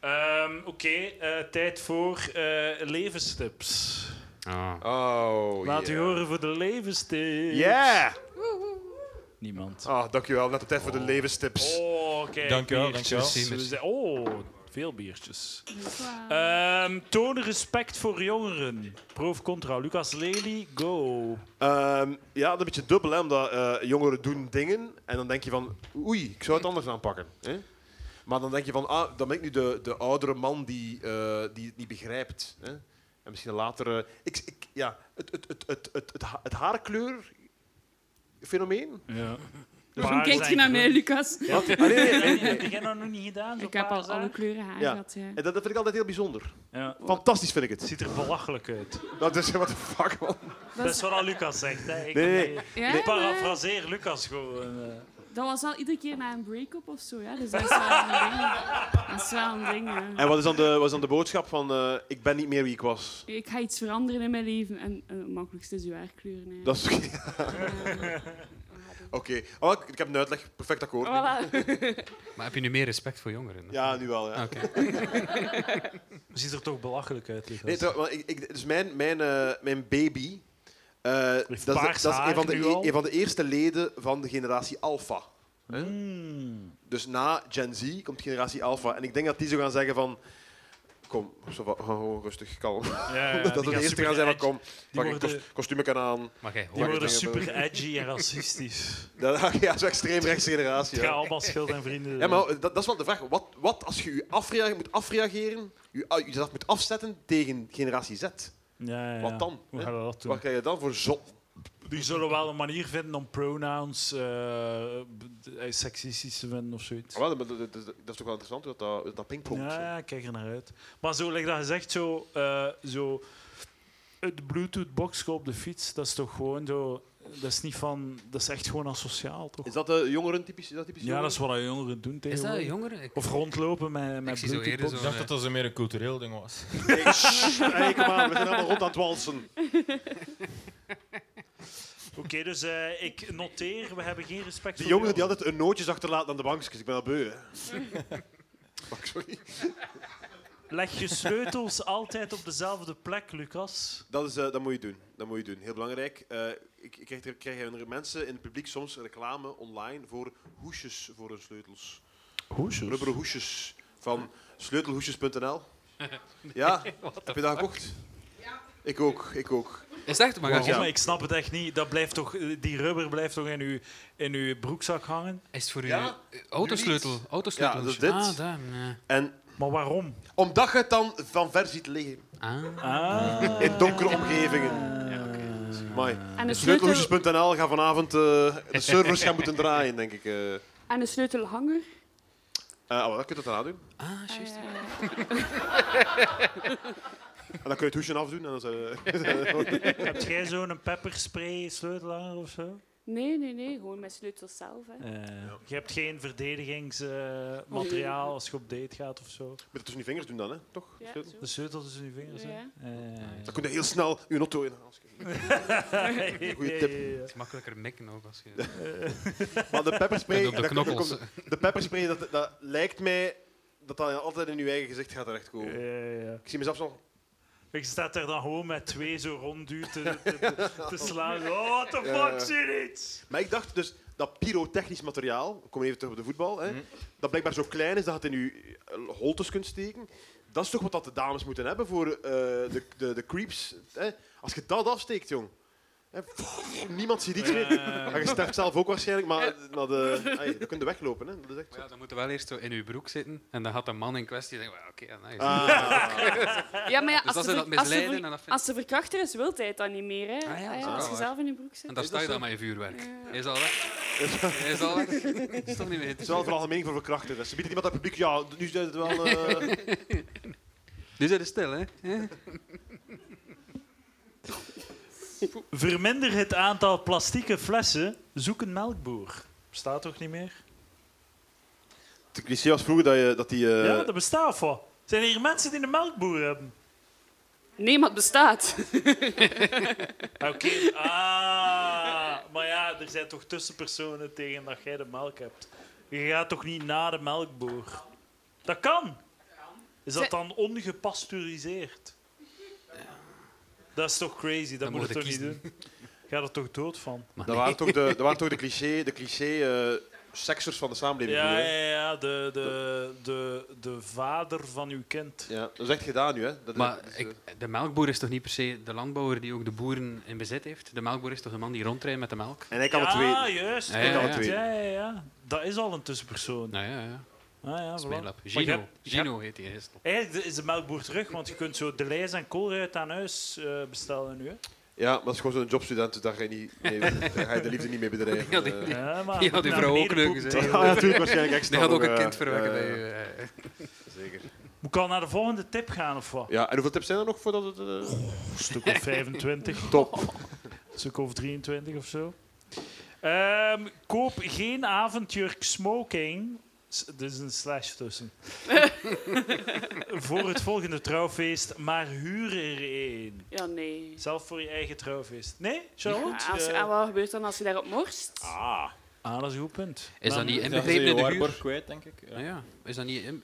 Speaker 1: Ehm, Oké, eh, tijd voor eh, levenstips.
Speaker 3: Ah.
Speaker 2: Oh,
Speaker 1: Laat u
Speaker 2: yeah.
Speaker 1: horen voor de levenstips.
Speaker 2: Yeah!
Speaker 1: Niemand.
Speaker 2: Ah, dankjewel. Net op tijd voor de levenstips.
Speaker 1: Oh, kijk,
Speaker 4: Dank u wel, dank u
Speaker 1: biertjes.
Speaker 4: wel.
Speaker 3: Merci,
Speaker 1: We
Speaker 3: merci.
Speaker 1: zijn- Oh, veel biertjes.
Speaker 7: Wow.
Speaker 1: Ehm toon respect voor jongeren. Proof contra. Lucas Lely, go.
Speaker 2: Ehm, ja, dat is een beetje dubbel, hè, omdat eh, jongeren doen dingen en dan denk je van, oei, ik zou het anders aanpakken. Hè? Maar dan denk je van, ah, dan ben ik nu de, de oudere man die, eh, die het niet begrijpt. Hè? En misschien later... eh, ik, ik, ja, het, het, het, het, het, het, ha- het haarkleur-fenomeen.
Speaker 1: Ja.
Speaker 7: Waarom kijk je naar mij, Lucas?
Speaker 2: Want- ah, nee, nee, nee, nee.
Speaker 1: Heb jij dat nog niet gedaan?
Speaker 7: Ik heb al alle kleuren haar
Speaker 2: Ja.
Speaker 7: gehad, ja.
Speaker 2: En dat, dat vind ik altijd heel bijzonder.
Speaker 1: Ja.
Speaker 2: Fantastisch vind ik het.
Speaker 1: Ziet er belachelijk uit.
Speaker 2: Dat is, what the fuck, man.
Speaker 1: Dat is wat al Lucas zegt. Hè. Ik,
Speaker 2: Nee, nee,
Speaker 7: Ja,
Speaker 1: ik
Speaker 7: maar
Speaker 1: parafraseer Lucas gewoon. eh.
Speaker 7: dat was wel iedere keer na een break-up of zo, ja. Dus dat is wel een ding. Dat is wel een ding, ja.
Speaker 2: En wat is dan de, wat is dan de boodschap van, eh, ik ben niet meer wie ik was?
Speaker 7: Ik ga iets veranderen in mijn leven. En eh, het makkelijkste is uw haarkleuren, Eh, ja.
Speaker 2: Dat is... Oké,
Speaker 7: Ja.
Speaker 2: oh, ik, ik heb een uitleg. Perfect akkoord.
Speaker 7: Voilà.
Speaker 3: Maar heb je nu meer respect voor jongeren?
Speaker 2: Ja, nu wel, ja.
Speaker 1: Ah,
Speaker 3: Oké.
Speaker 1: Ziet er toch belachelijk uit, Lucas.
Speaker 2: Nee, trouw- want ik, ik, dus mijn, mijn, eh, mijn baby Eh, dat is, de-
Speaker 1: paars
Speaker 2: dat is een,
Speaker 1: haar
Speaker 2: van de,
Speaker 1: nu
Speaker 2: e-
Speaker 1: al.
Speaker 2: een van de eerste leden van de generatie Alpha. Hè?
Speaker 1: Hmm.
Speaker 2: Dus na Gen Z komt generatie Alpha. En ik denk dat die zo gaan zeggen van... Kom, zo wat- oh, rustig, kalm.
Speaker 1: Ja, ja, die
Speaker 2: dat we de eerste
Speaker 1: super
Speaker 2: gaan zijn van
Speaker 1: edgy-
Speaker 2: kom, pak een
Speaker 1: worden-
Speaker 2: kost- kostuum aan.
Speaker 3: Maar jij hoort
Speaker 1: Die
Speaker 2: Wacht,
Speaker 1: worden
Speaker 2: ik denk dat-
Speaker 1: super edgy en racistisch.
Speaker 2: Dat, ja, zo'n extreemrechtse generatie.
Speaker 1: Het
Speaker 2: Ja.
Speaker 1: gaat allemaal schild en vrienden.
Speaker 2: Ja, maar dat, dat is wel de vraag. Wat, wat als je je afrea- moet afreageren, je, ah, je dat moet afzetten tegen generatie Z?
Speaker 1: Ja, ja, ja.
Speaker 2: Wat dan?
Speaker 1: Hoe
Speaker 2: Hè?
Speaker 1: gaan we dat doen?
Speaker 2: Wat krijg je dan voor zot?
Speaker 1: Die zullen wel een manier vinden om pronouns eh, b- eh, seksistisch te vinden of zoiets.
Speaker 2: Ah, wel, maar Dat dat- dat- dat is toch wel interessant hoe dat, hoe dat pingpongt.
Speaker 1: Ja,
Speaker 2: zo.
Speaker 1: ja, ik kijk er naar uit. Maar zo, like dat gezegd, zo, eh, zo de Bluetooth box op de fiets, dat is toch gewoon zo. Dat is niet van, dat is echt gewoon asociaal, toch?
Speaker 2: Is dat de jongeren typisch? Is dat typisch
Speaker 1: Ja, dat is wat de jongeren doen
Speaker 3: Is dat
Speaker 1: tegenwoordig.
Speaker 3: een jongere? Ik,
Speaker 1: Of rondlopen met,
Speaker 3: ik
Speaker 1: met
Speaker 3: zie zo
Speaker 1: Bluetooth
Speaker 3: eerder
Speaker 1: box.
Speaker 3: zo'n...
Speaker 4: Ik dacht
Speaker 3: eh,
Speaker 4: dat dat meer een cultureel ding was.
Speaker 2: jongeren? Nee, shh, hey, kom aan, we zijn allemaal rond aan het walsen.
Speaker 1: Oké, dus eh, ik noteer, we hebben geen respect
Speaker 2: Die
Speaker 1: voor
Speaker 2: jongeren die altijd een nootjes achterlaten aan de bankjes. Ik ben al beu, hè. Fuck, sorry.
Speaker 1: Leg je sleutels altijd op dezelfde plek, Lucas.
Speaker 2: Dat, is, eh, dat moet je doen. Dat moet je doen. Heel belangrijk. Eh, ik, ik krijg, er, krijg er mensen in het publiek soms reclame online voor hoesjes voor hun sleutels.
Speaker 1: Hoesjes?
Speaker 2: Rubberen hoesjes van sleutelhoesjes.nl. ja, heb je dat gekocht? Ja. Ik ook, ik ook.
Speaker 3: Is het echt? Maar ga ik-
Speaker 1: Ja,
Speaker 2: Ja.
Speaker 1: maar ik snap het echt niet. Dat blijft toch, eh, die rubber blijft toch in uw, in uw broekzak hangen?
Speaker 3: is het voor uw
Speaker 2: Ja,
Speaker 3: autosleutel?
Speaker 2: jullie
Speaker 3: Autosleutel.
Speaker 2: Ja, dat is dit.
Speaker 3: Ah, damn. ja.
Speaker 2: En
Speaker 1: Maar waarom?
Speaker 2: omdat je het dan van ver ziet liggen
Speaker 3: Ah.
Speaker 1: Ah.
Speaker 2: in donkere omgevingen. Eh,
Speaker 3: Ja, oké.
Speaker 2: Amai.
Speaker 7: En een sleutel,
Speaker 2: Sleutelhoesjes.nl gaat vanavond eh, de servers gaan moeten draaien, denk ik. eh eh
Speaker 7: en een sleutelhanger.
Speaker 2: ah, wel, dan kun je dat daarna doen.
Speaker 3: Ah, juist.
Speaker 7: Eh,
Speaker 2: En dan kun je het hoesje afdoen. En dan eh, zijn-
Speaker 1: Heb jij zo'n pepperspray sleutelaar of zo?
Speaker 7: nee, nee, nee. Gewoon mijn sleutels zelf. Hè.
Speaker 1: Je hebt geen verdedigingsmateriaal als je op date gaat of zo.
Speaker 2: Met het tussen je vingers doen dan, hè? toch?
Speaker 7: Ja,
Speaker 2: Sleutel.
Speaker 7: zo.
Speaker 1: De sleutel tussen je vingers. hè?
Speaker 7: Ja.
Speaker 1: Eh.
Speaker 2: Dan kun je heel snel je auto in. Goeie tip.
Speaker 1: Ja, ja, ja.
Speaker 3: Het is makkelijker mikken ook als je...
Speaker 2: Maar de pepperspray,
Speaker 3: Op de
Speaker 2: dat- dat-
Speaker 3: knokkels.
Speaker 2: dat- de pepperspray dat, dat lijkt mij dat dat altijd in je eigen gezicht gaat terechtkomen.
Speaker 1: Ja, ja, ja.
Speaker 2: Ik zie mezelf zo.
Speaker 1: Je staat er dan gewoon met twee zo rondduwt te, te, te- te slaan. Oh, what the
Speaker 2: Ja, ja.
Speaker 1: fuck, zie iets?
Speaker 2: Maar ik dacht dus dat pyrotechnisch materiaal, we komen even terug op de voetbal,
Speaker 1: Mhm.
Speaker 2: hè, dat blijkbaar zo klein is dat je het in je eh, holtes kunt steken. Dat is toch wat dat de dames moeten hebben voor eh, de, de, de creeps. Hè? Als je dat afsteekt, jong. Hè, pff, niemand ziet iets meer. Maar je sterft zelf ook waarschijnlijk, maar, eh, maar de, ai, dan kun je weglopen. Hè? Dat is echt
Speaker 3: Maar ja, dan moet je wel eerst zo in uw broek zitten. En dan gaat de man in kwestie denken, "Wel, oké, ja, nice.
Speaker 2: Ah.
Speaker 7: Ja, maar ja,
Speaker 3: Dus
Speaker 7: als,
Speaker 3: als
Speaker 7: ze
Speaker 3: ze dat
Speaker 7: ver- als, ze
Speaker 3: misleiden,
Speaker 7: ver-
Speaker 3: en dat vindt-
Speaker 7: als ze verkrachter is, wil hij het dan niet meer. Hè.
Speaker 3: Ah ja,
Speaker 7: Ah
Speaker 3: dat is
Speaker 7: ja,
Speaker 3: ook
Speaker 7: als
Speaker 3: wel
Speaker 7: je
Speaker 3: waar.
Speaker 7: zelf in je broek zit.
Speaker 3: En dan
Speaker 7: is
Speaker 3: sta je
Speaker 7: dat
Speaker 3: dan
Speaker 7: zo.
Speaker 3: met je vuurwerk.
Speaker 7: Ja.
Speaker 3: Is al weg? Is al weg? Dat is toch niet
Speaker 2: Het
Speaker 3: meer.
Speaker 2: is wel vooral mening voor verkrachten. Ze bieden iemand dat publiek, ja, nu zijn het wel... eh,
Speaker 3: Nu zijn ze stil, hè?
Speaker 1: Verminder het aantal plastieke flessen, zoek een melkboer. Bestaat toch niet meer?
Speaker 2: Het cliché was vroeger dat, je, dat die... eh,
Speaker 1: ja, dat bestaat wel. Zijn hier mensen die een melkboer hebben?
Speaker 7: Nee, maar het bestaat.
Speaker 1: Oké. Ah, maar ja, er zijn toch tussenpersonen tegen dat jij de melk hebt. Je gaat toch niet naar de melkboer? Dat kan. Is dat dan ongepasteuriseerd? Dat is toch crazy, dat
Speaker 3: Dan
Speaker 1: moet je
Speaker 3: moet
Speaker 1: toch
Speaker 3: je
Speaker 1: niet doen? Ga er toch dood van?
Speaker 2: dat, waren toch de, dat waren toch de cliché, de cliché eh, seksers van de samenleving.
Speaker 1: Ja,
Speaker 2: vroeger, hè?
Speaker 1: ja, ja de, de, de, de vader van uw kind.
Speaker 2: Ja, dat is echt gedaan nu, hè. Dat, dat is,
Speaker 3: Maar
Speaker 2: eh,
Speaker 3: ik- de melkboer is toch niet per se de landbouwer die ook de boeren in bezit heeft? De melkboer is toch de man die rondrijdt met de melk?
Speaker 2: En hij kan
Speaker 1: ja,
Speaker 2: het weten.
Speaker 1: juist.
Speaker 3: Hij kan het
Speaker 1: ja,
Speaker 2: weten.
Speaker 1: ja, ja, ja. Dat is al een tussenpersoon.
Speaker 3: Nou ja, ja.
Speaker 1: Ah, ja, voilà.
Speaker 3: Smeerlap.
Speaker 1: Maar je
Speaker 3: Gino.
Speaker 1: hebt- je hebt-
Speaker 3: Gino heet die gisteren.
Speaker 1: Eigenlijk is de melkboer terug, want je kunt zo de lijst en koolruit aan huis eh, bestellen nu. Hè.
Speaker 2: Ja, maar dat is gewoon zo'n jobstudent, dus daar ga je, niet mee, daar ga je de liefde niet mee bedrijven.
Speaker 3: Ja, die-
Speaker 2: Eh,
Speaker 1: Ja, maar
Speaker 3: Die had die vrouw ook leuk
Speaker 1: gezegd.
Speaker 3: gezegd.
Speaker 2: Ah, ja, natuurlijk, waarschijnlijk extra.
Speaker 3: Die gaat ook
Speaker 2: nog,
Speaker 3: een
Speaker 2: eh,
Speaker 3: kind verwekken
Speaker 2: ja,
Speaker 3: bij
Speaker 2: ja,
Speaker 3: je. eh.
Speaker 2: Zeker.
Speaker 1: Moet ik al naar de volgende tip gaan of wat?
Speaker 2: Ja, en hoeveel tips zijn er nog voordat het... eh,
Speaker 1: Een stuk of 25.
Speaker 2: top.
Speaker 1: Een stuk of 23 of zo. Ehm, koop geen avondjurk smoking. S- Er is een slash tussen. voor het volgende trouwfeest, maar huur er één.
Speaker 7: Ja, nee.
Speaker 1: Zelf voor je eigen trouwfeest. Nee, Charlotte?
Speaker 7: Ja, als,
Speaker 1: Eh,
Speaker 7: en wat gebeurt dan als je daarop morst?
Speaker 1: ah. ah, dat is een goed punt.
Speaker 3: Is dat
Speaker 1: Maar-
Speaker 3: niet Ah
Speaker 4: Dan zijn
Speaker 3: inbegrepen
Speaker 4: ze
Speaker 3: in
Speaker 4: je
Speaker 3: de huur?
Speaker 4: waarborg kwijt, denk ik. Ja.
Speaker 3: Nou ja, is dat niet in-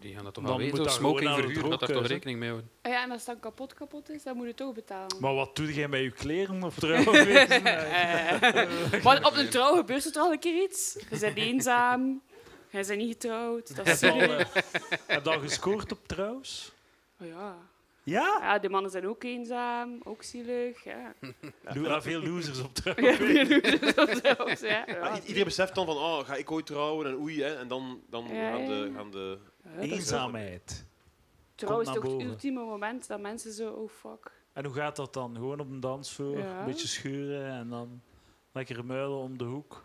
Speaker 3: die gaan dat toch
Speaker 1: Dan
Speaker 3: wel weten.
Speaker 1: moet
Speaker 3: Of
Speaker 1: dat gewoon
Speaker 3: smoking
Speaker 1: aan het
Speaker 3: verhuur, dat daar toch
Speaker 1: rookhuis, hè?
Speaker 3: rekening mee houden.
Speaker 7: Ah ja, en als het dan kapot kapot is, dan moet je het toch betalen.
Speaker 1: Maar wat doe jij met je kleren of trouwens?
Speaker 7: Eh, maar op een trouw gebeurt er toch al een keer iets? Je bent eenzaam, je bent niet getrouwd, dat is serieus.
Speaker 1: eh, Heb je al gescoord op trouwens?
Speaker 7: Oh ja.
Speaker 1: Ja?
Speaker 7: ja, de mannen zijn ook eenzaam, ook zielig. Ja.
Speaker 1: Doe daar veel losers op trouwens.
Speaker 7: Ja, zelfs, ja.
Speaker 2: Maar
Speaker 7: Ja.
Speaker 2: i- iedereen beseft dan van, oh, ga ik ooit trouwen en oei, hè, en dan, dan
Speaker 7: Ja,
Speaker 2: gaan,
Speaker 7: ja.
Speaker 2: de, gaan de...
Speaker 7: Ja, dat-
Speaker 1: Eenzaamheid.
Speaker 7: Trouw is
Speaker 1: naar
Speaker 7: toch het
Speaker 1: boven.
Speaker 7: ultieme moment dat mensen zo, oh fuck.
Speaker 1: En hoe gaat dat dan? Gewoon op een dansvloer,
Speaker 7: Ja.
Speaker 1: een beetje schuren en dan lekker muilen om de hoek.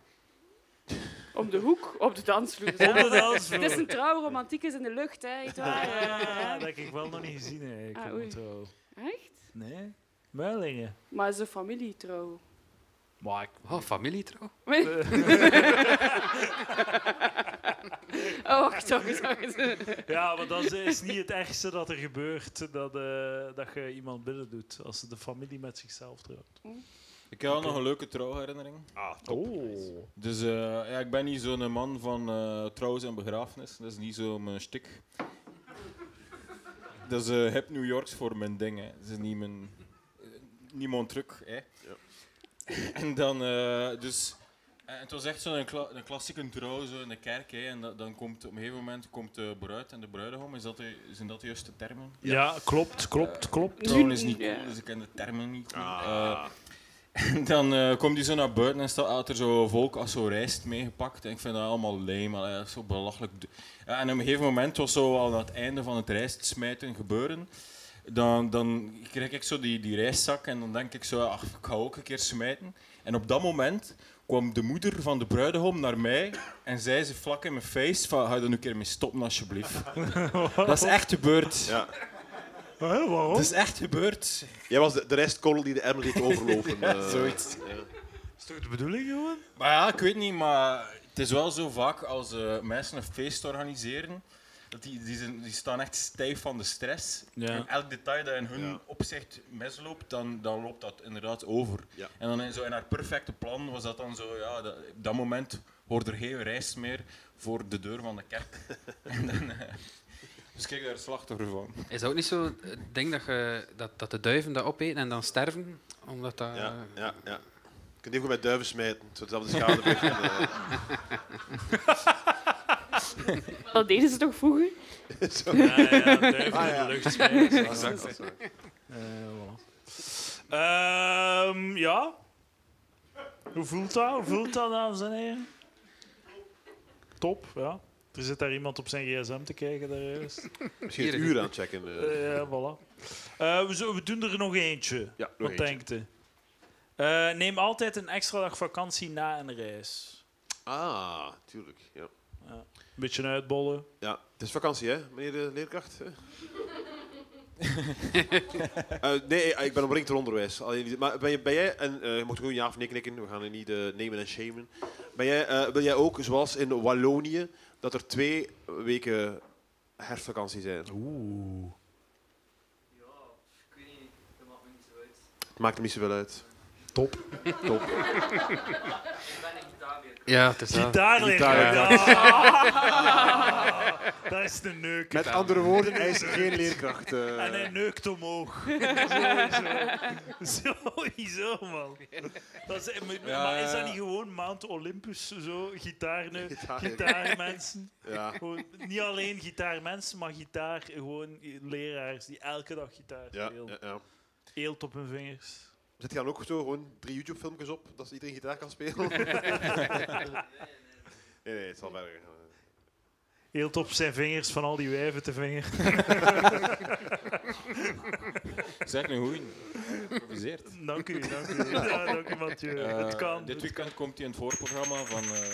Speaker 7: Om de hoek, op de dansvloer.
Speaker 1: Om de
Speaker 7: Het is een
Speaker 1: dansvloer.
Speaker 7: trouw, romantiek is in de lucht, hè. Echt waar,
Speaker 1: Ah,
Speaker 7: eh.
Speaker 1: dat heb ik wel nog niet gezien eigenlijk.
Speaker 7: Ah,
Speaker 1: op
Speaker 7: oei.
Speaker 1: een trouw.
Speaker 7: Echt?
Speaker 1: Nee? Muilingen.
Speaker 7: Maar het is een familietrouw.
Speaker 1: Maar ik...
Speaker 3: Oh, familie trouw.
Speaker 7: Nee. oh, wacht, sorry, sorry.
Speaker 1: Ja, maar dat is- is niet het ergste dat er gebeurt, dat, eh, dat je iemand binnen doet, als de familie met zichzelf trouwt.
Speaker 4: Ik heb wel nog een leuke trouwherinnering.
Speaker 2: Ah, top.
Speaker 1: Oh.
Speaker 4: Dus eh, ja, ik ben niet zo'n man van eh trouwens en begrafenis. Dat is niet zo mijn stik. Dat is eh, hip New Yorks voor mijn ding. Hè. Dat is niet mijn, eh, niet mijn truc. Hè. en dan, eh, dus. En het was echt zo'n kla een klassieke trouw zo in de kerk. Hè. En dat- dan komt op een gegeven moment komt de bruid en de bruidegom. Is dat de, zijn dat de juiste termen?
Speaker 1: Ja, klopt, klopt, klopt.
Speaker 4: Trouwen is niet
Speaker 7: Ja.
Speaker 4: cool, dus ik ken de termen niet.
Speaker 2: Ah.
Speaker 4: Eh, en dan eh, komt hij zo naar buiten en staat had er zo volk als zo rijst meegepakt. En ik vind dat allemaal lame, allee, dat is zo belachelijk. Ja, en op een gegeven moment was zo al aan het einde van het rijst smijten gebeuren. Dan, dan kreeg ik zo die, die rijstzak en dan denk ik zo, ach, ik ga ook een keer smijten. En op dat moment kwam de moeder van de bruidegom naar mij en zei ze vlak in mijn face van, ga je er nu een keer mee stoppen alsjeblieft. dat is echt gebeurd.
Speaker 2: Ja.
Speaker 1: Hè, waarom?
Speaker 4: Dat is echt gebeurd.
Speaker 2: Jij was de, de restkorrel die de emmer liet overlopen. eh.
Speaker 4: zoiets.
Speaker 2: Ja.
Speaker 1: is toch de bedoeling gewoon?
Speaker 4: Maar ja, ik weet niet, maar het is wel zo vaak als eh, mensen een feest organiseren, dat die, die, zijn, die staan echt stijf van de stress.
Speaker 1: Ja.
Speaker 4: En elk detail dat in hun
Speaker 2: Ja.
Speaker 4: opzicht misloopt, dan, dan loopt dat inderdaad over.
Speaker 2: Ja.
Speaker 4: En dan in, zo in haar perfecte plan was dat dan zo, ja, dat, op dat moment hoort er geen rijst meer voor de deur van de kerk. en dan, eh, dus kijk daar slachtoffer van.
Speaker 3: Is dat ook niet zo het ding dat, je, dat, dat de duiven dat opeten en dan sterven? Omdat dat...
Speaker 2: Ja, ja, ja. Je kunt even met duiven smijten, zodat zelf de schade weg. eh,
Speaker 7: Dat deden ze toch vroeger?
Speaker 2: zo.
Speaker 1: Ja, Ah, ja, duiven in de lucht smijten.
Speaker 2: Exact, exact.
Speaker 1: Eh, voilà. Ehm, ja. Hoe voelt dat? Hoe voelt dat, dames en heren? Top, ja. Er zit daar iemand op zijn gsm te kijken daar juist.
Speaker 2: Misschien het uur aan het checken. eh.
Speaker 1: Eh, ja, voilà. Eh, we, zo- we doen er nog eentje.
Speaker 2: Ja, nog
Speaker 1: Wat
Speaker 2: eentje.
Speaker 1: denkt u? Eh, neem altijd een extra dag vakantie na een reis.
Speaker 2: Ah, tuurlijk. Ja.
Speaker 1: Een beetje uitbollen.
Speaker 2: ja, het is vakantie, hè, meneer de leerkracht? hè? Eh, nee, eh, ik ben omringd door onderwijs. Alleen, maar ben, je, ben jij, en eh, je mag gewoon ja of nee knikken, we gaan er niet eh, nemen en shamen. Ben jij, eh, wil jij ook, zoals in Wallonië, dat er twee weken herfstvakantie zijn?
Speaker 1: Oeh.
Speaker 2: Het maakt hem niet zoveel uit.
Speaker 1: Top.
Speaker 2: Top.
Speaker 3: Ja, het is dat.
Speaker 1: Daar ligt het.
Speaker 2: Gitaar,
Speaker 1: Ah, Dat is de neuk.
Speaker 2: Met andere woorden, hij is geen leerkracht. eh.
Speaker 1: En hij neukt omhoog. Sowieso. Sowieso, man. Dat is, maar,
Speaker 4: Ja,
Speaker 1: maar is
Speaker 4: ja,
Speaker 1: dat
Speaker 4: ja.
Speaker 1: niet gewoon Maand Olympus? Zo, gitaarne,
Speaker 2: Gitaar.
Speaker 1: gitaarmensen.
Speaker 2: Ja.
Speaker 1: Gewoon, niet alleen gitaarmensen, maar gitaar, gewoon leraars die elke dag gitaar
Speaker 2: Ja,
Speaker 1: spelen.
Speaker 2: ja, ja.
Speaker 1: Eelt op hun vingers.
Speaker 2: Zet je dan ook zo gewoon drie YouTube-filmpjes op, dat iedereen gitaar kan spelen? nee, nee, het zal verder gaan.
Speaker 1: Eelt op zijn vingers van al die wijven te vinger.
Speaker 4: Zeg nu hoe improviseert.
Speaker 1: Dank u, dank u. Ja, dank u, Mathieu.
Speaker 4: Eh,
Speaker 1: het kan.
Speaker 4: Dit weekend komt hij in het voorprogramma van eh,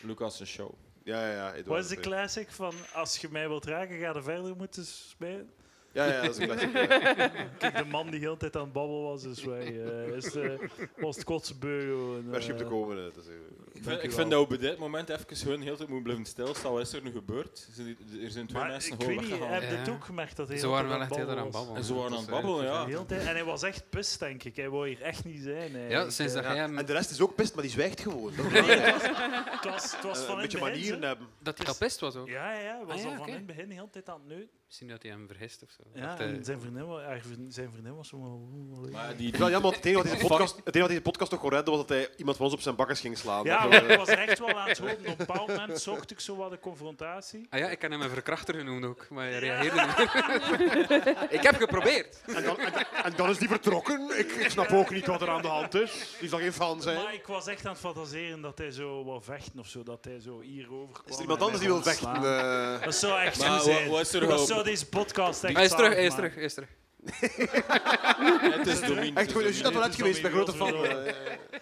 Speaker 4: Lucas' show.
Speaker 2: Ja, ja, ja. Eduard,
Speaker 1: Wat is de
Speaker 2: eh,
Speaker 1: classic van als je mij wilt raken, ga er verder moeten spelen?
Speaker 2: Ja, ja, dat is een klassieker. ja.
Speaker 1: Kijk, de man die de hele tijd aan het babbelen was, is wij. eh, is, eh, was het kotsbeu.
Speaker 2: Waar is je op te komen? hè? Dat is, eh,
Speaker 4: Ik vind, ik vind dat we bij dit moment even gewoon heel de tijd moeten blijven stilstaan. Wat is er nu gebeurd? Er zijn, er zijn twee
Speaker 1: Maar
Speaker 4: mensen
Speaker 1: ik
Speaker 4: gewoon
Speaker 1: weet niet,
Speaker 4: weggegaan.
Speaker 1: heb je het
Speaker 3: Ja.
Speaker 1: ook gemerkt dat hij
Speaker 3: Ze
Speaker 1: heel
Speaker 3: waren
Speaker 1: de
Speaker 3: wel
Speaker 1: tijd
Speaker 3: echt heel erg aan het babbelen.
Speaker 4: En ze waren aan het
Speaker 3: Dat is, eh,
Speaker 4: babbelen, ja.
Speaker 1: De hele tijd- En hij was echt pist, denk ik. Hij wou hier echt niet zijn. Hij,
Speaker 3: Ja, sinds dat
Speaker 1: eh,
Speaker 3: jij hem-
Speaker 2: En de rest is ook pist, maar die zwijgt gewoon. Dat is
Speaker 1: Nee,
Speaker 2: belangrijk.
Speaker 1: het was, het was, het was
Speaker 2: Eh,
Speaker 1: van in het
Speaker 2: een beetje
Speaker 1: begin,
Speaker 2: manieren
Speaker 1: zo.
Speaker 2: hebben.
Speaker 3: Dat hij tapist was ook.
Speaker 1: Ja, ja, hij was
Speaker 3: Ah, ja,
Speaker 1: al van
Speaker 3: oké.
Speaker 1: in het begin de hele tijd aan het neuten.
Speaker 3: Misschien dat hij hem vergist of zo. eh,
Speaker 1: Ja,
Speaker 3: Of hij-
Speaker 1: en zijn vriendin, wa- haar vriendin- zijn vriendin was zo van...
Speaker 4: Maar die,
Speaker 2: Het is wel jammer, want het enige wat deze podcast, het enige wat deze podcast toch kon redden was dat hij iemand van ons op zijn bakkers ging slaan.
Speaker 1: Ja,
Speaker 2: Ah, Dat eh.
Speaker 1: maar
Speaker 2: we-
Speaker 1: ik was er echt wel aan het hopen. Op een bepaald moment zocht ik zo wat een confrontatie.
Speaker 3: Ah ja, ik kan hem een verkrachter genoemd ook, maar hij reageerde niet. ik heb geprobeerd.
Speaker 2: en, dan, en, dan- en dan is die vertrokken. Ik, ik snap ook niet wat er aan de hand is. Die zal geen fan zijn.
Speaker 1: Maar ik was echt aan het fantaseren dat hij zo wil vechten of zo. Dat hij zo hierover kwam.
Speaker 2: Is er
Speaker 1: en
Speaker 2: iemand anders
Speaker 1: mij
Speaker 2: die wil
Speaker 1: kon
Speaker 2: vechten?
Speaker 1: slaan.
Speaker 2: eh?
Speaker 1: Dat zou echt
Speaker 4: Maar
Speaker 1: goed zijn.
Speaker 4: wa- wat is er
Speaker 1: dat
Speaker 4: op-
Speaker 1: zou deze podcast echt
Speaker 3: Hij is terug,
Speaker 1: zalig
Speaker 3: hij is
Speaker 1: maken.
Speaker 3: terug, hij is terug.
Speaker 4: het is Domien. het
Speaker 2: Echt gewoon,
Speaker 4: is
Speaker 2: je
Speaker 4: Domien.
Speaker 2: ziet dat wel uit geweest, ik ben grote fan.
Speaker 1: Domien.
Speaker 2: eh.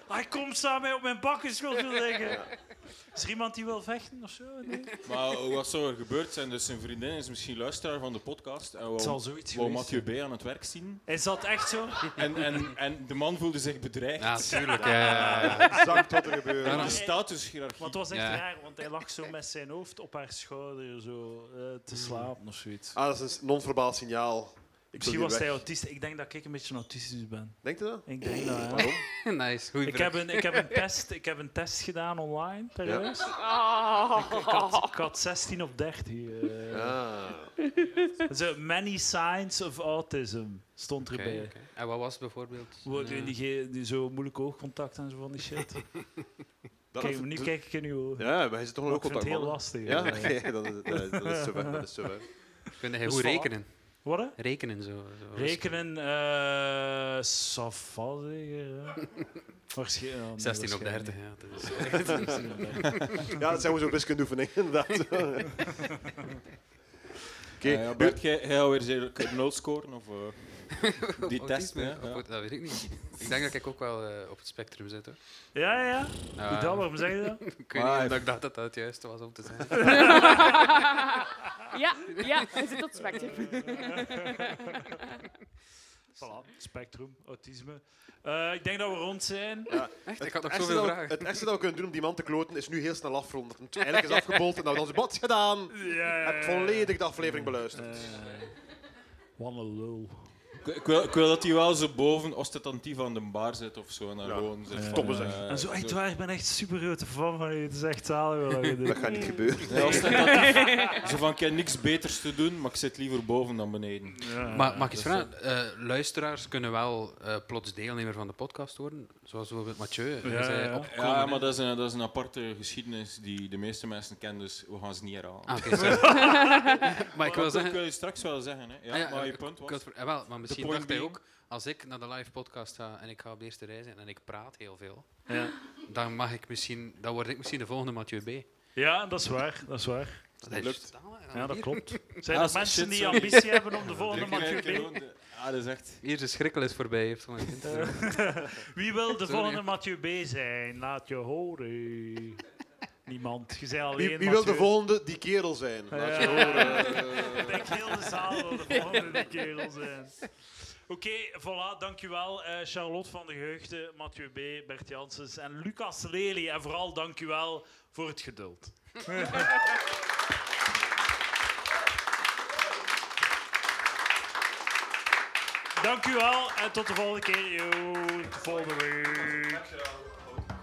Speaker 1: Hij komt samen op mijn bakken, wil ik zeggen. Is er iemand die wil vechten of zo? Nee?
Speaker 4: Maar wat zou er gebeurd zijn? Dus zijn vriendin is misschien luisteraar van de podcast. En wou,
Speaker 1: zoiets
Speaker 4: wou Mathieu B. aan het werk zien.
Speaker 1: Is dat echt zo?
Speaker 4: En, en, en de man voelde zich bedreigd.
Speaker 3: Ja, tuurlijk. Ja, ja, ja.
Speaker 2: Exact wat er gebeurt.
Speaker 4: Door
Speaker 3: Ja.
Speaker 4: de statushierarchie.
Speaker 1: Want het was echt
Speaker 3: Ja.
Speaker 1: raar, want hij lag zo met zijn hoofd op haar schouder zo, eh,
Speaker 2: Mm.
Speaker 1: te slapen of zoiets.
Speaker 2: Ah, dat is een non-verbaal signaal. Ik
Speaker 1: Misschien
Speaker 2: wil
Speaker 1: was
Speaker 2: hier
Speaker 1: hij
Speaker 2: weg.
Speaker 1: autist. Ik denk dat ik een beetje autistisch ben.
Speaker 2: Denkt u dat?
Speaker 1: Ik denk dat, ja.
Speaker 3: Nice, goeie
Speaker 1: Ik
Speaker 3: brug.
Speaker 1: heb, een, ik, heb een test, ik heb een test gedaan online, trouwens.
Speaker 7: Ah.
Speaker 1: Ik, had, ik had 16 op 13. eh.
Speaker 2: Ah.
Speaker 1: Zo, many signs of autism stond
Speaker 3: Oké,
Speaker 1: erbij.
Speaker 3: oké. En wat was bijvoorbeeld?
Speaker 1: Wordt
Speaker 3: eh,
Speaker 1: u die, ge- die zo moeilijk oogcontact en zo van die shit.
Speaker 2: Dat-
Speaker 1: Kijk, nu
Speaker 2: dat-
Speaker 1: kijk ik in uw ogen.
Speaker 2: Ja, maar hij zit toch
Speaker 1: Maar
Speaker 2: ook
Speaker 1: ik vind
Speaker 2: contact
Speaker 1: het heel
Speaker 2: man.
Speaker 1: lastig.
Speaker 2: Ja,
Speaker 1: eh.
Speaker 2: oké, dat is- dat is- dat is zo ver, dat is zo ver.
Speaker 3: Kun je
Speaker 1: Dus
Speaker 3: goed
Speaker 1: voilà.
Speaker 3: rekenen?
Speaker 1: Wat? hè?
Speaker 3: Rekenen zo. zo.
Speaker 1: Rekenen, eh Safa zeker. ja. Waarschijn- ja, nee,
Speaker 3: 16 op
Speaker 1: waarschijnlijk
Speaker 3: 30, ja. Dat is
Speaker 1: niet. 16 op 30.
Speaker 2: Ja, dat zijn we zo'n wiskundeoefening, inderdaad. Oké,
Speaker 4: Ja, Eh, ja, Bert, jij jij gaat weer zeker nul scoren? Of, eh, die test,
Speaker 3: autisme,
Speaker 4: hè?
Speaker 3: of
Speaker 4: Ja.
Speaker 3: wat, Dat weet ik niet. Ik denk dat ik ook wel eh, op het spectrum zit, hoor. Ah,
Speaker 1: Ja, ja, ja.
Speaker 2: Ah,
Speaker 3: Ja,
Speaker 1: Hoe dan? Waarom zeg je dat?
Speaker 3: Ik weet
Speaker 4: Maar-
Speaker 3: niet omdat ik dacht dat dat het juiste was om te zeggen.
Speaker 7: Ja, ja, hij zit op het spectrum.
Speaker 1: Voilà, spectrum, autisme. Eh, ik denk dat we rond zijn.
Speaker 3: Echt, ik had nog
Speaker 2: Het ergste
Speaker 3: zoveel
Speaker 2: dat we-
Speaker 3: vragen.
Speaker 2: Het ergste dat we kunnen doen om die man te kloten is nu heel snel afronden. Dat het eigenlijk is afgebold en dat we dan zijn bad gedaan.
Speaker 1: Ja,
Speaker 2: Heb volledig de aflevering beluisterd.
Speaker 1: Eh, Wat een lul.
Speaker 4: Ik, ik wil, ik wil dat hij wel zo boven ostentatief aan de bar zit of zo. En daar
Speaker 2: Ja.
Speaker 4: gewoon zit. van,
Speaker 2: Stomme
Speaker 4: eh,
Speaker 2: zeg.
Speaker 1: En zo, echt waar, ik ben echt super grote fan van u. Het is echt zalig wat je
Speaker 2: Dat
Speaker 1: doet.
Speaker 2: gaat niet gebeuren.
Speaker 4: Ja, ostentatief. zo van, ik heb niks beters te doen, maar ik zit liever boven dan beneden.
Speaker 1: Ja.
Speaker 3: Maar mag ik eens vragen? eh, luisteraars kunnen wel eh, plots deelnemer van de podcast worden. Zoals bijvoorbeeld Mathieu.
Speaker 1: Ja,
Speaker 3: Hij zei
Speaker 1: ja.
Speaker 3: opgekomen,
Speaker 4: Ja,
Speaker 3: hè.
Speaker 4: maar dat is, een, dat is een aparte geschiedenis die de meeste mensen kennen, dus we gaan ze niet herhalen.
Speaker 3: Ah, oké, sorry. maar ik wil
Speaker 4: dat
Speaker 3: zeggen...
Speaker 4: wil je straks wel zeggen, hè? eh, Ja,
Speaker 3: Ah ja,
Speaker 4: maar je
Speaker 3: ik- ik
Speaker 4: punt was.
Speaker 3: wil het ver- eh, wel, maar misschien
Speaker 4: point
Speaker 3: dacht hij
Speaker 4: being-
Speaker 3: ook, als ik naar de live podcast ga en ik ga op de eerste rij zijn en ik praat heel veel,
Speaker 1: Ja.
Speaker 3: dan, mag ik misschien, dan word ik misschien de volgende Mathieu B.
Speaker 1: ja, dat is waar. Dat is waar.
Speaker 3: Dat
Speaker 2: lukt.
Speaker 1: Ja, dat klopt. Zijn
Speaker 4: Ja,
Speaker 1: er
Speaker 4: als-
Speaker 1: mensen
Speaker 4: shit,
Speaker 1: die
Speaker 4: sorry.
Speaker 1: ambitie hebben om de volgende
Speaker 4: Ik
Speaker 1: Mathieu
Speaker 4: krijg
Speaker 1: B?
Speaker 4: gewoon de- Ah, dat is echt...
Speaker 3: Hier de schrikkel is voorbij. Heeft al een kind terug.
Speaker 1: Wie wil de
Speaker 3: Sorry.
Speaker 1: volgende Mathieu B zijn? Laat je horen. Niemand. Je zei alleen
Speaker 2: Wie, wie wil de
Speaker 1: Mathieu.
Speaker 2: volgende die kerel zijn? Laat je horen.
Speaker 1: Ik denk heel de zaal wil de volgende die kerel zijn. Oké, voilà, dankjewel. eh Charlotte van de Geheugde, Mathieu B., Bert Janssens en Lucas Lely. En vooral dankjewel voor het geduld. dankjewel en tot de volgende keer. Yo, volgende week.
Speaker 2: Eh,